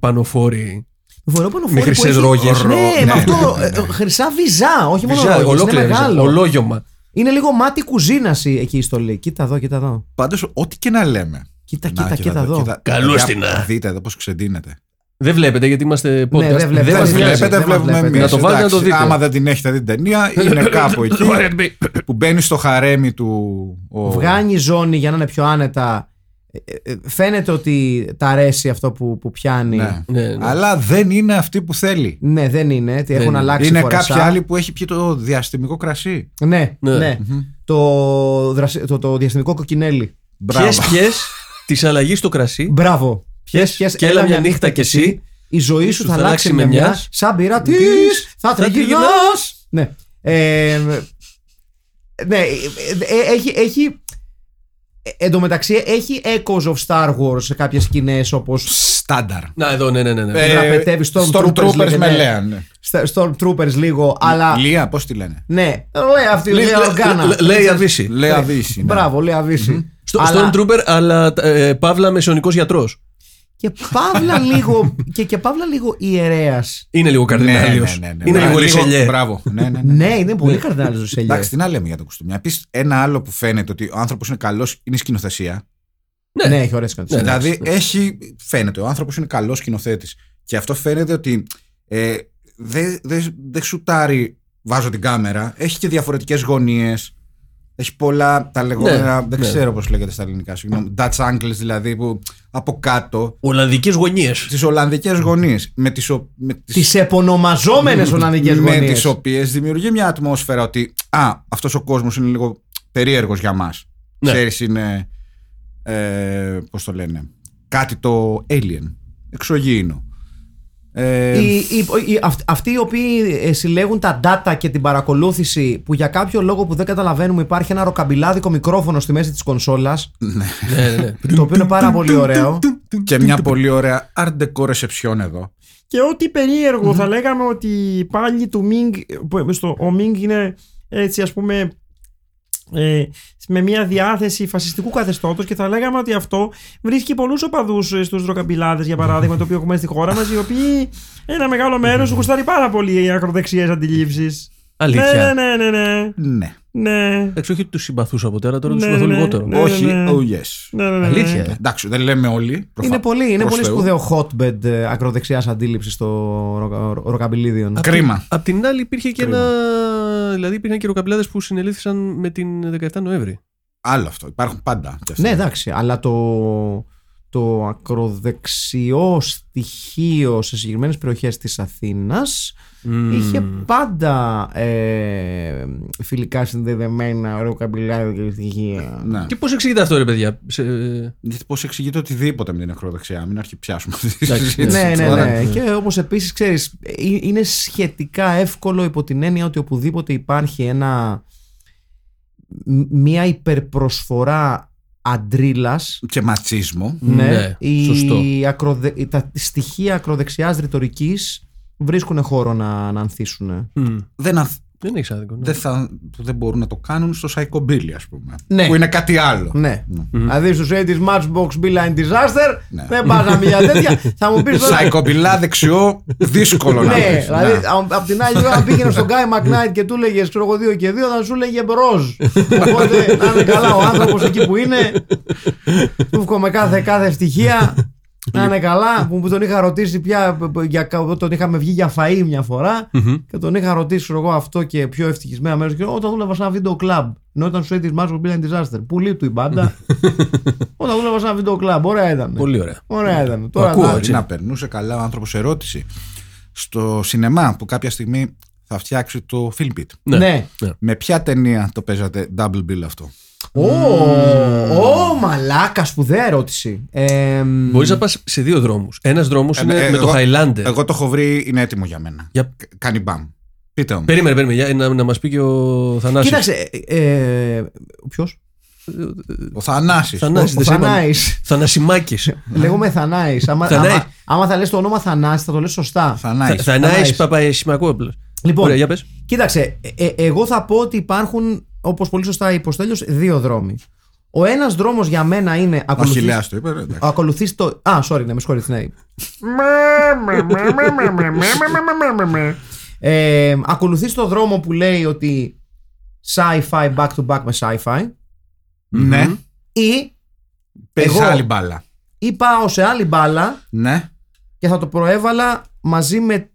Speaker 2: πανοφόρι.
Speaker 1: Βορειόπανο
Speaker 2: Με
Speaker 1: φόρο που
Speaker 2: χρυσές
Speaker 1: έχει-
Speaker 2: ρόγες.
Speaker 1: Ναι,
Speaker 3: Ρο-
Speaker 1: με
Speaker 3: ναι,
Speaker 1: αυτό
Speaker 3: ναι, ναι,
Speaker 1: ε, χρυσά βυζά, όχι μόνο
Speaker 2: Βυζά,
Speaker 1: ρόγες, Ε, είναι
Speaker 2: Ολόκληρη.
Speaker 1: μεγάλο.
Speaker 2: Ολόγιωμα.
Speaker 1: Είναι λίγο μάτι κουζίνας εκεί η στολή. Κοίτα εδώ, κοίτα εδώ.
Speaker 3: Πάντως, ό,τι και να λέμε.
Speaker 1: Κοίτα,
Speaker 3: Να,
Speaker 1: κοίτα, κοίτα εδώ.
Speaker 2: Καλώς
Speaker 3: παιδιά,
Speaker 2: την, α.
Speaker 3: Δείτε εδώ πώς ξεντίνεται.
Speaker 2: Δεν βλέπετε γιατί είμαστε podcast.
Speaker 1: Ναι, δεν βλέπετε.
Speaker 3: Δεν
Speaker 2: Ε, μας
Speaker 1: μας νοιάζει,
Speaker 3: βλέπετε,
Speaker 1: δεν μας
Speaker 3: βλέπουμε
Speaker 1: βλέπετε.
Speaker 3: εμείς.
Speaker 2: Να το βάλετε, να το δείτε. ναι.
Speaker 3: Άμα δεν την έχετε δει την ταινία, είναι κάπου εκεί που μπαίνει στο χαρέμι του. Ο...
Speaker 1: Βγάνει ζώνη για να είναι πιο άνετα. Ε, ε, ε, Φαίνεται ότι τα αρέσει αυτό που, που πιάνει.
Speaker 3: Ναι.
Speaker 1: Ναι.
Speaker 2: Ναι, ναι.
Speaker 3: Αλλά δεν είναι αυτή που θέλει.
Speaker 1: δεν είναι. ότι Έχουν
Speaker 2: είναι.
Speaker 1: αλλάξει
Speaker 3: είναι
Speaker 1: φορεσά.
Speaker 3: κάποια άλλη που έχει πιει το διαστημικό κρασί.
Speaker 1: Ναι, ναι.
Speaker 2: Ναι.
Speaker 1: Το, δρασι- το, το διαστημικό κοκκινέλι.
Speaker 3: Μπράβο.
Speaker 2: Ποιες ποιες τη αλλαγή στο κρασί.
Speaker 1: Μπράβο.
Speaker 2: Ποιες,
Speaker 1: ποιες,
Speaker 2: και έλα μια νύχτα κι εσύ.
Speaker 1: Η ζωή σου θα αλλάξει με μια. Σαν πειρά τη θα τριγυρνάς.
Speaker 2: τριγυρνάς.
Speaker 1: Ναι. Ε, ναι, ε, ε, έχει. έχει ε, εν τω μεταξύ έχει echoes of Star Wars σε κάποιες σκηνές όπως
Speaker 3: Στάνταρ. Ε,
Speaker 2: Να εδώ, ναι, ναι, ναι.
Speaker 7: Ε,
Speaker 2: ναι.
Speaker 1: δραπετεύει Stormtroopers, λέγεται,
Speaker 3: με
Speaker 1: ναι.
Speaker 3: λέαν.
Speaker 1: στα- Stormtroopers λίγο, αλλά
Speaker 3: Λία, πώς τη λένε.
Speaker 1: ναι, λέει αυτή η
Speaker 2: Λέ-
Speaker 1: Λέα
Speaker 2: λέ-
Speaker 1: Οργάνα.
Speaker 2: λέ- Λέει αβύση.
Speaker 3: Λέα Δύση. ναι.
Speaker 1: Ε, Μπράβο, λέει Αβύση.
Speaker 2: Στο,
Speaker 1: Αλλά-
Speaker 2: Stormtrooper, αλλά ε, παύλα μεσαιωνικό γιατρό.
Speaker 1: Και παύλα λίγο, και, και παύλα λίγο ιερέας.
Speaker 2: Είναι λίγο
Speaker 7: Ναι,
Speaker 3: Ναι,
Speaker 2: καρδινάλιο. Είναι λίγο λισελιέ.
Speaker 3: Μπράβο. Ναι, ναι, ναι.
Speaker 1: Ναι, είναι πολύ καρδινάλιος ο Σελιέ.
Speaker 3: Εντάξει, τι να λέμε για τα κουστούμια. Επίση, ένα άλλο που φαίνεται ότι ο άνθρωπος είναι καλός είναι η σκηνοθεσία.
Speaker 2: Ναι.
Speaker 1: Ναι, έχει ωραίες σκηνοθεσίες.
Speaker 2: Ναι,
Speaker 3: δηλαδή, έχει, φαίνεται, ο άνθρωπος είναι καλός σκηνοθέτης. Και αυτό φαίνεται ότι ε, δεν δε, δε σουτάρει, βάζω την κάμερα. Έχει και διαφορετικές γωνίες. Έχει πολλά τα λεγόμενα.
Speaker 2: Ναι,
Speaker 3: δεν
Speaker 2: ναι.
Speaker 3: ξέρω πώς λέγεται στα ελληνικά. Συγγνώμη. Dutch angles δηλαδή, που από κάτω.
Speaker 2: Ολλανδικές γωνίες.
Speaker 3: Τις Ολλανδικές γωνίες. Με τις
Speaker 1: Τις επωνομαζόμενες Ολλανδικές
Speaker 3: με
Speaker 1: γωνίες.
Speaker 3: τις οποίες δημιουργεί μια ατμόσφαιρα ότι α, αυτός ο κόσμος είναι λίγο περίεργος για μας.
Speaker 2: Ναι.
Speaker 3: Ξέρεις, είναι. Ε, Πώς το λένε. Κάτι το alien. Εξωγήινο. Ε,
Speaker 1: Οι, οι, οι- αυ- αυτοί οι οποίοι ε, συλλέγουν τα data και την παρακολούθηση που για κάποιο λόγο που δεν καταλαβαίνουμε υπάρχει ένα ροκαμπιλάδικο μικρόφωνο στη μέση της κονσόλας
Speaker 2: ναι, ναι, ναι.
Speaker 1: το οποίο είναι πάρα πολύ ωραίο
Speaker 3: Και μια πολύ ωραία art deco reception εδώ.
Speaker 7: Και ό,τι περίεργο θα λέγαμε ότι πάλι του Μινγκ, που ε, στο- ο Μινγκ είναι έτσι ας πούμε ε, με μια διάθεση φασιστικού καθεστώτος και θα λέγαμε ότι αυτό βρίσκει πολλούς οπαδούς ε, στους ροκαμπιλάδες για παράδειγμα το οποίο έχουμε στη χώρα μας οι οποίοι ένα μεγάλο μέρος γουστάρει πάρα πολύ οι ακροδεξιές αντιλήψεις.
Speaker 2: Αλήθεια.
Speaker 7: Ναι, ναι, ναι, ναι.
Speaker 3: Ναι.
Speaker 7: ναι. ναι.
Speaker 2: Εντάξει, όχι ότι τους συμπαθούσα από τώρα, τώρα τους
Speaker 7: Ναι,
Speaker 2: συμπαθώ
Speaker 7: ναι.
Speaker 2: λιγότερο.
Speaker 7: Ναι,
Speaker 3: Όχι,
Speaker 7: ναι.
Speaker 3: oh yes.
Speaker 7: Ναι, ναι, ναι.
Speaker 2: Αλήθεια. ε.
Speaker 3: Εντάξει, δεν λέμε όλοι. προφα-
Speaker 1: είναι πολύ, είναι
Speaker 3: προς
Speaker 1: πολύ
Speaker 3: Θεού.
Speaker 1: σπουδαίο hotbed ε, ακροδεξιάς αντίληψης στο ροκα- ρο- ροκαμπιλίδιον
Speaker 3: Κρίμα.
Speaker 2: Απ' την άλλη υπήρχε και
Speaker 3: Κρίμα.
Speaker 2: ένα. Δηλαδή υπήρχαν και ροκαμπλάδε που συνελήφθησαν με την 17 Νοέμβρη.
Speaker 3: Άλλο αυτό. Υπάρχουν πάντα. κι αυτά.
Speaker 1: ναι εντάξει, αλλά το, το ακροδεξιό στοιχείο σε συγκεκριμένες περιοχές της Αθήνας Είχε πάντα ε, φιλικά συνδεδεμένα ροκαμπιλάδια στοιχεία.
Speaker 3: Ναι.
Speaker 2: Και πώς εξηγείται αυτό, ρε παιδιά. Σε...
Speaker 3: Γιατί πώς εξηγείται οτιδήποτε με την ακροδεξιά, μην αρχιπιάσουμε αυτή τη
Speaker 2: Εντάξει, ναι.
Speaker 3: συζήτηση.
Speaker 1: ναι, ναι,
Speaker 3: τώρα.
Speaker 1: ναι. Και όπως επίσης ξέρεις, ε, είναι σχετικά εύκολο υπό την έννοια ότι οπουδήποτε υπάρχει ένα. μ- μια υπερπροσφορά αντρίλας.
Speaker 3: Και ματσίσμο.
Speaker 2: Ναι,
Speaker 1: οι
Speaker 2: σωστό.
Speaker 1: ακροδε- τα στοιχεία ακροδεξιάς ρητορικής βρίσκουν χώρο να, να ανθίσουν. Ναι.
Speaker 2: Μμ.
Speaker 3: Δεν, αθ-
Speaker 2: Δεν έχεις άδικο. ναι.
Speaker 3: δεν, θα, που δεν μπορούν να το κάνουν στο Psychobilly, ας πούμε.
Speaker 1: Ναι.
Speaker 3: Που είναι κάτι άλλο.
Speaker 1: Ναι. Δηλαδή στου 80s Matchbox Beeline Disaster
Speaker 3: Ναι.
Speaker 1: δεν πας να μια τέτοια. θα μου πεις τώρα.
Speaker 3: Psychobilly Ε, δεξιό, δύσκολο να
Speaker 1: Ναι,
Speaker 3: πεις.
Speaker 1: δηλαδή
Speaker 2: ε,
Speaker 3: Ναι.
Speaker 1: απ' την άλλη ώρα αν πήγαινε στον Guy McKnight και του λέγε ξέρω εγώ δύο και δύο θα σου λέγε μπροζ. Οπότε να είναι καλά ο άνθρωπος εκεί που είναι. Του βγω κάθε, κάθε στοιχεία. Να είναι καλά, που που τον είχα ρωτήσει πια, π- π- για, κα- τον είχαμε βγει για φαΐ μια φορα και τον είχα ρωτήσει ξέρω εγώ αυτό και πιο ευτυχισμένα μέρος και όταν δούλευα σε ένα βίντεο κλαμπ, ενώ ήταν στους 80's Matchbox Beeline Disaster, πουλή του η μπάντα, όταν δούλευα σε ένα βίντεο κλαμπ, ωραία ήταν.
Speaker 2: Πολύ ωραία.
Speaker 1: Ωραία ήταν. Τώρα
Speaker 2: ακούω,
Speaker 1: θα-
Speaker 3: Μπορεί να περνούσε καλά ο άνθρωπος ερώτηση στο σινεμά που κάποια στιγμή θα φτιάξει το Film Pit.
Speaker 2: Ναι.
Speaker 1: Ναι.
Speaker 3: Με ποια ταινία το παίζατε double bill αυτό.
Speaker 1: Ω, ω, μαλάκα, σπουδαία ερώτηση. Ε, μ,
Speaker 2: Μπορείς να πας σε δύο δρόμους. Ένας δρόμος
Speaker 3: Ε,
Speaker 2: είναι
Speaker 3: ε,
Speaker 2: με το
Speaker 3: εγώ-
Speaker 2: Highlander.
Speaker 3: Εγώ το έχω βρει, είναι έτοιμο για μένα.
Speaker 2: Για-
Speaker 3: Κα- Κάνει μπαμ. Πείτε μου.
Speaker 2: Περίμενε, περίμενε. για να, να μας πει και ο Θανάσης.
Speaker 1: Κοίταξε. Ε, Ποιο?
Speaker 3: Ο Ε, Θανάσης.
Speaker 2: Θανάσης,
Speaker 1: Ο
Speaker 2: δεν σε είπαμε.
Speaker 1: Θανάης.
Speaker 2: Θανασιμάκης.
Speaker 1: Λέγομαι Θανάης. Άμα,
Speaker 2: Ναι. Θανάη.
Speaker 1: άμα, άμα θα λες το όνομα Θανάση, θα το λες σωστά.
Speaker 3: Θανάσης.
Speaker 2: Θα- Θανάης
Speaker 1: Θανάης.
Speaker 2: Παπαϊσιμακόπουλος.
Speaker 1: Λοιπόν.
Speaker 2: Ωραία, για πες.
Speaker 1: Κοίταξε, ε, ε, εγώ θα πω ότι υπάρχουν, όπως πολύ σωστά είπε ο Στέλιος, δύο δρόμοι. Ο ένας δρόμος για μένα είναι
Speaker 3: Ο
Speaker 1: ακολουθείς,
Speaker 3: Χιλιάς το είπε. ρε, εντάξει.
Speaker 1: ακολουθείς το... Α, sorry, ναι, με συγχωρείτε, ναι. Ε, ακολουθείς το δρόμο που λέει ότι sci-fi back to back με sci-fi
Speaker 3: Ναι.
Speaker 1: ή,
Speaker 3: Παίζει
Speaker 1: Εγώ-
Speaker 3: άλλη μπάλα.
Speaker 1: ή πάω σε άλλη μπάλα
Speaker 3: Ναι.
Speaker 1: και θα το προέβαλα μαζί με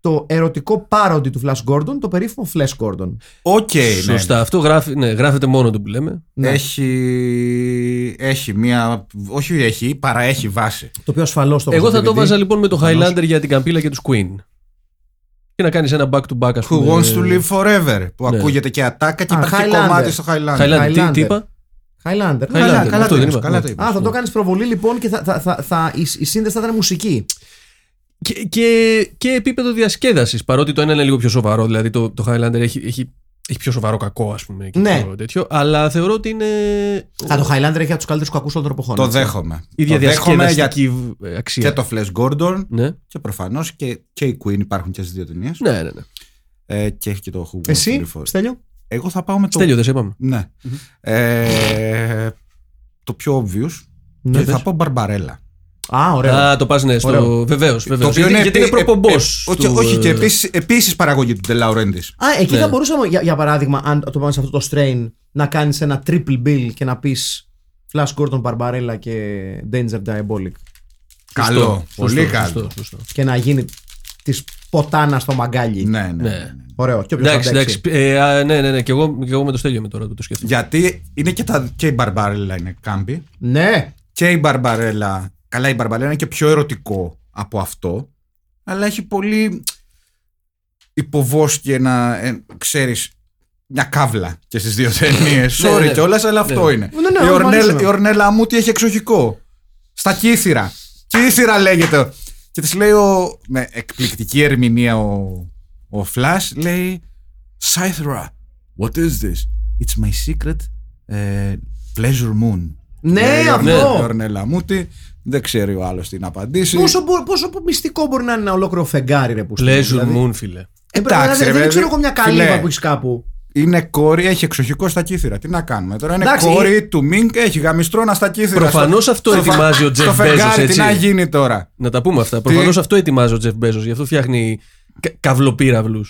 Speaker 1: το ερωτικό πάροντι του Flash Gordon, το περίφημο Flash Gordon.
Speaker 3: Οκ, ναι.
Speaker 2: Σωστά. Αυτό γράφει, ναι, γράφεται μόνο του που λέμε.
Speaker 1: Ναι.
Speaker 3: Έχει, έχει μία. Όχι έχει, παρά έχει βάση.
Speaker 1: Το οποίο ασφαλώς το
Speaker 2: Εγώ
Speaker 1: έχω
Speaker 2: θα
Speaker 1: στο
Speaker 2: το
Speaker 1: DVD.
Speaker 2: βάζα λοιπόν με το Highlander για την Καμπύλα και τους Queen. Και να κάνεις ένα back to back, ας
Speaker 3: Who
Speaker 2: πούμε.
Speaker 3: wants to live forever. Που
Speaker 2: ναι.
Speaker 3: ακούγεται και ατάκα και
Speaker 1: Α,
Speaker 3: υπάρχει και
Speaker 1: Highlander.
Speaker 3: κομμάτι στο Highlander.
Speaker 2: Highlander, τι, τι
Speaker 1: Highlander.
Speaker 2: είπα.
Speaker 1: Highlander.
Speaker 2: Highlander.
Speaker 3: Καλά, καλά
Speaker 2: Αυτό
Speaker 3: το
Speaker 2: δεν
Speaker 3: είπες,
Speaker 2: είπα.
Speaker 3: καλά το είπες.
Speaker 1: Α, θα το κάνεις προβολή λοιπόν και θα, θα, θα, θα- η, η σύνδεση θα ήταν μουσική.
Speaker 2: Και, και, και επίπεδο διασκέδασης. Παρότι το ένα είναι λίγο πιο σοβαρό, δηλαδή το, το Highlander έχει, έχει, έχει πιο σοβαρό κακό, ας πούμε. Και
Speaker 1: Ναι.
Speaker 2: πιο τέτοιο, αλλά θεωρώ ότι είναι.
Speaker 1: Α, το Highlander έχει από τους καλύτερους κακούς όλων των εποχών.
Speaker 3: Το
Speaker 1: έτσι.
Speaker 3: δέχομαι.
Speaker 2: Ναι. η ίδια
Speaker 3: το δέχομαι γιατί
Speaker 2: διασκεδαστική β- ε, αξία.
Speaker 3: και το Flash Gordon
Speaker 2: Ναι.
Speaker 3: και προφανώς και, και η Queen υπάρχουν και στις δύο ταινίες.
Speaker 2: ναι, ναι, ναι.
Speaker 3: Ε, και έχει και το Who wants to
Speaker 1: Εσύ,
Speaker 3: live forever.
Speaker 1: Στέλιο.
Speaker 3: Εγώ θα πάω με το.
Speaker 2: Στέλιο, δεν σε είπαμε.
Speaker 3: Ναι. Ε, το πιο obvious.
Speaker 1: Ναι,
Speaker 3: και
Speaker 1: πες.
Speaker 3: θα πω Μπαρμπαρέλα.
Speaker 1: Α, ωραίο.
Speaker 2: Α, το πας ναι, στο.
Speaker 1: Ωραίο.
Speaker 2: Βεβαίως. Γιατί, γιατί είναι
Speaker 3: επί-
Speaker 2: προπομπό.
Speaker 3: ε, όχι, όχι, και επίσης, επίσης παραγωγή του Ντελαουρέντη.
Speaker 1: Α, εκεί
Speaker 2: Ναι.
Speaker 1: θα μπορούσαμε, για, για παράδειγμα, αν το πάμε σε αυτό το strain, να κάνεις ένα triple bill και να πεις Flash Gordon, Barbarella και Danger Diabolic.
Speaker 3: Καλό. Πολύ καλό.
Speaker 1: Και να γίνει της ποτάνα στο μαγκάλι.
Speaker 3: Ναι, ναι.
Speaker 2: Ναι.
Speaker 1: Ωραίο. Και όποιος
Speaker 2: Εντάξει,
Speaker 1: θα αντέξει.
Speaker 2: εντάξει. Ε, α, ναι, ναι, ναι. Και εγώ, και εγώ με το στέλνιο τώρα που το σκέφτομαι.
Speaker 3: Γιατί είναι και, τα, και η Μπαρμπαρέλα είναι κάμπι.
Speaker 1: Ναι.
Speaker 3: Και η Μπαρμπαρέλα. Καλά, η Μπαρμπαρέλα είναι και πιο ερωτικό από αυτό. Αλλά έχει πολύ υποβός και να ε, ξέρεις μια κάβλα και στις δύο ταινίες.
Speaker 2: Ναι,
Speaker 3: Sorry
Speaker 2: ναι.
Speaker 3: κιόλας, αλλά αυτό
Speaker 2: Ναι.
Speaker 3: είναι.
Speaker 1: Ναι, ναι,
Speaker 3: η, Ορνέλ,
Speaker 1: μάλιστα.
Speaker 3: η Ορνέλα Μούτι έχει εξοχικό. Στα κύθυρα. Κύθυρα λέγεται. Και της λέει ο, με εκπληκτική ερμηνεία ο, ο Φλάς, λέει Scythra, what is this? It's my secret ε, pleasure moon.
Speaker 1: Ναι,
Speaker 3: Λέει η
Speaker 1: αυτό.
Speaker 3: Ορνέλα- η Ορνέλα Μούτι. Δεν ξέρει ο άλλος τι να απαντήσει.
Speaker 1: Πόσο, μπο- πόσο μυστικό μπορεί να είναι ένα ολόκληρο φεγγάρι, ρε που
Speaker 2: Pleasure
Speaker 3: δηλαδή-
Speaker 2: Moon, φίλε.
Speaker 1: Ε, πρέπει να-
Speaker 3: Εντάξει, ρε,
Speaker 1: δεν, δεν
Speaker 3: παιδί.
Speaker 1: ξέρω εγώ μια καλύβα
Speaker 3: Φιλέ.
Speaker 1: που έχεις κάπου.
Speaker 3: Είναι κόρη, έχει εξοχικό στα κύθυρα. Τι να κάνουμε τώρα. Είναι
Speaker 1: Εντάξει,
Speaker 3: κόρη
Speaker 1: ε-
Speaker 3: του Μίνκ, έχει γαμιστρώνα στα κύθυρα.
Speaker 2: Προφανώς
Speaker 3: Στο-
Speaker 2: αυτό
Speaker 3: στο φα-
Speaker 2: ετοιμάζει ο Τζεφ
Speaker 3: στο
Speaker 2: Μπέζο,
Speaker 3: φεγγάρι, Τι
Speaker 2: έτσι.
Speaker 3: να γίνει τώρα.
Speaker 2: Να τα πούμε αυτά. Προφανώς αυτό ετοιμάζει ο Τζεφ Μπέζος. Γι' αυτό φτιάχνει κα- καυλοπύραυλους.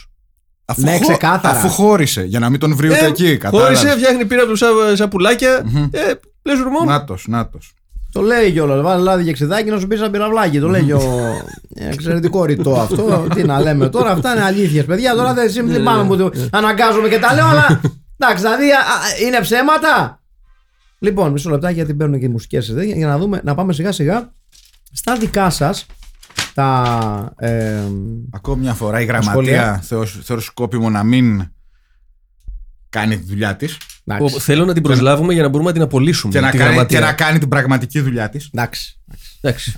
Speaker 3: Αφού,
Speaker 1: Ναι,
Speaker 3: χω-
Speaker 1: ξεκάθαρα. Ε,
Speaker 3: αφού χώρισε, για να μην τον βρει ούτε εκεί.
Speaker 2: Χώρισε,
Speaker 3: Κατάλαβε.
Speaker 2: Ε, φτιάχνει πύραυλου σαν, σαν πουλάκια. Ε, Pleasure Moon.
Speaker 3: Νάτος, νάτος.
Speaker 1: Το λέει κιόλας. Βάλει λάδι για ξεδάκι να σου πει ένα πυραυλάκι. Το λέει και ο. Ε, Εξαιρετικό ρητό αυτό. Τι να λέμε τώρα. Αυτά είναι αλήθειες, παιδιά. Τώρα δεν δεν πάμε που το αναγκάζομαι και τα λέω, αλλά. Εντάξει, δηλαδή α, α, είναι ψέματα. Λοιπόν, μισό λεπτάκι γιατί παίρνουν και οι μουσικές για να δούμε, να πάμε σιγά σιγά στα δικά σας. Τα. Ε,
Speaker 3: Ακόμη μια φορά η
Speaker 1: Σχόλια.
Speaker 3: γραμματεία θεω- θεωρώ σκόπιμο να μην κάνει τη δουλειά της
Speaker 2: Πω,
Speaker 1: εντάξει.
Speaker 2: Θέλω να την προσλάβουμε για να μπορούμε να την απολύσουμε.
Speaker 3: και, να
Speaker 2: τη
Speaker 3: κάνει,
Speaker 2: γραμματεία.
Speaker 3: και να κάνει την πραγματική δουλειά της
Speaker 1: εντάξει.
Speaker 2: Εντάξει.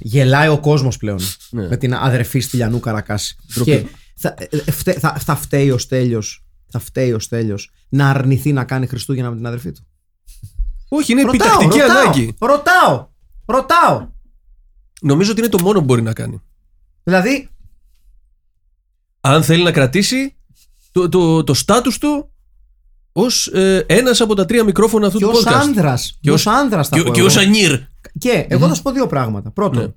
Speaker 1: Γελάει ο κόσμος πλέον
Speaker 2: Ναι.
Speaker 1: με την αδερφή στη Λιανού Καρακάση.
Speaker 2: Ντροπή.
Speaker 1: Και θα, ε, φτε- θα, θα φταίει ο Στέλιος θα φταίει ο Στέλιος να αρνηθεί να κάνει Χριστούγεννα με την αδερφή του.
Speaker 2: Όχι, είναι
Speaker 1: Ρωτάω,
Speaker 2: επιτακτική
Speaker 1: ρωτάω,
Speaker 2: ανάγκη.
Speaker 1: ρωτάω, ρωτάω.
Speaker 2: Νομίζω ότι είναι το μόνο που μπορεί να κάνει.
Speaker 1: Δηλαδή,
Speaker 2: Αν θέλει να κρατήσει το, το, το στάτους του ως ε, ένας από τα τρία μικρόφωνα αυτού
Speaker 1: και
Speaker 2: του
Speaker 1: ως
Speaker 2: podcast.
Speaker 1: άνδρας, και ως
Speaker 2: ως-
Speaker 1: άνδρας θα
Speaker 2: Και,
Speaker 1: πω
Speaker 2: και
Speaker 1: εγώ.
Speaker 2: ως ανήρ.
Speaker 1: Και εγώ θα σου πω δύο πράγματα. Πρώτον,
Speaker 2: Ναι.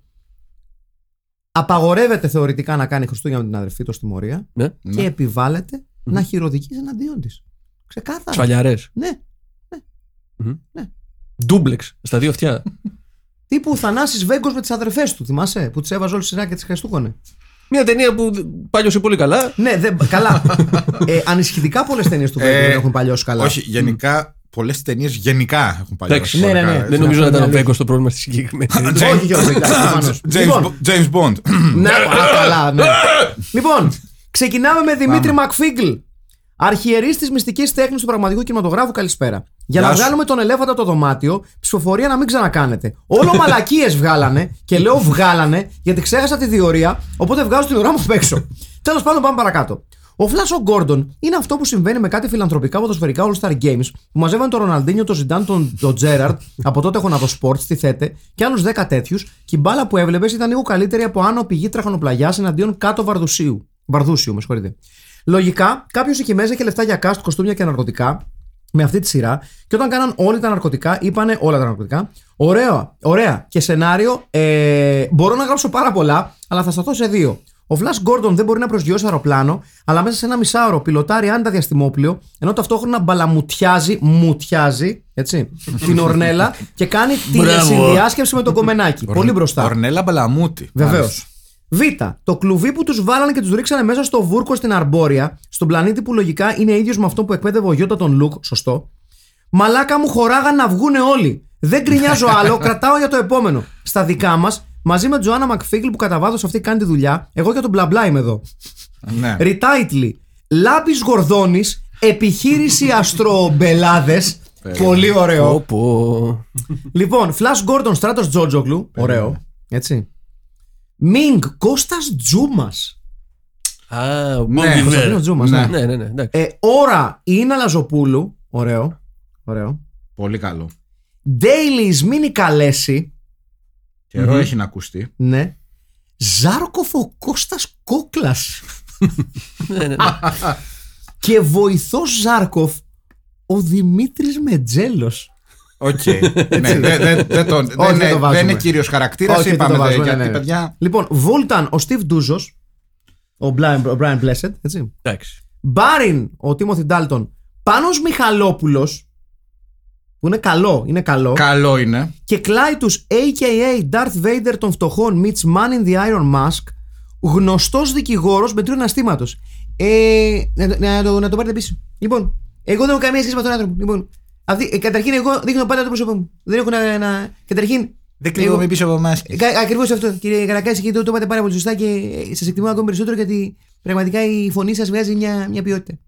Speaker 1: απαγορεύεται θεωρητικά να κάνει Χριστούγεννα με την αδερφή του στη Μωρία
Speaker 2: Ναι.
Speaker 1: και επιβάλλεται να χειροδικείς εναντίον της. Ξεκάθαρα.
Speaker 2: Σφαλιαρές.
Speaker 1: Ναι.
Speaker 2: Ντούμπλεξ. Στα δύο αυτιά.
Speaker 1: Τύπου Θανάσης Βέγκος με τις αδερφές του, θυμάσαι, που τις έβαζε όλη σειρά και τις Χριστούκονε.
Speaker 2: Μια ταινία που πάλιωσε πολύ καλά.
Speaker 1: Ναι, δεν, καλά. ε, ανησυχητικά πολλές ταινίες του Βέγκου
Speaker 3: Ε,
Speaker 1: δεν έχουν παλιώσει καλά.
Speaker 3: όχι γενικά πολλές ταινίες γενικά έχουν
Speaker 2: Εντάξει,
Speaker 3: παλιώσει
Speaker 1: ναι, ναι, ναι.
Speaker 2: Δεν
Speaker 1: να
Speaker 2: νομίζω να
Speaker 1: πούμε
Speaker 2: ήταν ο
Speaker 1: αλήθεια.
Speaker 2: Βέγκος το πρόβλημα στη συγκεκριμένη.
Speaker 3: James-
Speaker 1: Λοιπόν, Όχι κιόλας, εντάξει, προφανώς.
Speaker 3: James,
Speaker 1: Λοιπόν,
Speaker 3: James Bond.
Speaker 1: Ναι, α, καλά, ναι. λοιπόν, ξεκινάμε με Δημήτρη Μακφίγκλ. Αρχιερή της μυστικής τέχνης του πραγματικού κινηματογράφου, καλησπέρα. Για να
Speaker 3: Γεια σου.
Speaker 1: βγάλουμε τον ελέφαντα από το δωμάτιο, ψηφοφορία να μην ξανακάνετε. Όλο μαλακίες βγάλανε και λέω βγάλανε γιατί ξέχασα τη διορία, οπότε βγάζω την ώρα μου απ' έξω. Τέλος πάντων, πάμε παρακάτω. Ο Φλάσο Γκόρντον είναι αυτό που συμβαίνει με κάτι φιλανθρωπικά ποδοσφαιρικά All Star Games που μαζεύαν τον Ροναλντίνιο, τον Ζιντάν, τον, τον Τζέραρτ, από τότε έχω να δω σπορτ, στη θέτε, και άλλους 10 τέτοιους, και η μπάλα που έβλεπες ήταν λίγο καλύτερη από άνω πηγή τραχανοπλαγιά εναντίον κάτω Βαρδουσίου. Βαρδούσιου, με συγχωρείτε. Λογικά, κάποιος εκεί μέσα είχε λεφτά για κάστ, κοστούμια και ναρκωτικά με αυτή τη σειρά. Και όταν κάναν όλοι τα ναρκωτικά, είπανε όλα τα ναρκωτικά. Ωραία, ωραία. Και σενάριο, ε, μπορώ να γράψω πάρα πολλά, αλλά θα σταθώ σε δύο. Ο Φλα Γκόρντον δεν μπορεί να προσγειώσει αεροπλάνο, αλλά μέσα σε ένα μισάωρο πιλωτάρει άντα διαστημόπλιο, ενώ ταυτόχρονα μπαλαμουτιάζει, μουτιάζει, έτσι, την Ορνέλα και κάνει την συνδιάσκεψη με τον Κομμενάκι. Πολύ μπροστά.
Speaker 3: Ορνέλα Μπαλαμούτη.
Speaker 1: Βεβαίως. Β. Το κλουβί που τους βάλανε και τους ρίξανε μέσα στο βούρκο στην Αρμπόρια, στον πλανήτη που λογικά είναι ίδιος με αυτό που εκπαίδευε ο Γιώτα τον Λουκ, σωστό. Μαλάκα μου χωράγαν να βγούνε όλοι. Δεν κρινιάζω άλλο, κρατάω για το επόμενο. Στα δικά μας, μαζί με Τζοάννα Μακφίγκλ που κατά βάθος αυτή κάνει τη δουλειά, εγώ για τον μπλαμπλά είμαι εδώ.
Speaker 3: Ναι.
Speaker 1: Ριτάιτλι. Λάμπης Γορδόνης, επιχείρηση αστρομπελάδες. Πολύ ωραίο.
Speaker 2: Πω, πω.
Speaker 1: Λοιπόν, Flash Gordon, Στράτος Τζότζογκλου. Ωραίο. Έτσι. Μινγκ, Κώστας Τζούμας.
Speaker 2: Α, ο
Speaker 3: Ναι,
Speaker 2: Μπόμπι Βέρ.
Speaker 1: Κωνσταντίνος Τζούμας, ναι.
Speaker 2: Ναι, ναι, ναι. εντάξει.
Speaker 1: Ε, ώρα, Ινα Λαζοπούλου. Ωραίο. Ωραίο.
Speaker 3: Πολύ καλό.
Speaker 1: Daily Μίνι Καλέση.
Speaker 3: Καιρό έχει να ακουστεί.
Speaker 1: Ναι. Ζάρκοφο Κώστας Κόκλας.
Speaker 2: Ναι, ναι.
Speaker 1: Και βοηθός Ζάρκοφ, ο Δημήτρης Μετζέλος.
Speaker 3: Οκ. Ναι, δεν- δεν- δεν τον- δεν
Speaker 1: δεν το
Speaker 3: είναι-
Speaker 1: βάζουμε.
Speaker 3: Δεν είναι κύριος χαρακτήρας.
Speaker 1: Όχι, δεν το
Speaker 3: Είπαμε δε,
Speaker 1: βάζουμε, ναι,
Speaker 3: γιατί
Speaker 1: ναι.
Speaker 3: παιδιά.
Speaker 1: Λοιπόν, βόλταν ο Steve Ντούζος, ο Brian, ο Brian Blessed, έτσι.
Speaker 2: Εντάξει.
Speaker 1: Μπάριν ο Τίμωθη Ντάλτον, Πάνος Μιχαλόπουλος, που είναι καλό, είναι καλό.
Speaker 3: Καλό είναι.
Speaker 1: και Κλάιτους a.k.a. Darth Vader των φτωχών Mitch Man in the Iron Mask γνωστός δικηγόρος με τρίων αστήματος ε, να, το- να, το, να το πάρετε πίσω λοιπόν εγώ δεν έχω καμία σχέση με αυτόν τον άνθρωπο λοιπόν, αυτή, ε, καταρχήν εγώ δείχνω πάντα το πρόσωπό μου δεν έχω να, να καταρχήν
Speaker 3: Δεν
Speaker 1: κρύβομαι
Speaker 3: πίσω από εμάς.
Speaker 1: Ακριβώς αυτό, κύριε Καρακάση, και το, το είπατε πάρα πολύ σωστά και σας εκτιμώ ακόμη περισσότερο γιατί πραγματικά η φωνή σας βγάζει μια, μια ποιότητα.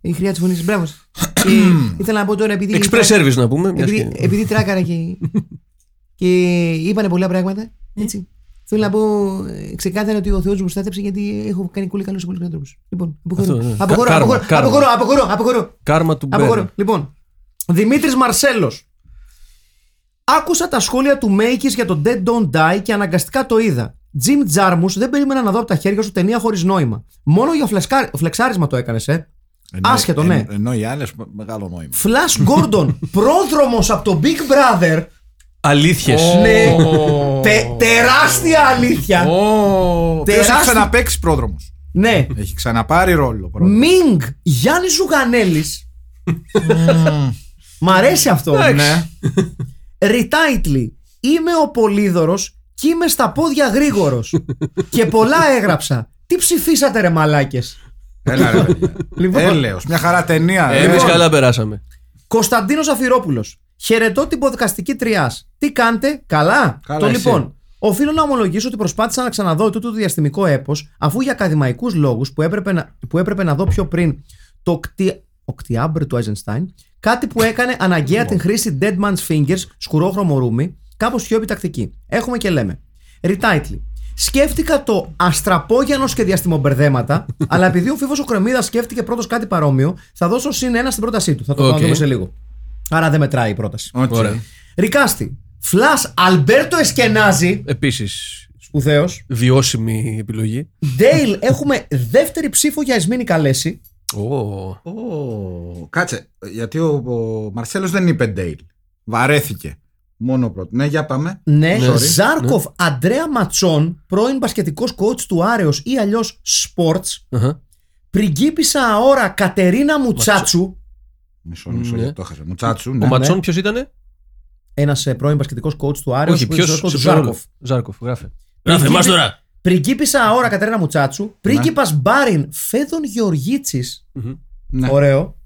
Speaker 1: Η χρειά της φωνής σα. Μπράβο. σας. και ήθελα να πω τώρα επειδή.
Speaker 2: Express service να πούμε. μιας
Speaker 1: Επειδή,
Speaker 2: και-
Speaker 1: επειδή τράκαρα και, και είπανε πολλά πράγματα. Έτσι. Θέλω να πω ε, ξεκάθαρα ότι ο Θεός μου στάθεψε γιατί έχω κάνει πολύ καλό σε πολλούς ανθρώπους. Λοιπόν, αποχωρώ.
Speaker 2: Αυτό, ναι.
Speaker 1: Αποχωρώ,
Speaker 2: Κα-
Speaker 1: αποχωρώ,
Speaker 2: κάρμα, κάρμα.
Speaker 1: αποχωρώ, αποχωρώ, αποχωρώ.
Speaker 2: Κάρμα του Μπέρ.
Speaker 1: Αποχωρώ. Λοιπόν, Δημήτρης Μαρσέλος. Άκουσα τα σχόλια του Μέικης για το Dead Don't Die και αναγκαστικά το είδα. Jim Jarmus δεν περίμενα να δω από τα χέρια σου ταινία χωρίς νόημα. Μόνο για φλεσκάρι- φλεξάρισμα το έκανες, ε. Άσχετο, ναι.
Speaker 3: Ενώ οι άλλε μεγάλο νόημα.
Speaker 1: Flash Gordon, πρόδρομος από το Big Brother.
Speaker 2: Αλήθειες.
Speaker 1: Ναι. Τε- τεράστια αλήθεια.
Speaker 3: Τεράστιο.
Speaker 1: Τεράστιο.
Speaker 3: Έχει ξαναπέξει πρόδρομος.
Speaker 1: Ναι.
Speaker 3: Έχει ξαναπάρει ρόλο. πρόδρομος.
Speaker 1: Μινγκ Γιάννης Ζουγανέλης. Μ' αρέσει αυτό.
Speaker 3: Ναι.
Speaker 1: Ριτάιτλι. Είμαι ο Πολύδωρος και είμαι στα πόδια γρήγορος. και πολλά έγραψα. Τι ψηφίσατε ρε μαλάκες.
Speaker 3: Έλα, ρε, παιδιά.
Speaker 1: Λοιπόν.
Speaker 3: Έλεος. Μια χαρά ταινία. ρε.
Speaker 2: Εμεί Ε, καλά περάσαμε.
Speaker 1: Κωνσταντίνος Αφυρόπουλος. Χαιρετώ την ποδικαστική τριάς. Τι κάνετε, καλά.
Speaker 3: Καλά,
Speaker 1: το
Speaker 3: εσύ.
Speaker 1: λοιπόν. Οφείλω να ομολογήσω ότι προσπάθησα να ξαναδώ τούτο το διαστημικό έπος, αφού για ακαδημαϊκούς λόγους που, έπρεπε να- που έπρεπε να δω πιο πριν το κτι... οκτιάμπρ του Eisenstein, κάτι που έκανε αναγκαία την χρήση Dead Man's Fingers, σκουρόχρωμο ρούμι, κάπως πιο επιτακτική. Έχουμε και λέμε. Retitle. Σκέφτηκα το αστραπόγιανο και διαστημομπερδέματα, αλλά επειδή ο φίλο ο Κρεμίδας σκέφτηκε πρώτος κάτι παρόμοιο, θα δώσω συν ένα στην πρότασή του. Θα το
Speaker 2: Οκ.
Speaker 1: okay. σε λίγο. Άρα δεν μετράει η πρόταση.
Speaker 3: Οκ.
Speaker 2: Ωραία.
Speaker 1: Ρικάστη. Φλα Αλμπέρτο Εσκενάζη.
Speaker 2: Επίσης,
Speaker 1: Σπουδαίος.
Speaker 2: βιώσιμη επιλογή.
Speaker 1: Ντέιλ, έχουμε δεύτερη ψήφο για Εσμήνη Καλέση.
Speaker 2: Ω.
Speaker 3: Ω, Κάτσε. Γιατί ο, ο Μαρσέλος δεν είπε Ντέιλ. Βαρέθηκε. Μόνο πρώτο. Ναι, για πάμε.
Speaker 1: Ναι,
Speaker 2: Ναι.
Speaker 1: Ζάρκοφ Αντρέα Ματσόν, πρώην μπασκετικός coach του Άρεος ή αλλιώς Sports.
Speaker 2: Αχα.
Speaker 1: Πριγκίπισσα αόρα Κατερίνα Μουτσάτσου.
Speaker 3: Μισό, μισό,
Speaker 2: Ναι.
Speaker 3: γιατί το έχασα. Μουτσάτσου.
Speaker 2: Ο
Speaker 3: Ναι.
Speaker 2: Ματσόν ποιο ήταν.
Speaker 1: Ένας ε, πρώην μπασκετικός coach του Άρεος.
Speaker 2: Όχι, ποιο.
Speaker 1: Του Ζάρκοφ.
Speaker 2: Ζάρκοφ, γράφε.
Speaker 1: Γράφε, μας
Speaker 2: τώρα.
Speaker 1: Πριγκίπισσα αόρα Κατερίνα
Speaker 2: Ναι.
Speaker 1: Μουτσάτσου. Πρίγκιπα Μπάριν Φέδων Γεωργίτσης.
Speaker 3: Ναι.
Speaker 1: Ωραίο.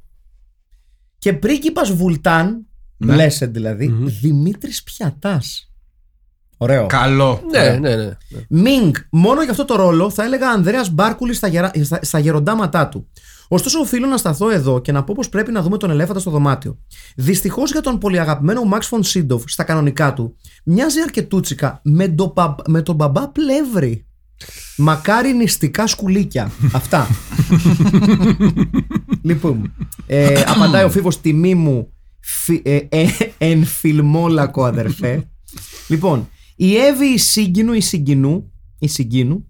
Speaker 1: Και πρίγκιπας Βουλτάν,
Speaker 3: Ναι.
Speaker 1: Blessed δηλαδη Δημήτρης Πιατάς. Ωραίο.
Speaker 3: Καλό.
Speaker 2: Ναι, ναι, ναι.
Speaker 1: Μινγκ, μόνο για αυτό το ρόλο θα έλεγα Ανδρέας Μπάρκουλης στα, γερα... στα, στα γεροντάματά του. Ωστόσο, οφείλω να σταθώ εδώ και να πω πως πρέπει να δούμε τον ελέφαντα στο δωμάτιο. Δυστυχώς για τον πολυαγαπημένο Μαξ Φον Σίντοφ στα κανονικά του, μοιάζει αρκετούτσικα με, το πα- με τον μπαμπά πλεύρη. Μακάρι νηστικά σκουλίκια. Αυτά. λοιπόν, ε, απαντάει ο Φίβος τιμή μου φι- ε, ε, εν φιλμόλακο αδερφέ. λοιπόν, η Εύη η Σύγκινου, η Συγκινού, η Συγκίνου.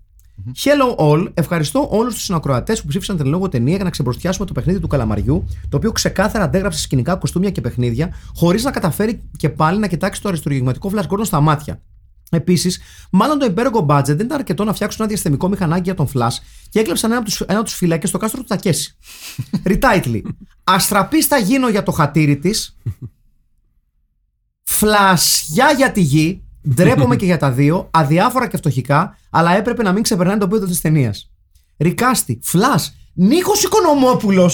Speaker 1: Hello all, ευχαριστώ όλους τους συνακροατές που ψήφισαν την λόγο ταινία για να ξεμπροστιάσουμε το παιχνίδι του Καλαμαριού, το οποίο ξεκάθαρα αντέγραψε σκηνικά, κοστούμια και παιχνίδια, χωρίς να καταφέρει και πάλι να κοιτάξει το αριστουργηματικό Flash Gordon στα μάτια. Επίσης, μάλλον το υπέρογκο budget δεν ήταν αρκετό να φτιάξουν ένα διαστημικό μηχανάκι για τον Flash και έκλεψαν ένα από τους τους φυλακέ στο κάστρο του Τακέση. Ριτάιτλι. Αστραπής θα γίνω για το χατήρι της. Φλασιά για τη γη. Ντρέπομαι και για τα δύο. Αδιάφορα και φτωχικά. Αλλά έπρεπε να μην ξεπερνάνε το πίδο της ταινίας. Ρικάστη. Φλα. Νίκος Οικονομόπουλος.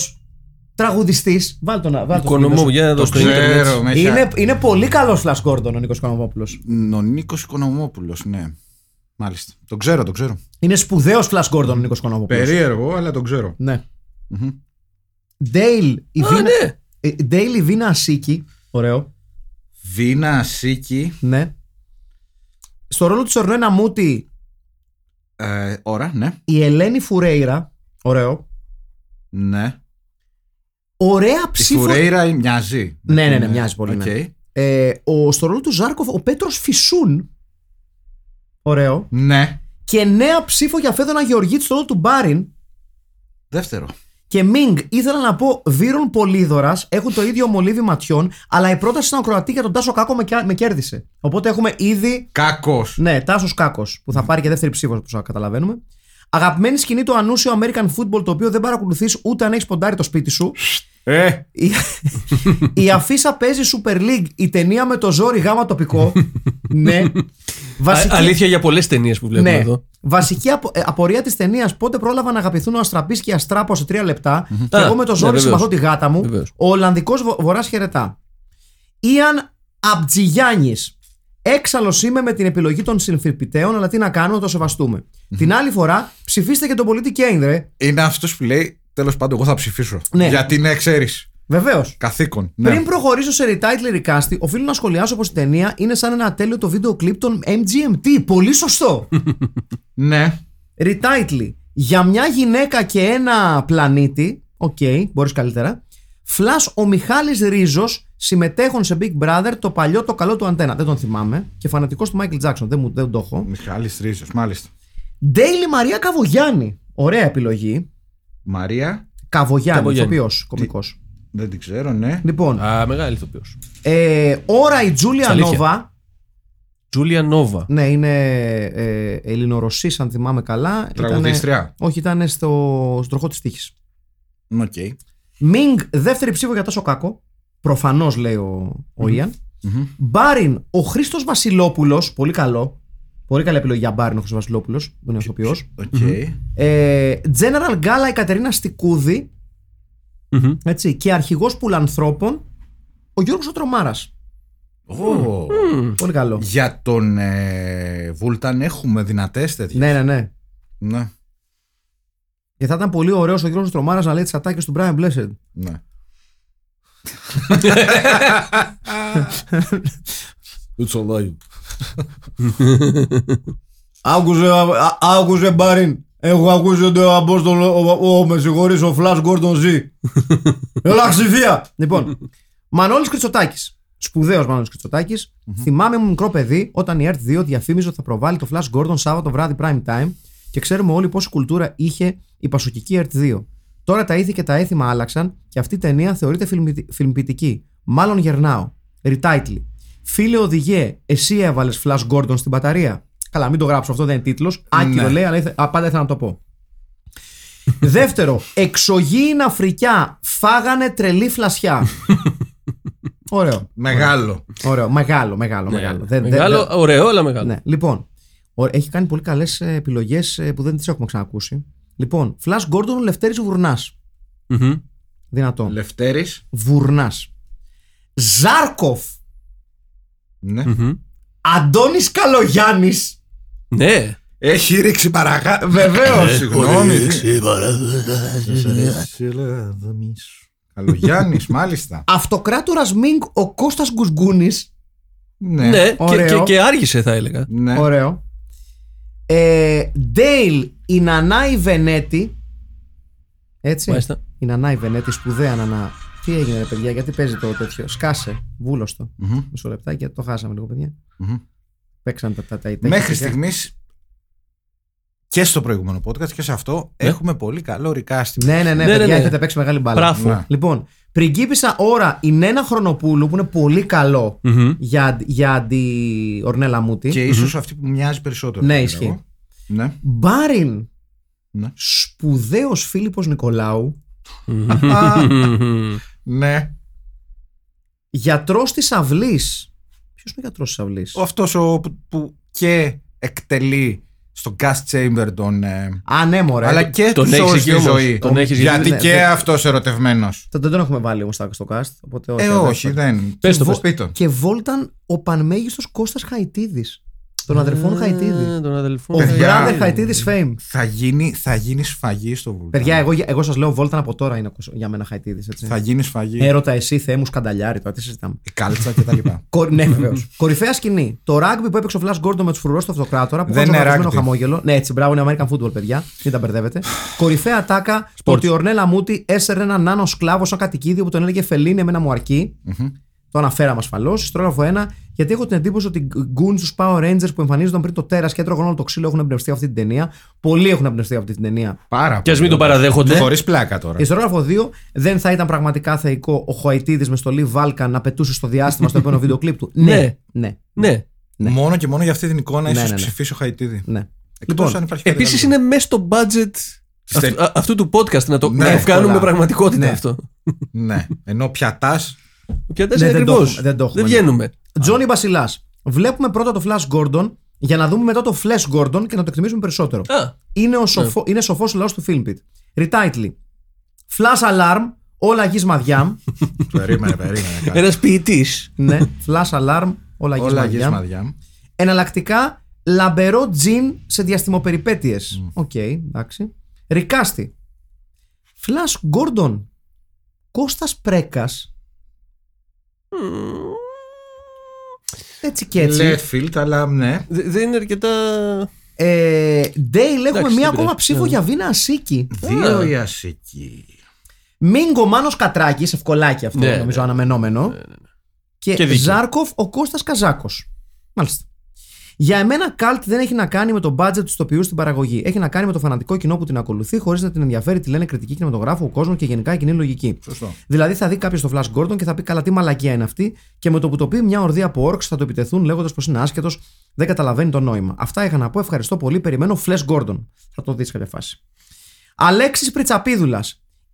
Speaker 1: Τραγουδιστής. Βάλ τον. Βάλ τον
Speaker 2: Οικονομώ,
Speaker 1: στο
Speaker 2: για να
Speaker 3: Το
Speaker 2: δω στο Ιντερνετ.
Speaker 3: ξέρω. με
Speaker 1: βίντεο
Speaker 3: έχει-
Speaker 1: σου. είναι, είναι πολύ καλός Flash Gordon ο Νίκος Οικονομόπουλος.
Speaker 3: Ο Νίκος Οικονομόπουλος, ναι. Μάλιστα. Τον ξέρω, τον ξέρω.
Speaker 1: Είναι σπουδαίος Flash Gordon ο Νίκος Οικονομόπουλος.
Speaker 3: Περίεργο, αλλά τον ξέρω.
Speaker 1: Ναι.
Speaker 3: Μμμ.
Speaker 1: Ντέιλ η Βίνα.
Speaker 2: ναι.
Speaker 1: ε, Ντέιλ η Βίνα Ασίκη. Ωραίο.
Speaker 3: Βίνα Σίκη.
Speaker 1: Ναι. Στο ρόλο του Σορνό Ναμούτη
Speaker 3: Ε, ώρα, ναι.
Speaker 1: η Ελένη Φουρέιρα. Ωραίο.
Speaker 3: Ναι.
Speaker 1: Ωραία
Speaker 3: Η
Speaker 1: ψήφο.
Speaker 3: Φουρέιρα ή- μοιάζει.
Speaker 1: Ναι, ναι, ναι, μοιάζει πολύ, ναι.
Speaker 3: Οκ.
Speaker 1: Ε, ο, στο ρόλο του Ζάρκοφ ο Πέτρος Φυσούν. Ωραίο.
Speaker 3: Ναι.
Speaker 1: Και νέα ψήφο για Φέδωνα Γεωργίτη στο ρόλο του Μπάριν.
Speaker 3: Δεύτερο.
Speaker 1: Και Μινγκ, ήθελα να πω, Βύρον Πολύδωρας έχουν το ίδιο μολύβι ματιών, αλλά η πρόταση στην ακροατή για τον Τάσο Κάκο με, κιά- με κέρδισε. Οπότε έχουμε ήδη.
Speaker 3: Κακό.
Speaker 1: Ναι, Τάσος Κάκος, που θα πάρει και δεύτερη ψήφος, όπως καταλαβαίνουμε. Αγαπημένη σκηνή του ανούσιο American Football, το οποίο δεν παρακολουθείς ούτε αν έχεις ποντάρει το σπίτι σου.
Speaker 3: Ε,
Speaker 1: Η, η αφίσα παίζει Super League, η ταινία με το ζόρι γάμα τοπικό. ναι.
Speaker 2: Α- αλήθεια για πολλές ταινίες που βλέπουμε
Speaker 1: ναι.
Speaker 2: εδώ.
Speaker 1: Βασική απο- ε, απορία της ταινίας: Πότε πρόλαβαν να αγαπηθούν ο Αστραπής και η Αστράπος σε τρία λεπτά. Και
Speaker 2: Α,
Speaker 1: εγώ με το
Speaker 2: ναι,
Speaker 1: ζόρι
Speaker 2: βεβαίως.
Speaker 1: συμπαθώ τη γάτα μου.
Speaker 2: Βεβαίως.
Speaker 1: Ο Ολλανδικός Βορράς χαιρετά. Ιαν Αμπτζιγιάννης. Έξαλλος είμαι με την επιλογή των συμφιλπιτέων, αλλά τι να κάνω, το σεβαστούμε. Την άλλη φορά ψηφίστε και τον πολίτη Κέιν, ρε.
Speaker 3: είναι αυτός που λέει τέλος πάντων, εγώ θα ψηφίσω.
Speaker 1: Ναι.
Speaker 3: Γιατί ναι, ξέρεις.
Speaker 1: Βεβαίως.
Speaker 3: Καθήκον. Ναι.
Speaker 1: Πριν προχωρήσω σε retitle recast, οφείλω να σχολιάσω πως η ταινία είναι σαν ένα τέλειο το βίντεο κλιπ των MGMT. Πολύ σωστό.
Speaker 3: ναι.
Speaker 1: Retitle. Για μια γυναίκα και ένα πλανήτη. Οκ, μπορείς καλύτερα. Φλας ο Μιχάλης Ρίζος συμμετέχουν σε Big Brother το παλιό το καλό του αντένα. Δεν τον θυμάμαι. Και φανατικός του Michael Jackson. Δεν, μου, δεν το έχω.
Speaker 3: Μιχάλης Ρίζος, μάλιστα.
Speaker 1: Ντέιλι Μαρία Καβογιάννη. Ωραία επιλογή.
Speaker 3: Μαρία,
Speaker 1: Καβογιάννη,
Speaker 2: Καβογιάννη.
Speaker 1: ηθοποιός, κωμικός.
Speaker 3: δεν την ξέρω, ναι.
Speaker 1: Λοιπόν,
Speaker 2: Α, μεγάλη ηθοποιός.
Speaker 1: ε, ώρα η Τζούλια
Speaker 2: αλήθεια.
Speaker 1: Νόβα.
Speaker 2: Τζούλια Νόβα.
Speaker 1: Ναι, είναι ε, Ελληνορωσής, αν θυμάμαι καλά. Ήτανε-
Speaker 3: Τραγουδίστρια.
Speaker 1: όχι, ήταν στο, στο τροχό της τύχης.
Speaker 3: Ναι. Οκ.
Speaker 1: Μινγκ, δεύτερη ψήφο για Τάσο Κάκο. Προφανώς λέει ο, ο Ιαν.
Speaker 3: Μμμ.
Speaker 1: Μπάριν, ο Χρήστος Βασιλόπουλος. Πολύ καλό. Πολύ καλή επιλογή για Μπάριν ο Χρήστο Βασιλόπουλος, που είναι ηθοποιός.
Speaker 3: Οκ.
Speaker 1: Ε, General Gala η Κατερίνα Στικούδη.
Speaker 2: Μμμ.
Speaker 1: Έτσι, και αρχηγός πουλανθρώπων ο Γιώργος Τρομάρα.
Speaker 3: Ω.
Speaker 1: Πολύ καλό.
Speaker 3: Για τον ε, Βούλταν έχουμε δυνατές τέτοιες.
Speaker 1: Ναι, ναι, ναι.
Speaker 3: ναι.
Speaker 1: Και θα ήταν πολύ ωραίος ο Γιώργος Τρομάρα να λέει τις ατάκες του Brian Blessed.
Speaker 3: ναι.
Speaker 1: Άκουσε, α- άκουσε Μπάριν. Έχω ακούσει ότι ο Απόστολο, ο, ο, με συγχωρείς, ο Φλας Γκόρντον ζει. Έλα ξηφία. Λοιπόν, Μανώλης Κριτσοτάκης. Σπουδαίος Μανώλης Κριτσοτάκης. Θυμάμαι μου μικρό παιδί όταν η ΕΡΤ 2 διαφήμιζε ότι θα προβάλλει το Flash Gordon Σάββατο βράδυ prime time και ξέρουμε όλοι πόση κουλτούρα είχε η πασοκική ΕΡΤ 2. Τώρα τα ήθη και τα έθιμα άλλαξαν και αυτή η ταινία θεωρείται φιλμι- φιλμπιτική. Μάλλον γερνάω. Retitle. Φίλε οδηγέ, εσύ έβαλες Flash Gordon στην μπαταρία. Καλά, μην το γράψω, αυτό δεν είναι τίτλος. Άκυρο
Speaker 3: Ναι.
Speaker 1: λέει, αλλά ήθε- α, πάντα ήθελα να το πω. Δεύτερο, εξωγήινα φρικιά φάγανε τρελή φλασιά. ωραίο,
Speaker 3: Μεγάλο.
Speaker 1: ωραίο. Μεγάλο, μεγάλο, μεγάλο. Δεν- δεν-
Speaker 2: μεγάλο,
Speaker 1: δεν-
Speaker 2: ωραίο, αλλά μεγάλο.
Speaker 1: ναι. Λοιπόν, ο- έχει κάνει πολύ καλές επιλογές ε, που δεν τις έχουμε ξανακούσει. Λοιπόν, Flash Gordon, Λευτέρης Βουρνάς.
Speaker 2: Μμμ.
Speaker 1: Δυνατόν.
Speaker 3: Λευτέρης.
Speaker 1: Βουρνάς. Ζάρκοφ.
Speaker 3: Ναι.
Speaker 2: Μμμ.
Speaker 1: Αντώνης Καλογιάννης.
Speaker 2: Ναι.
Speaker 3: Έχει ρίξει παραγά. Βεβαίως. Συγγνώμη. Καλογιάννης, μάλιστα.
Speaker 1: Αυτοκράτορας Μινγκ ο Κώστας Γκουσγκούνης.
Speaker 3: Ναι.
Speaker 2: ναι. Και,
Speaker 1: Ωραίο.
Speaker 2: και, και άργησε, θα έλεγα.
Speaker 3: Ναι.
Speaker 1: Ωραίο. Ε, Ντέιλ η Νανά η Βενέτη. Έτσι.
Speaker 2: Μάλιστα.
Speaker 1: Η Νανά η Βενέτη, σπουδαία Νανά. Τι έγινε, ρε παιδιά, γιατί παίζει το τέτοιο. Σκάσε, βούλωστο.
Speaker 3: Μμμ.
Speaker 1: Μισό λεπτάκι, το χάσαμε λίγο, παιδιά.
Speaker 3: Μμμ.
Speaker 1: Παίξαν τα τα τα. τα-
Speaker 3: Μέχρι
Speaker 1: τα-
Speaker 3: στιγμής και στο προηγούμενο podcast και σε αυτό έχουμε πολύ καλό recasting.
Speaker 1: Ναι, ναι, ναι,
Speaker 2: Ναι, ναι,
Speaker 1: παιδιά,
Speaker 2: ναι.
Speaker 1: έχετε παίξει μεγάλη μπάλα.
Speaker 2: Μπράβο.
Speaker 3: Ναι.
Speaker 1: Λοιπόν, πριγκίπισσα ώρα η Νένα Χρονοπούλου που είναι πολύ καλό
Speaker 2: Μμμ.
Speaker 1: για, για αντι Ορνέλα Μούτη.
Speaker 3: Και ίσως αυτή που μοιάζει περισσότερο.
Speaker 1: Ναι,
Speaker 3: θα
Speaker 1: ισχύει.
Speaker 3: λέγω. Ναι.
Speaker 1: Μπάριν.
Speaker 3: Ναι.
Speaker 1: Σπουδαίος Φίλιππος Νικολάου.
Speaker 2: Μμμ.
Speaker 3: ναι.
Speaker 1: Γιατρός της αυλής. Ποιος είναι ο γιατρός της αυλής.
Speaker 3: Αυτό που, που και εκτελεί στο gas chamber τον. ε,
Speaker 1: Α, ναι, μωρέ.
Speaker 3: αλλά και
Speaker 2: τον
Speaker 3: του
Speaker 2: έχεις
Speaker 3: όρου
Speaker 2: εκεί
Speaker 3: στη
Speaker 2: όμως.
Speaker 3: ζωή.
Speaker 2: Τον έχεις εκεί.
Speaker 3: Γιατί
Speaker 1: Ναι,
Speaker 3: και
Speaker 1: δεν-
Speaker 3: αυτός ερωτευμένος.
Speaker 1: Το- Δεν τον έχουμε βάλει όμως στο cast. Οπότε όχι,
Speaker 3: Ε,
Speaker 1: δεν
Speaker 3: όχι,
Speaker 1: έχουμε.
Speaker 3: δεν.
Speaker 2: Πες το, πες το.
Speaker 3: Πίτον.
Speaker 1: Και βόλταν ο πανμέγιστος Κώστας Χαϊτίδης. Των αδερφών
Speaker 2: Α,
Speaker 1: Χαϊτίδη.
Speaker 2: Των
Speaker 1: Ο
Speaker 2: αδελφών.
Speaker 3: Παιδιά.
Speaker 1: brother Χαϊτίδης fame.
Speaker 3: Θα γίνει, θα γίνει σφαγή στο βουλκάνο.
Speaker 1: Παιδιά, εγώ, εγώ σας λέω βόλταν από τώρα είναι ο Κώστας- για μένα Χαϊτίδης, έτσι.
Speaker 3: Θα γίνει σφαγή.
Speaker 2: Ε,
Speaker 1: Έρωτα, εσύ, θεέ μου, σκανταλιάρι, τώρα τι συζητάμε.
Speaker 3: Η κάλτσα κτλ.
Speaker 1: Κορ... Ναι, βεβαίως. Κορυφαία σκηνή. Το ράγμπι που έπαιξε ο Flash Gordon με τους φρουρός στο αυτοκράτορα. Που
Speaker 3: Δεν
Speaker 1: είχε
Speaker 3: είναι
Speaker 1: ζωγραφισμένο
Speaker 3: rugby.
Speaker 1: χαμόγελο. Ναι, έτσι, μπράβο, είναι American football, παιδιά. Μην τα μπερδεύετε. Κορυφαία ατάκα ότι η Ορνέλα Μούτι έσαιρνε έναν νάνο σκλάβο σαν κατοικίδιο που τον έλεγε Φελίνη, εμένα μου αρκεί. Το αναφέραμε ασφαλώς. Στρόγγραφο 1, γιατί έχω την εντύπωση ότι οι γκουν στους Power Rangers που εμφανίζονταν πριν το τέρας και έτρωγαν όλο το ξύλο έχουν εμπνευστεί από αυτή την ταινία. Πολλοί έχουν εμπνευστεί από αυτή την ταινία.
Speaker 3: Πάρα
Speaker 2: Και ας μην το παραδέχονται.
Speaker 3: Χωρίς πλάκα τώρα.
Speaker 1: Η Στρόγγραφο 2 δεν θα ήταν πραγματικά θεϊκό ο Χουαϊτίδης με στολή Βάλκα να πετούσε στο διάστημα στο επόμενο βίντεο κλειπ του.
Speaker 2: Ναι.
Speaker 1: ναι, ναι,
Speaker 2: Ναι.
Speaker 1: Ναι.
Speaker 3: Μόνο και μόνο για αυτή την εικόνα,
Speaker 1: Ναι,
Speaker 3: ίσως
Speaker 1: ναι, ναι.
Speaker 3: ψηφίσω Χαϊτίδη.
Speaker 1: ναι.
Speaker 3: Εκτός
Speaker 1: Λοιπόν,
Speaker 3: αν υπάρχει κάτι
Speaker 2: Επίσης
Speaker 3: άλλο.
Speaker 2: είναι μέσα στο budget
Speaker 3: Στε-
Speaker 2: αυτού, α- αυτού του podcast να το,
Speaker 3: Ναι,
Speaker 2: να το κάνουμε
Speaker 3: εύκολα.
Speaker 2: πραγματικότητα
Speaker 1: Ναι.
Speaker 2: αυτό.
Speaker 3: Ναι. Ενώ πιατάς.
Speaker 2: Και δεν
Speaker 1: Ναι,
Speaker 2: είναι
Speaker 1: δεν το
Speaker 2: ακριβώς.
Speaker 1: έχουμε, δεν το έχουμε, ναι.
Speaker 2: βγαίνουμε.
Speaker 1: Τζόνι Βασιλά. Βλέπουμε πρώτα το Flash Gordon για να δούμε μετά το Flash Gordon και να το εκτιμήσουμε περισσότερο.
Speaker 2: Α,
Speaker 1: Είναι,
Speaker 3: Ναι.
Speaker 1: ο σοφό, είναι σοφός ο λαός του Filmpit. Retitle. Flash Alarm, όλα γης μαδιάμ.
Speaker 3: Περίμενε, περίμενε. κάτι.
Speaker 2: ένας ποιητής.
Speaker 1: ναι, Flash Alarm, όλα γης
Speaker 3: Όλα γη
Speaker 1: μαδιάμ.
Speaker 3: μαδιά μου.
Speaker 1: Εναλλακτικά, λαμπερό τζιν σε διαστημοπεριπέτειες. Οκ, εντάξει. Ρικάστη. Flash Gordon. Κώστας Πρέκας. Έτσι και έτσι.
Speaker 3: Λέφιλτ, αλλά ναι.
Speaker 2: Δε- Δεν είναι αρκετά.
Speaker 1: Ε, Ντέιλ, έχουμε
Speaker 2: δεν
Speaker 1: μία ακόμα
Speaker 2: πειράζει.
Speaker 1: ψήφο
Speaker 2: Ναι.
Speaker 1: για Βίνα Ασίκη.
Speaker 3: Δύο η Ασική.
Speaker 1: Μίγκο Μάνος Κατράκης, ευκολάκι αυτό
Speaker 2: Ναι,
Speaker 1: νομίζω,
Speaker 2: ναι.
Speaker 1: αναμενόμενο. Και,
Speaker 2: Και δίκιο.
Speaker 1: Ζάρκοφ ο Κώστας Καζάκος. Μάλιστα. Για εμένα, καλτ δεν έχει να κάνει με το budget τους τοπιούς στην παραγωγή. Έχει να κάνει με το φανατικό κοινό που την ακολουθεί, χωρίς να την ενδιαφέρει τι λένε κριτική κινηματογράφου, ο κόσμος και γενικά η κοινή λογική.
Speaker 3: Σωστό.
Speaker 1: Δηλαδή θα δει κάποιος το Flash Gordon και θα πει καλά τι μαλακία είναι αυτή και με το που το πει μια ορδία από όρξ θα το επιτεθούν λέγοντας πως είναι άσχετο, δεν καταλαβαίνει το νόημα. Αυτά είχα να πω, ευχαριστώ πολύ, περιμένω Flash Gordon. Θα το δεις κάποια φάση. Αλέξης Πριτσαπίδουλας.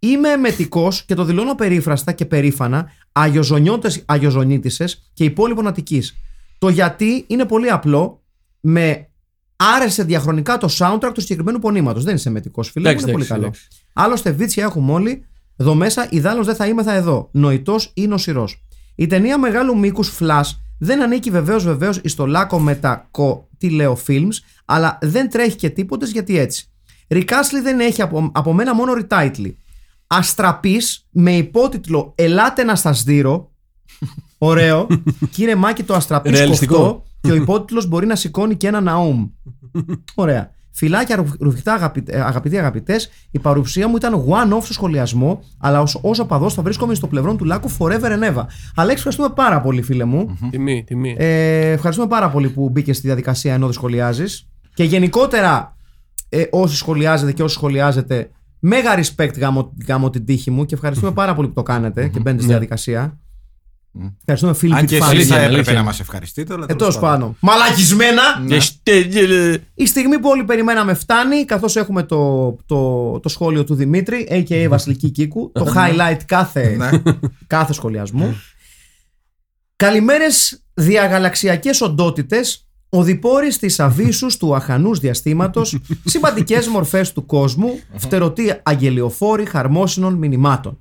Speaker 1: Είμαι εμετικός και το δηλώνω περίφραστα και περήφανα αγιοζονίτησε και υπόλοιπων Αττικής. Το γιατί είναι πολύ απλό. Με άρεσε διαχρονικά το soundtrack του συγκεκριμένου πονήματος. Δεν είσαι εμετικό, φίλε. μου,
Speaker 2: Εντάξει,
Speaker 1: Είναι πολύ
Speaker 2: εντάξει,
Speaker 1: καλό.
Speaker 2: εντάξει.
Speaker 1: Άλλωστε, βίτσια έχουμε όλοι. Εδώ μέσα, ιδάλω δεν θα είμαι θα εδώ. Νοητός ή νοσηρό. Η ταινία μεγάλου μήκους Flash δεν ανήκει βεβαίως βεβαίως ει το λάκκο με τα κο, τι λέω, films, αλλά δεν τρέχει και τίποτες γιατί έτσι. Ρικάσλι δεν έχει από, από μένα μόνο retitle. Αστραπής με υπότιτλο Ελάτε να σας δείρω. Ωραίο. Κύριε Μάκη, το αστραπή
Speaker 2: Ρεαλιστικό.
Speaker 1: σκοφτό και ο υπότιτλος μπορεί να σηκώνει και ένα ναούμ. Ωραία. Φιλάκια ρου- ρουφιχτά αγαπητ- ε, αγαπητοί αγαπητές, η παρουσία μου ήταν one-off στο σχολιασμό, αλλά ως, ως οπαδός θα βρίσκομαι στο πλευρό του Λάκου forever and ever. Αλέξη, ευχαριστούμε πάρα πολύ, φίλε μου.
Speaker 2: Τιμή, τιμή.
Speaker 1: Ε, ευχαριστούμε πάρα πολύ που μπήκες στη διαδικασία ενώ δεν σχολιάζεις. Και γενικότερα, ε, όσοι σχολιάζετε και όσοι σχολιάζετε, μέγα respect γάμο, γάμο την τύχη μου και ευχαριστούμε πάρα πολύ που το κάνετε και μπαίνετε στη διαδικασία. Ευχαριστούμε, φίλοι
Speaker 3: Ναι. Αν
Speaker 1: μου.
Speaker 3: και εσεί θα έπρεπε
Speaker 2: αλήθεια.
Speaker 3: να μας ευχαριστείτε, αλλά τέλος
Speaker 1: Ετός
Speaker 3: πάντων. Ναι.
Speaker 1: πάνω. Ε, Μαλακισμένα!
Speaker 2: Και στέγγελε.
Speaker 1: Η στιγμή που όλοι περιμέναμε φτάνει, καθώς έχουμε το, το, το σχόλιο του Δημήτρη, a.k.a. Βασιλική Κίκου, το highlight κάθε, κάθε σχολιασμού. Καλημέρες διαγαλαξιακές οντότητες, οδηπόροι στις αβύσους του αχανούς διαστήματος, συμπαντικές μορφές του κόσμου, φτερωτοί αγγελιοφόροι χαρμόσυνων μηνυμάτων.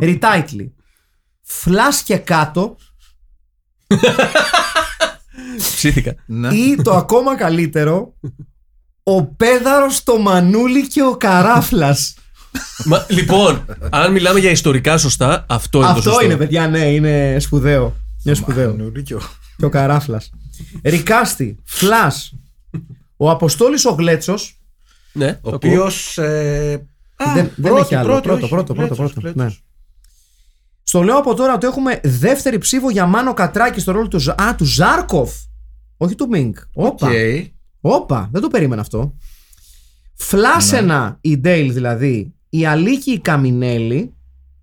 Speaker 1: Ριτάιτλι. Φλάς και κάτω
Speaker 2: Ψήθηκα.
Speaker 3: Ναι.
Speaker 1: ή το ακόμα καλύτερο ο Πέδαρος το Μανούλι και ο Καράφλας
Speaker 2: Μα, λοιπόν, αν μιλάμε για ιστορικά σωστά, αυτό είναι το
Speaker 1: Αυτό
Speaker 2: σωστό.
Speaker 1: είναι παιδιά ναι είναι σπουδαίο Είναι σπουδαίο
Speaker 3: Νουρίκιο.
Speaker 1: και ο Καράφλας Ρικάστη, Φλάς Ο Αποστόλης ο Γλέτσος
Speaker 2: Ναι,
Speaker 3: Ο ε,
Speaker 2: το ακούω.
Speaker 3: οποίος.
Speaker 1: δεν, δεν έχει άλλο Πρώτο πρώτο πρώτο, πρώτο ναι. Στο λέω από τώρα ότι έχουμε δεύτερη ψήφο για Μάνο Κατράκη στο ρόλο του, Ζα- α, του Ζάρκοφ. Όχι του Μίνκ. Όπα. Όπα, δεν το περίμενα αυτό.
Speaker 2: Ναι.
Speaker 1: Φλάσενα η Ντέιλ δηλαδή, η Αλίκη η Καμινέλη.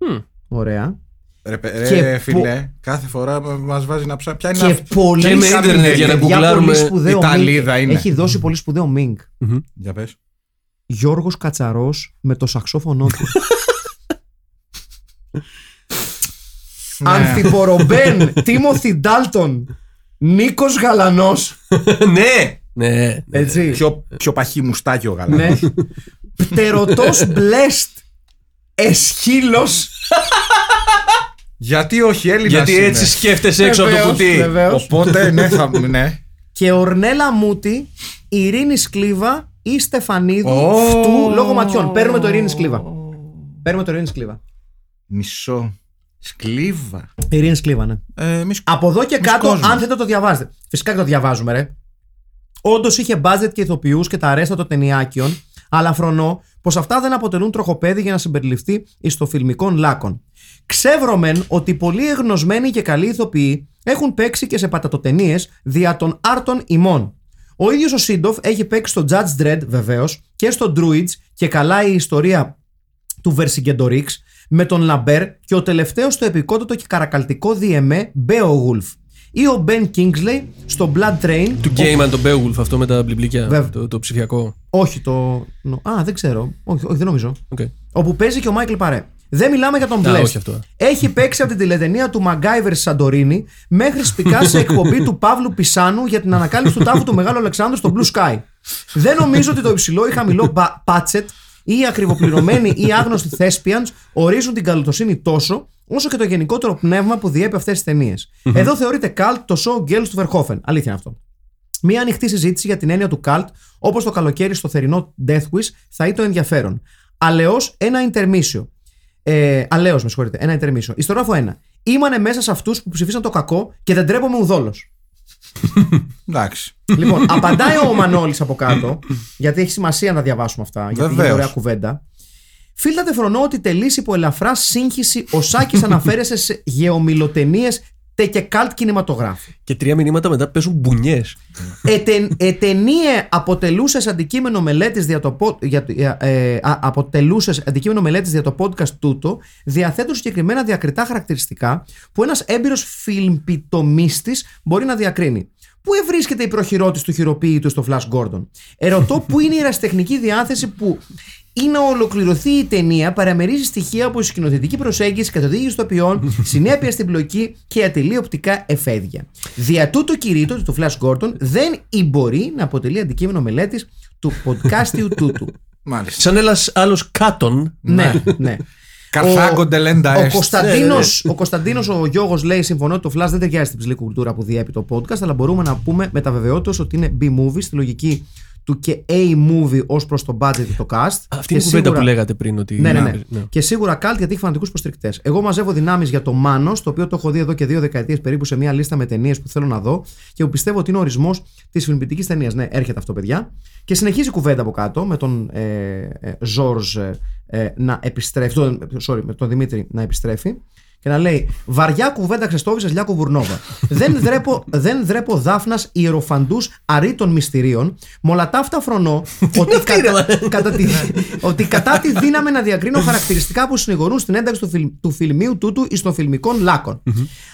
Speaker 2: Μμμ.
Speaker 1: Ωραία.
Speaker 3: Ρε, παι-
Speaker 1: Και
Speaker 3: ρε
Speaker 1: πο-
Speaker 3: φίλε, κάθε φορά μας βάζει να ψάξει. Ποια είναι
Speaker 1: Και
Speaker 3: αυτή.
Speaker 1: πολύ
Speaker 2: Και με
Speaker 1: σπουδαίο-
Speaker 2: ίντερνετ για να
Speaker 1: παιδιά,
Speaker 2: γκουγκλάρουμε
Speaker 1: πολύ σπουδαίο
Speaker 3: Ιταλίδα
Speaker 1: Μίνκ.
Speaker 3: είναι.
Speaker 1: Έχει δώσει πολύ σπουδαίο Μίνκ.
Speaker 3: Για πες.
Speaker 1: Γιώργος Κατσαρός με το σαξόφωνο του.
Speaker 3: Ναι.
Speaker 1: Ανθιπορομπέν, Τίμωθη Ντάλτον, Νίκος Γαλανός.
Speaker 2: ναι! Ναι.
Speaker 1: Έτσι.
Speaker 3: Πιο, πιο παχύ μουστάκι ο γαλανός.
Speaker 1: Ναι. Πτερωτός Μπλέστ. Εσχύλος.
Speaker 3: Γιατί όχι Έλληνας.
Speaker 2: Γιατί έτσι σκέφτεσαι έξω από το
Speaker 1: Βεβαίως,
Speaker 2: κουτί.
Speaker 1: βεβαίως.
Speaker 3: Οπότε ναι, θα. Ναι.
Speaker 1: και Ορνέλα Μούτι, Ειρήνη Σκλίβα ή Στεφανίδου
Speaker 3: Ω.
Speaker 1: φτού λόγω ματιών. Παίρνουμε το Ειρήνη Σκλίβα. Παίρνουμε το Ειρήνη Σκλίβα.
Speaker 3: Μισό. Σκλίβα.
Speaker 1: Ειρήνη Σκλίβα, ναι.
Speaker 3: Ε, μισό.
Speaker 1: Από εδώ και κάτω,
Speaker 3: κόσμος.
Speaker 1: αν θέλετε, το διαβάζετε. Φυσικά και το διαβάζουμε, ρε. Όντως είχε budget και ηθοποιούς και τα αρέστα των ταινιάκιων, αλλά φρονώ πως αυτά δεν αποτελούν τροχοπέδι για να συμπεριληφθεί εις το φιλμικών λάκων. Ξεύρωμεν ότι πολλοί εγνωσμένοι και καλοί ηθοποιοί έχουν παίξει και σε πατατοτενίες δια των άρτων ημών. Ο ίδιος ο Σίντοφ έχει παίξει στο Judge Dredd βεβαίως και στο Druids και καλά η ιστορία του Βερσιγκεντορίξ με τον Λαμπέρ και ο τελευταίος στο επικότοτο και καρακαλτικό διεμέ Beowulf. Ή ο Μπεν Κίνγκσλεϊ στο Blood Train.
Speaker 2: Του Γκέιμαν τον Beowulf αυτό με τα μπλιμπλίκια.
Speaker 1: Βέβαια.
Speaker 2: Το, το ψηφιακό.
Speaker 1: Όχι το. νο- Α, δεν ξέρω. Όχι, όχι δεν νομίζω.
Speaker 2: Okay.
Speaker 1: Όπου παίζει και ο Μάικλ Παρέ. Δεν μιλάμε για τον
Speaker 2: Α,
Speaker 1: Μπλες.
Speaker 2: όχι αυτό, ε.
Speaker 1: Έχει παίξει από την τηλετενία του Μαγκάιβερ στη Σαντορίνη μέχρι σπικά σε εκπομπή του Παύλου Πισάνου για την ανακάλυψη του τάφου του Μεγάλου Αλεξάνδρου στο Blue Sky. Δεν νομίζω ότι το υψηλό ή χαμηλό μπα- πάτσετ ή οι ακριβοπληρωμένοι ή άγνωστοι thespians ορίζουν την καλοτοσύνη τόσο όσο και το γενικότερο πνεύμα που διέπει αυτές τις ταινίες. Εδώ θεωρείται καλτ το show Girls του Verhoeven. Αλήθεια είναι αυτό. Μία ανοιχτή συζήτηση για την έννοια του cult, όπως το καλοκαίρι στο θερινό Death Wish, θα ήταν ενδιαφέρον. Αλεώ ένα intermissio. Ε, Αλέω, με συγχωρείτε, ένα intermissio. Ιστοράφο 1. Ήμανε μέσα σε αυτούς που ψηφίσαν το κακό και δεν τρέπομαι ουδόλως.
Speaker 3: Εντάξει.
Speaker 1: λοιπόν, απαντάει ο Μανώλης από κάτω, γιατί έχει σημασία να διαβάσουμε αυτά, γιατί είναι
Speaker 3: Βεβαίως.
Speaker 1: ωραία κουβέντα. Φίλτατε φρονώ ότι τελείς υπό ελαφρά σύγχυση ο Σάκης αναφέρεσαι σε γεωμιλοτενίες τε και καλτ κινηματογράφου.
Speaker 2: Και τρία μηνύματα μετά παίζουν μπουνιές.
Speaker 1: Ετε, ετενίε αποτελούσες αντικείμενο μελέτης για το, πο- για, το- για- ε, α, αποτελούσες αντικείμενο μελέτης για το podcast τούτο, διαθέτουν συγκεκριμένα διακριτά χαρακτηριστικά που ένας έμπειρος φιλμπιτομίστης μπορεί να διακρίνει. Πού ευρίσκεται η προχειρότηση του χειροποίητου στο Flash Gordon. Ερωτώ πού είναι η ερασιτεχνική διάθεση που ή να ολοκληρωθεί η ταινία παραμερίζει στοιχεία από σκηνοθετική προσέγγιση, καθοδήγηση των ποιών, συνέπεια στην πλοκή και ατελεί οπτικά εφέδια. Δια τούτο κηρύττω ότι το Flash Gordon δεν ή μπορεί να αποτελεί αντικείμενο μελέτης του podcastιου τούτου.
Speaker 3: Μάλιστα.
Speaker 2: Σαν ένας άλλος κάτων.
Speaker 1: ναι, ναι.
Speaker 3: Καρθάγκοντε λέντα
Speaker 1: Ο
Speaker 3: est.
Speaker 1: Κωνσταντίνος, ο, Κωνσταντίνος, ο Γιώργος λέει συμφωνώ ότι το Flash δεν ταιριάζει στην ψηλή κουλτούρα που διέπει το podcast αλλά μπορούμε να πούμε με τα βεβαιότητας ότι είναι B-movie στη λογική του και A-movie ως προς το budget και το cast
Speaker 2: Αυτή είναι η
Speaker 1: Και
Speaker 2: κουβέντα
Speaker 1: Ε, σίγουρα-
Speaker 2: που λέγατε πριν. Ότι...
Speaker 1: ναι, ναι, ναι. Και σίγουρα κάλτ γιατί έχει φανατικού προστρικτέ. Εγώ μαζεύω δυνάμεις για το Μάνο, το οποίο το έχω δει εδώ και δύο δεκαετίες περίπου σε μια λίστα με ταινίες που θέλω να δω και που πιστεύω ότι είναι ορισμός της φιλμπιτική ταινίας. Ναι, έρχεται αυτό, παιδιά. Και συνεχίζει η κουβέντα από κάτω με τον ε, ε, Ζόρζ ε, ε, να επιστρέφει. Τον, sorry, με τον Δημήτρη να επιστρέφει. Και να λέει Βαριά κουβέντα Ξεστόβησε Λιάκο Βουρνόβα. δεν, δρέπω, δεν δρέπω δάφνας ιεροφαντούς αρήτων μυστηρίων. Μολα τα αυτά φρονώ ότι, κατά, κατά τη, ότι κατά τη δύναμη να διακρίνω χαρακτηριστικά που συνηγορούν στην ένταξη του, φιλ, του φιλμίου τούτου εις των φιλμικών λάκων.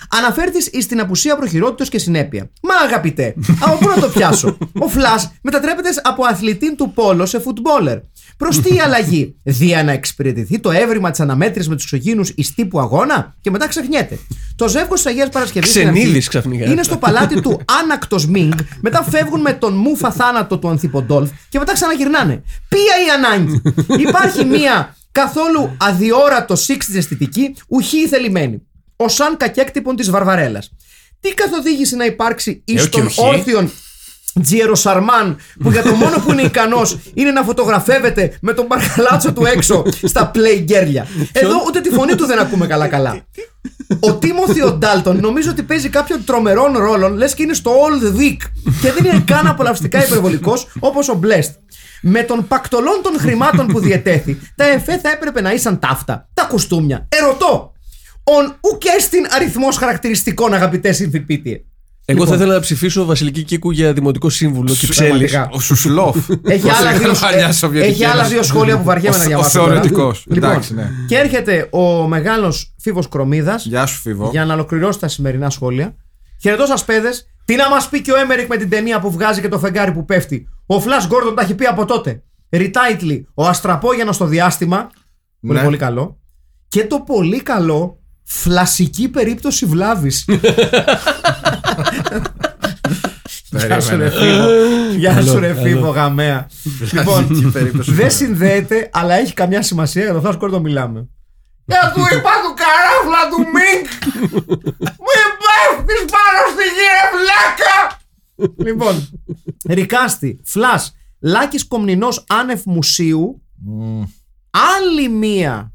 Speaker 1: Αναφέρθης εις την απουσία προχειρότητα και συνέπεια. Μα αγαπητέ, από πού να το πιάσω. Ο Φλα μετατρέπεται από αθλητή του πόλο σε φουτμπόλερ. Προς τι η αλλαγή, Δια να εξυπηρετηθεί το έβριμα της αναμέτρησης με τους εξωγήνου εις τύπου αγώνα και μετά ξεχνιέται. Το ζεύγος της Αγίας Παρασκευής.
Speaker 2: Ξενίδης ξαφνικά.
Speaker 1: Είναι στο παλάτι του άνακτος Μίνγκ, μετά φεύγουν με τον μούφα θάνατο του Ανθιποντόλφ και μετά ξαναγυρνάνε. Ποια η ανάγκη. Υπάρχει μία καθόλου αδιόρατο σύξτη αισθητική, ουχή η θελημένη. Ο σαν κακέκτυπον της Βαρβαρέλας. Τι καθοδήγηση να υπάρξει εις
Speaker 2: Ε, όχι,
Speaker 1: των
Speaker 2: όχι.
Speaker 1: όρθιων Τζιέρο Σαρμάν που για το μόνο που είναι ικανός είναι να φωτογραφεύεται με τον παρχαλάτσο του έξω στα play γκέρλια. Εδώ ούτε τη φωνή του δεν ακούμε καλά-καλά. Ο Τίμωθι ο Ντάλτον νομίζω ότι παίζει κάποιον τρομερών ρόλων, λες και είναι στο Old Vic και δεν είναι καν απολαυστικά υπερβολικός όπως ο Blessed. Με των πακτολών των χρημάτων που διετέθη, τα εφέ θα έπρεπε να ήσαν ταύτα. Τα κουστούμια. Ερωτώ! Ον ουκέστην αριθμός χαρακτηριστικών, αγαπητές συνθηπίτιε.
Speaker 2: Εγώ
Speaker 1: Λοιπόν.
Speaker 2: θα ήθελα να ψηφίσω Βασιλική Κίκου για δημοτικό σύμβουλο και ψέλη.
Speaker 1: Πραγματικά.
Speaker 3: Ε, Ο Σουσλόφ.
Speaker 1: Έχει
Speaker 3: Ο
Speaker 1: άλλα, δύο,
Speaker 3: Παλιά
Speaker 1: ε,
Speaker 3: Σοβιετικής
Speaker 1: έχει άλλα
Speaker 3: Ένωση.
Speaker 1: δύο σχόλια που βαριέμαι
Speaker 3: Ο-
Speaker 1: να
Speaker 3: ο
Speaker 1: διαβάσω. τώρα.
Speaker 3: θεωρητικός.
Speaker 1: Λοιπόν,
Speaker 3: Εντάξει, ναι.
Speaker 1: Και έρχεται ο μεγάλος Φίβος Κρομίδας
Speaker 3: Γεια σου, Φίβο.
Speaker 1: για να ολοκληρώσει τα σημερινά σχόλια. Χαιρετώ σας, παιδες. Τι να μας πει και ο Έμερικ με την ταινία που βγάζει και το φεγγάρι που πέφτει. Ο Φλα Γκόρντον τα έχει πει από τότε. Ριτάιτλι, ο Αστραπόγενος στο διάστημα. Πολύ,
Speaker 3: Ναι.
Speaker 1: πολύ καλό. Και το πολύ καλό φλασική περίπτωση βλάβης. Γεια σου, ρε
Speaker 3: Περίμενε.
Speaker 1: Φίβο. Γεια σου, ρε Φίβο, γαμαία. Λοιπόν, δεν συνδέεται, αλλά έχει καμιά σημασία για το Flash Gordon μιλάμε. Για του είπα του καράφλα του Μιγκ! Μην πέφτεις πάνω στη γύρε βλάκα! Λοιπόν, Ρικάστη, Flash, Λάκης Κομνηνός Άνευ Μουσείου, άλλη μία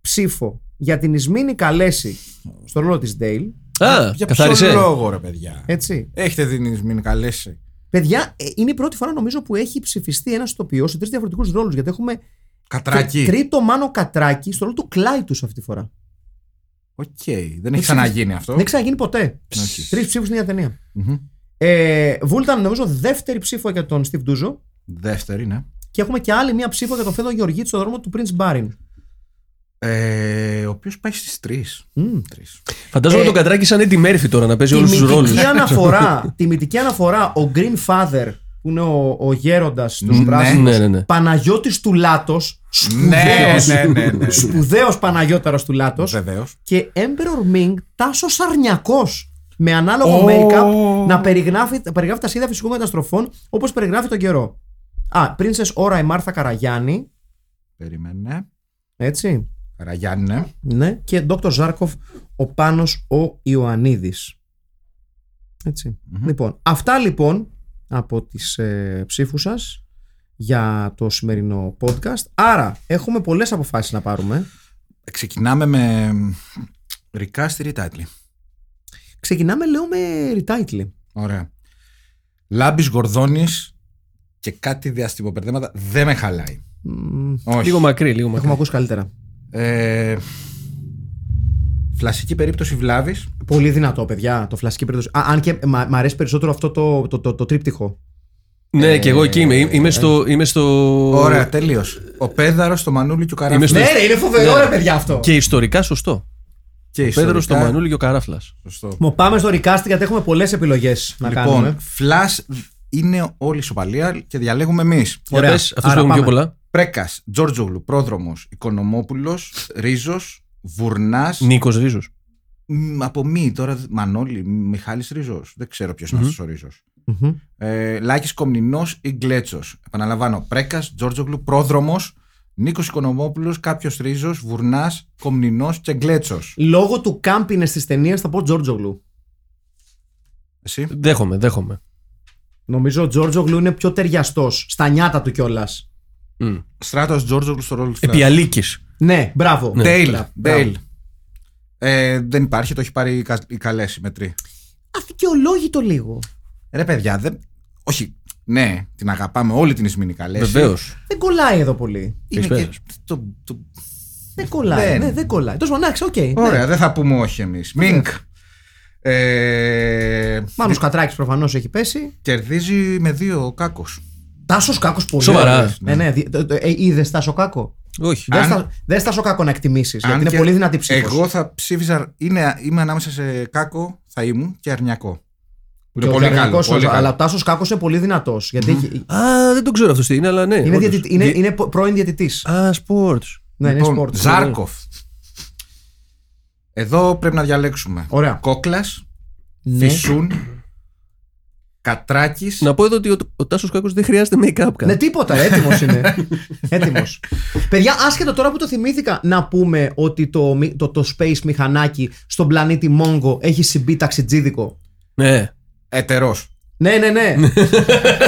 Speaker 1: ψήφο για την Ισμήνη Καλέση στο ρόλο της Ντέιλ,
Speaker 2: Α,
Speaker 3: Για
Speaker 2: καθάρισε.
Speaker 3: ποιο λόγο, ρε παιδιά.
Speaker 1: έτσι.
Speaker 3: Ε, Έχετε δει μην καλέσει.
Speaker 1: Παιδιά, ε, είναι η πρώτη φορά νομίζω που έχει ψηφιστεί ένας τοπίο σε τρεις διαφορετικούς ρόλους. Γιατί έχουμε
Speaker 3: Κατράκι.
Speaker 1: τρίτο Μάνο Κατράκη στο ρόλο του Κλάιτου αυτή τη φορά.
Speaker 3: Οκ. Δεν έχει ξαναγίνει αυτό.
Speaker 1: Δεν ξαναγίνει ποτέ.
Speaker 3: Όχι.
Speaker 1: Τρεις ψήφους στην ίδια ταινία.
Speaker 3: Μμμ.
Speaker 1: Ε, Βούλ ήταν νομίζω δεύτερη ψήφο για τον Steve Ντούζο
Speaker 3: Δεύτερη, ναι.
Speaker 1: και έχουμε και άλλη μία ψήφο για τον Φέδο Γεωργίτη στον δρόμο του Prince Μπάριν.
Speaker 3: Ε, ο οποίος πάει στις τρεις.
Speaker 1: Μμ.
Speaker 2: Φαντάζομαι
Speaker 1: Ε,
Speaker 2: τον Καντράκη σαν Eddie Murphy τώρα να παίζει όλους τους ρόλου.
Speaker 1: Τιμητική αναφορά, τιμητική αναφορά, ο Greenfather που είναι ο, ο γέροντας τους
Speaker 3: Ναι,
Speaker 1: πράσινους.
Speaker 2: Ναι, ναι, ναι.
Speaker 1: Παναγιώτης του Λάτο.
Speaker 3: Ναι, ναι, ναι. ναι.
Speaker 1: Σπουδαίο Παναγιώταρα του Λάτο.
Speaker 3: Βεβαίως.
Speaker 1: Και Emperor Ming Τάσος Σαρνιακός. Με ανάλογο
Speaker 3: Ω.
Speaker 1: make-up να περιγράφει, να περιγράφει τα σχέδια φυσικών μεταστροφών όπως περιγράφει τον καιρό. Α, Princess Ωρα η Μάρθα Καραγιάννη.
Speaker 3: Περίμενε.
Speaker 1: Έτσι.
Speaker 3: Ραγιάννη.
Speaker 1: Ναι. Και Dr. Ζάρκοφ ο Πάνος ο Ιωαννίδης. ετσι
Speaker 3: Μμμ.
Speaker 1: Λοιπόν, αυτά λοιπόν από τις ε, ψήφους σας για το σημερινό podcast. Άρα, έχουμε πολλές αποφάσεις να πάρουμε.
Speaker 3: Ε, Ξεκινάμε με. Recast retitle.
Speaker 1: Ξεκινάμε, λέω, με retitle.
Speaker 3: Ωραία. Λάμπης Γορδόνης και κάτι διαστημοπερδέματα δεν με χαλάει.
Speaker 1: Μμμ,
Speaker 3: Όχι.
Speaker 2: Λίγο μακρύ, λίγο
Speaker 1: Έχουμε
Speaker 2: μακρύ.
Speaker 1: ακούσει καλύτερα.
Speaker 3: Ε, φλασική περίπτωση βλάβης.
Speaker 1: Πολύ δυνατό, παιδιά, το φλασική περίπτωση. Α, αν και μα- μ' αρέσει περισσότερο αυτό το, το, το, το τρίπτυχο. Ε,
Speaker 2: Ναι, και εγώ εκεί είμαι. Είμαι στο. Είμαι στο...
Speaker 3: Ωραία, τελείω. Ο Πέδαρος, το Μανούλι και ο Καράφλα.
Speaker 2: Είμαι Ναι, στο-
Speaker 1: ρε, είναι φοβερό,
Speaker 2: ναι.
Speaker 1: παιδιά, αυτό.
Speaker 2: Και ιστορικά σωστό.
Speaker 3: Και
Speaker 2: Πέδρο, το
Speaker 3: ιστορικά.
Speaker 2: Μανούλη και ο Καράφλας.
Speaker 3: Σωστό.
Speaker 1: Μου πάμε στο recast γιατί έχουμε πολλές επιλογές να κάνουμε.
Speaker 3: Λοιπόν, Flash είναι όλη ισοπαλία και διαλέγουμε εμείς.
Speaker 1: Ωραία.
Speaker 2: Αυτού
Speaker 1: Άρα
Speaker 2: που έχουν πιο
Speaker 1: πάμε.
Speaker 2: πολλά.
Speaker 3: Πρέκας, Τζόρτζογλου, Πρόδρομος, Οικονομόπουλος, Ρίζος, Βουρνάς.
Speaker 2: Νίκος Ρίζος.
Speaker 3: Μ, Από μη τώρα, Μανώλη, Μιχάλης Ρίζος. Δεν ξέρω ποιος είναι αυτός ο Ρίζος.
Speaker 1: Μμμ.
Speaker 3: Ε, Λάκης Κομνηνός ή Γκλέτσος. Επαναλαμβάνω, Πρέκας, Τζόρτζογλου, Πρόδρομος, Νίκος Οικονομόπουλος, κάποιος Ρίζος, Βουρνάς, Κομνηνός και Γκλέτσος.
Speaker 1: Λόγω του κάμπινες της ταινίας θα πω Τζόρτζογλου.
Speaker 3: Εσύ.
Speaker 2: Δέχομαι, δέχομαι.
Speaker 1: Νομίζω ο Τζόρτζογλου είναι πιο ταιριαστός. Στα νιάτα του κιόλας.
Speaker 2: Μμ.
Speaker 3: Στράτος Τζόρτζογλου στο ρόλο του Φλάου.
Speaker 2: Επιαλίκη.
Speaker 1: Ναι, μπράβο.
Speaker 3: Ντέιλ.
Speaker 1: Μπράβο.
Speaker 3: Ντέιλ. Ε, δεν υπάρχει, το έχει πάρει η Κα- η Καλέση με τρία.
Speaker 1: Αδικαιολόγητο λίγο.
Speaker 3: Ρε παιδιά, δεν... όχι, ναι, την αγαπάμε όλη την Ισμήνη Καλέση.
Speaker 2: Βεβαίως.
Speaker 1: Δεν κολλάει εδώ πολύ.
Speaker 3: Είναι και...
Speaker 2: Καλησπέρα.
Speaker 3: το- το,
Speaker 1: Δεν κολλάει.
Speaker 3: Δεν.
Speaker 1: Ναι, δεν κολλάει. Τόσο εντάξει, οκ. ναι.
Speaker 3: Ωραία, δεν θα πούμε όχι εμείς. Μινκ. Ε,
Speaker 1: Μάνος Κατράκης προφανώς έχει πέσει.
Speaker 3: κερδίζει με δύο ο κάκος.
Speaker 1: Τάσος Κάκος πολύ.
Speaker 2: Σοβαρά.
Speaker 1: ωραίος. Ναι, ναι. δι- το- το- ε, είδες Τάσο Κάκο.
Speaker 2: Όχι.
Speaker 3: Αν-
Speaker 1: Δες Τάσο- Δες Τάσο Κάκο να εκτιμήσεις. Γιατί είναι πολύ δυνατή ψήφος.
Speaker 3: Εγώ θα ψήφιζα. Είναι, είμαι ανάμεσα σε κάκο, θα ήμουν και αρνιακό.
Speaker 1: Και
Speaker 3: Είναι
Speaker 1: ο
Speaker 3: πολύ καλό.
Speaker 1: Γερμανικός,
Speaker 3: Πολύ καλό.
Speaker 1: Αλλά ο Τάσος Κάκος είναι πολύ δυνατός. Γιατί έχει-
Speaker 2: Α, δεν το ξέρω αυτό τι είναι, αλλά ναι.
Speaker 1: είναι,
Speaker 3: Ε,
Speaker 2: όντως.
Speaker 1: διαιτητή- είναι,
Speaker 2: Δι-
Speaker 1: είναι πο- πρώην διαιτητής.
Speaker 2: Α, sports.
Speaker 1: Ναι, είναι
Speaker 3: Λοιπόν,
Speaker 1: σπορτ.
Speaker 3: Ζάρκοφ. Εδώ πρέπει να διαλέξουμε.
Speaker 1: Ωραία.
Speaker 3: Κόκλας,
Speaker 1: Ναι.
Speaker 3: Φυσούν, Κατράκης.
Speaker 2: Να πω εδώ ότι ο, ο Τάσος Κάκος δεν χρειάζεται make-up καν.
Speaker 1: Ναι, τίποτα. Έτοιμος είναι. Έτοιμος. Παιδιά, άσχετο τώρα που το θυμήθηκα, να πούμε ότι το, μη- το, το space μηχανάκι στον πλανήτη Μόγκο έχει συμπεί ταξιτζίδικο.
Speaker 2: Ναι.
Speaker 3: Ετερός.
Speaker 1: Ναι, ναι, ναι.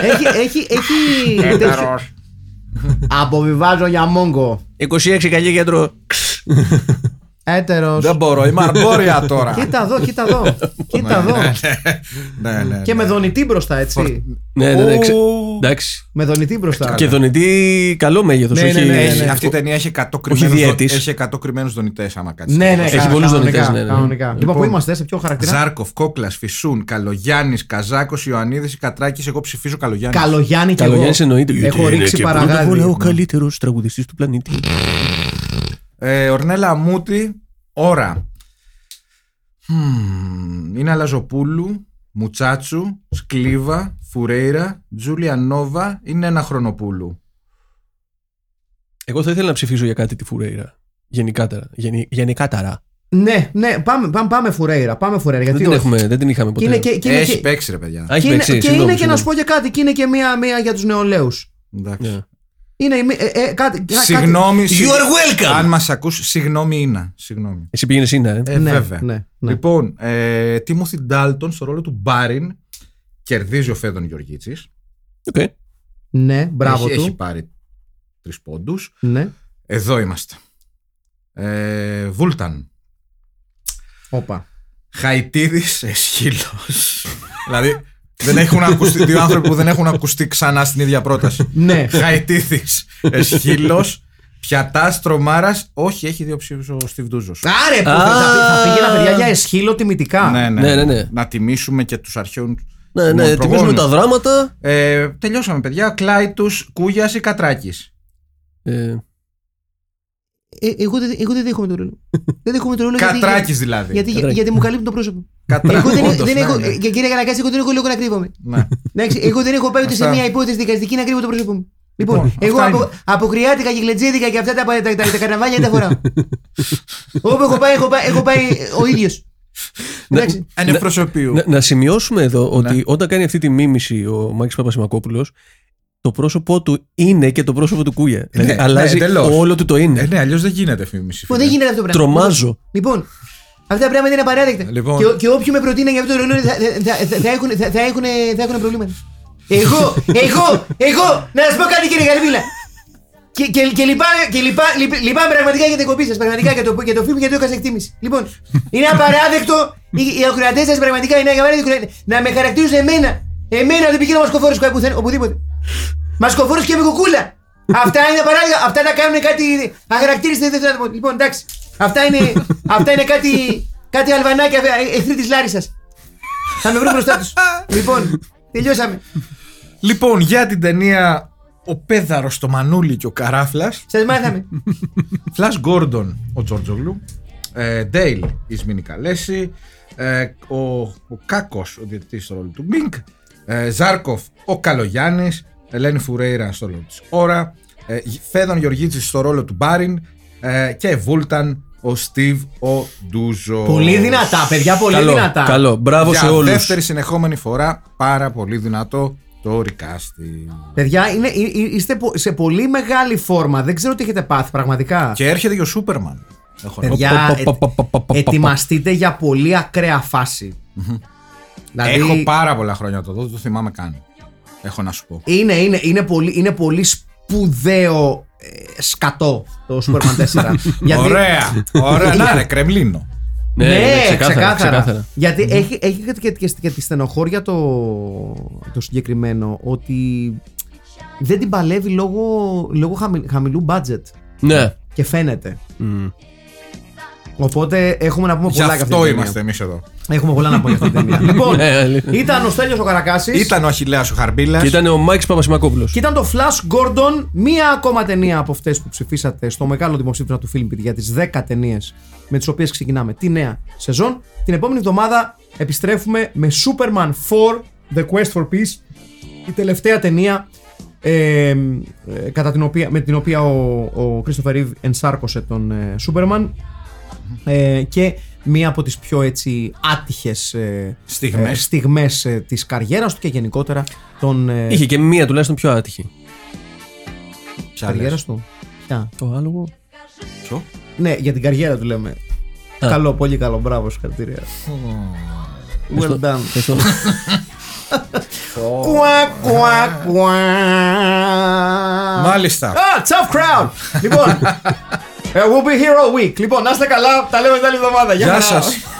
Speaker 1: έχει. έχει, έχει τέτοιο- Αποβιβάζω για Μόγκο.
Speaker 2: 26 καλή κέντρο.
Speaker 1: Έτερος.
Speaker 3: Δεν μπορώ, είμαι αρμπόρια τώρα.
Speaker 1: Κοίτα εδώ, κοίτα εδώ. κοίτα εδώ.
Speaker 3: ναι, ναι,
Speaker 1: Και
Speaker 3: ναι.
Speaker 1: με δονητή μπροστά, έτσι.
Speaker 2: Ναι, ναι, ναι. ξε-
Speaker 3: Ω.
Speaker 2: Εντάξει.
Speaker 1: με δονητή μπροστά.
Speaker 2: Και δονητή καλό μέγεθος.
Speaker 1: Ναι, ναι, ναι,
Speaker 3: Έχει,
Speaker 1: ναι.
Speaker 3: αυτή η ταινία έχει 100 κρυμμένους, δο-
Speaker 2: διέτης.
Speaker 3: έχει 100 κρυμμένους δονητές άμα κάτσεις.
Speaker 1: Ναι, ναι,
Speaker 3: Έχει
Speaker 1: κανονικά,
Speaker 2: πολλούς δονητές,
Speaker 1: κανονικά,
Speaker 2: ναι, ναι.
Speaker 1: κανονικά. Λοιπόν, πού
Speaker 3: Λοιπόν,
Speaker 1: είμαστε, σε ποιο χαρακτήρα.
Speaker 3: Ζάρκοφ, Κόκλας, Φυσούν, Καλογιάννης, Καζάκος, Ιωαννίδης, Κατράκης. Εγώ ψηφίζω Καλογιάννη.
Speaker 1: Καλογιάννη και εγώ.
Speaker 2: Καλογιάννης εννοείται. Ναι.
Speaker 1: Έχω ρίξει παραγάδι.
Speaker 2: ο καλύτερος τραγουδιστής του πλανήτη.
Speaker 3: Ε, Ορνέλα Μούτη, Ωρα. Μμμ, Είναι Αλαζοπούλου, Μουτσάτσου, Σκλίβα, Φουρέιρα, Τζούλια Νόβα, είναι ένα χρονοπούλου.
Speaker 2: Εγώ θα ήθελα να ψηφίσω για κάτι τη Φουρέιρα. Γενικάτερα. Γενι, γενικάταρα.
Speaker 1: Ναι, ναι, πάμε, πάμε, πάμε φουρέιρα. Πάμε φουρέιρα.
Speaker 2: Δεν
Speaker 1: Γιατί
Speaker 2: την,
Speaker 1: όχι.
Speaker 2: έχουμε, δεν την είχαμε
Speaker 1: Και
Speaker 2: ποτέ.
Speaker 1: είναι και, και είναι
Speaker 3: Έχει
Speaker 1: και-
Speaker 3: παίξει ρε παιδιά.
Speaker 2: Α, έχει
Speaker 1: και είναι-
Speaker 2: παίξει,
Speaker 1: και
Speaker 2: συγγνώμη,
Speaker 1: είναι και να σου
Speaker 2: συγγνώμη.
Speaker 1: πω και κάτι, και είναι και μία, μία για τους νεολαίους.
Speaker 3: Εντάξει.
Speaker 2: Ναι.
Speaker 1: Είναι η μη- ε, ε, κάτι. κάτι-
Speaker 3: Συγγνώμη. συ-
Speaker 2: You are welcome.
Speaker 3: Αν μας ακούς, συγγνώμη Ίνα. Συγγνώμη.
Speaker 2: Εσύ πήγαινες σύνα, ε.
Speaker 3: Ε,
Speaker 1: Ναι,
Speaker 3: βέβαια.
Speaker 1: ναι, ναι.
Speaker 3: Λοιπόν, ε, Τίμωθη Ντάλτον στο ρόλο του Μπάριν κερδίζει ο Φέδων Γεωργίτσης.
Speaker 2: Οκ.
Speaker 1: Ναι, μπράβο
Speaker 3: έχει,
Speaker 1: του.
Speaker 3: έχει πάρει τρεις πόντους.
Speaker 1: Ναι.
Speaker 3: Εδώ είμαστε. Ε, Βούλταν.
Speaker 1: Όπα.
Speaker 3: Χαϊτίδης Εσχύλος. δηλαδή, δεν έχουν ακουστεί, δύο άνθρωποι που δεν έχουν ακουστεί ξανά στην ίδια πρόταση.
Speaker 1: Ναι.
Speaker 3: Χαϊτίδη Εσχύλος Πιατάς τρομάρας. Όχι, έχει δύο ψήφους ο Στιβ Ντούζος.
Speaker 1: Άρε, που θα, θα πήγαινα παιδιά για εσχύλο τιμητικά.
Speaker 3: ναι,
Speaker 2: ναι, ναι.
Speaker 3: Να τιμήσουμε και τους αρχαίους
Speaker 2: Ναι, ναι,
Speaker 3: δημοπρογόνους.
Speaker 2: τιμήσουμε τα δράματα.
Speaker 3: Ε, τελειώσαμε, παιδιά. Κλάιτους, Κούγιας ή Κατράκης.
Speaker 2: Ε,
Speaker 1: Ε, εγώ, δεν, εγώ δεν δέχομαι το ρόλο. δεν δέχομαι το ρόλο γιατί,
Speaker 3: Κατράκης
Speaker 1: γιατί,
Speaker 3: δηλαδή.
Speaker 1: γιατί,
Speaker 2: Κατράκη.
Speaker 1: γιατί μου καλύπτουν το πρόσωπο.
Speaker 3: Κατράκης,
Speaker 1: εγώ δεν,
Speaker 3: όντως,
Speaker 1: δεν
Speaker 3: ναι,
Speaker 1: έχω, ε,
Speaker 3: ναι.
Speaker 1: και κύριε Καρακάση, εγώ δεν έχω λόγο να κρύβομαι.
Speaker 3: Ναι.
Speaker 1: Εντάξει, εγώ δεν έχω πάει ούτε σε
Speaker 3: Αυτά.
Speaker 1: μια υπόθεση δικαστική να κρύβω το πρόσωπό μου. Λοιπόν,
Speaker 3: Λοιπόν,
Speaker 1: εγώ
Speaker 3: αυτά
Speaker 1: απο,
Speaker 3: είναι.
Speaker 1: αποκριάτικα και γλετζέδικα και αυτά τα, τα, τα, τα καρναβάλια δεν τα φοράω. Όπου έχω πάει, έχω πάει, έχω πάει ο ίδιος.
Speaker 2: Ναι.
Speaker 1: Εντάξει.
Speaker 3: Ανεπροσωπείου.
Speaker 2: Να, να σημειώσουμε εδώ ότι όταν κάνει αυτή τη μίμηση ο Μάκης Παπασημακόπουλος το πρόσωπό του είναι και το πρόσωπο του Κούγια. δηλαδή
Speaker 3: ναι,
Speaker 2: αλλάζει
Speaker 3: εντελώς.
Speaker 2: όλο του το είναι.
Speaker 3: Ε, ναι, αλλιώς δεν γίνεται φήμηση.
Speaker 1: Λοιπόν, δεν γίνεται αυτό το πράγμα.
Speaker 2: Τρομάζω.
Speaker 1: Λοιπόν, αυτά τα πράγματα είναι απαράδεκτα.
Speaker 3: Λοιπόν.
Speaker 1: Και, και όποιοι με προτείνει για αυτό το ρολόι θα, θα, θα, θα, έχουν, θα, θα, έχουν, θα έχουν προβλήματα. Εγώ, εγώ, εγώ, να σας πω κάτι κύριε Γαλβίλα. Και, και, και, λυπάμαι, και λυπά- λυπ- λυπάμαι πραγματικά για την κοπή σας, πραγματικά για το, για το film, γιατί το είχα σε εκτίμηση. Λοιπόν, είναι απαράδεκτο οι, οι ακροατές σας πραγματικά είναι απαράδεκτο να με χαρακτηρίζουν εμένα. Εμένα δεν πήγαινε ο Μασκοφόρο οπουδήποτε. Μασκοφόρο και με κουκούλα. Αυτά είναι παράδειγμα. Αυτά τα κάνουν κάτι αγαρακτήριστε. Δεν θέλω να το πω. Λοιπόν, εντάξει. Αυτά είναι, αυτά είναι κάτι, κάτι αλβανάκια ε, εχθροί της Λάρισας. Θα με βρουν μπροστά τους. λοιπόν, τελειώσαμε.
Speaker 3: Λοιπόν, για την ταινία Ο Πέδαρος, το Μανούλι και ο Καράφλας.
Speaker 1: Σας μάθαμε.
Speaker 3: Φλας Γκόρντον ο Τζορτζογλου. Ε, Ντέιλ η Σμίνη Καλέση. Ε, ο, ο Κάκος ο διαιτητής στο ρόλο του Μπίνκ. Ε, Ζάρκοφ ο Καλογιάννης. Ελένη Φουρέιρα στο ρόλο τη Ωρα. Ε, Γι- Φέδων Γεωργίτση στο ρόλο του Μπάριν. Ε, και Βούλταν ο Στίβ ο Ντούζο.
Speaker 1: παιδιά, πολύ
Speaker 2: καλό, καλό. Μπράβο
Speaker 3: Για
Speaker 2: σε όλους.
Speaker 3: δεύτερη συνεχόμενη φορά πάρα πολύ δυνατό το ρικάστη.
Speaker 1: Παιδιά, είναι, ε- ε- είστε πο- σε πολύ μεγάλη φόρμα. Δεν ξέρω τι έχετε πάθει πραγματικά.
Speaker 3: Και έρχεται και ο Σούπερμαν. Έχω να πω.
Speaker 1: Παιδιά,
Speaker 2: Πα, πα, πα, πα, πα, πα,
Speaker 1: ε-
Speaker 2: πα.
Speaker 1: ετοιμαστείτε για πολύ ακραία φάση. Δηλαδή,
Speaker 3: Έχω πάρα πολλά χρόνια να το δω, δεν το θυμάμαι καν. Έχω να σου πω.
Speaker 1: Είναι, είναι, είναι, πολύ, είναι πολύ σπουδαίο ε, σκατό το Superman 4. Γιατί-
Speaker 3: Ωραία, ωραία. Να ρε, Κρεμλίνο.
Speaker 2: Ναι,
Speaker 1: Ναι,
Speaker 2: ναι,
Speaker 1: ξεκάθαρα,
Speaker 2: ξεκάθαρα, ξεκάθαρα. Mm-hmm.
Speaker 1: Γιατί έχει, έχει και, και, και τη στενοχώρια το, το συγκεκριμένο ότι δεν την παλεύει λόγω, λόγω χαμη- χαμηλού budget
Speaker 2: Ναι.
Speaker 1: και φαίνεται.
Speaker 2: Μμ.
Speaker 1: Οπότε έχουμε να πούμε
Speaker 3: Γι'
Speaker 1: πολλά για αυτή την
Speaker 3: αυτό
Speaker 1: ταινία.
Speaker 3: είμαστε εμείς εδώ.
Speaker 1: Έχουμε πολλά να πούμε για αυτή την ταινία. λοιπόν,
Speaker 2: Ναι, αλήθεια.
Speaker 1: ήταν ο Στέλιος ο Καρακάσης
Speaker 3: Ήταν ο Αχηλέα ο Χαρμπίλας.
Speaker 2: Και ήταν ο Μάκης Παπασημακόπουλος.
Speaker 1: Και ήταν το Flash Gordon, μία ακόμα ταινία από αυτές που ψηφίσατε στο μεγάλο δημοψήφισμα του Film για τις 10 ταινίες με τις οποίες ξεκινάμε τη νέα σεζόν. Την επόμενη εβδομάδα επιστρέφουμε με Superman 4 The Quest for Peace, η τελευταία ταινία ε, ε, κατά την οποία, με την οποία ο, ο Christopher Reeve ενσάρκωσε τον ε, Superman ε, και μία από τις πιο έτσι άτυχες ε,
Speaker 3: Στιγμές.
Speaker 1: ε, στιγμές ε, της καριέρας του και γενικότερα των ε,
Speaker 2: Είχε και μία τουλάχιστον πιο άτυχη.
Speaker 1: καριέρας του. Ποια.
Speaker 2: Το άλογο.
Speaker 1: Ναι, για την καριέρα του λέμε. Καλό, πολύ καλό. Μπράβο, συγχαρητήρια. Well done.
Speaker 2: Ευχαριστώ.
Speaker 1: Κουά, κουά, κουά.
Speaker 3: Μάλιστα.
Speaker 1: Α, tough crowd! ε, λοιπόν, I will be here all week. Λοιπόν, να είστε καλά. Τα λέμε την άλλη εβδομάδα.
Speaker 3: Γεια
Speaker 1: χαρά.
Speaker 3: σας.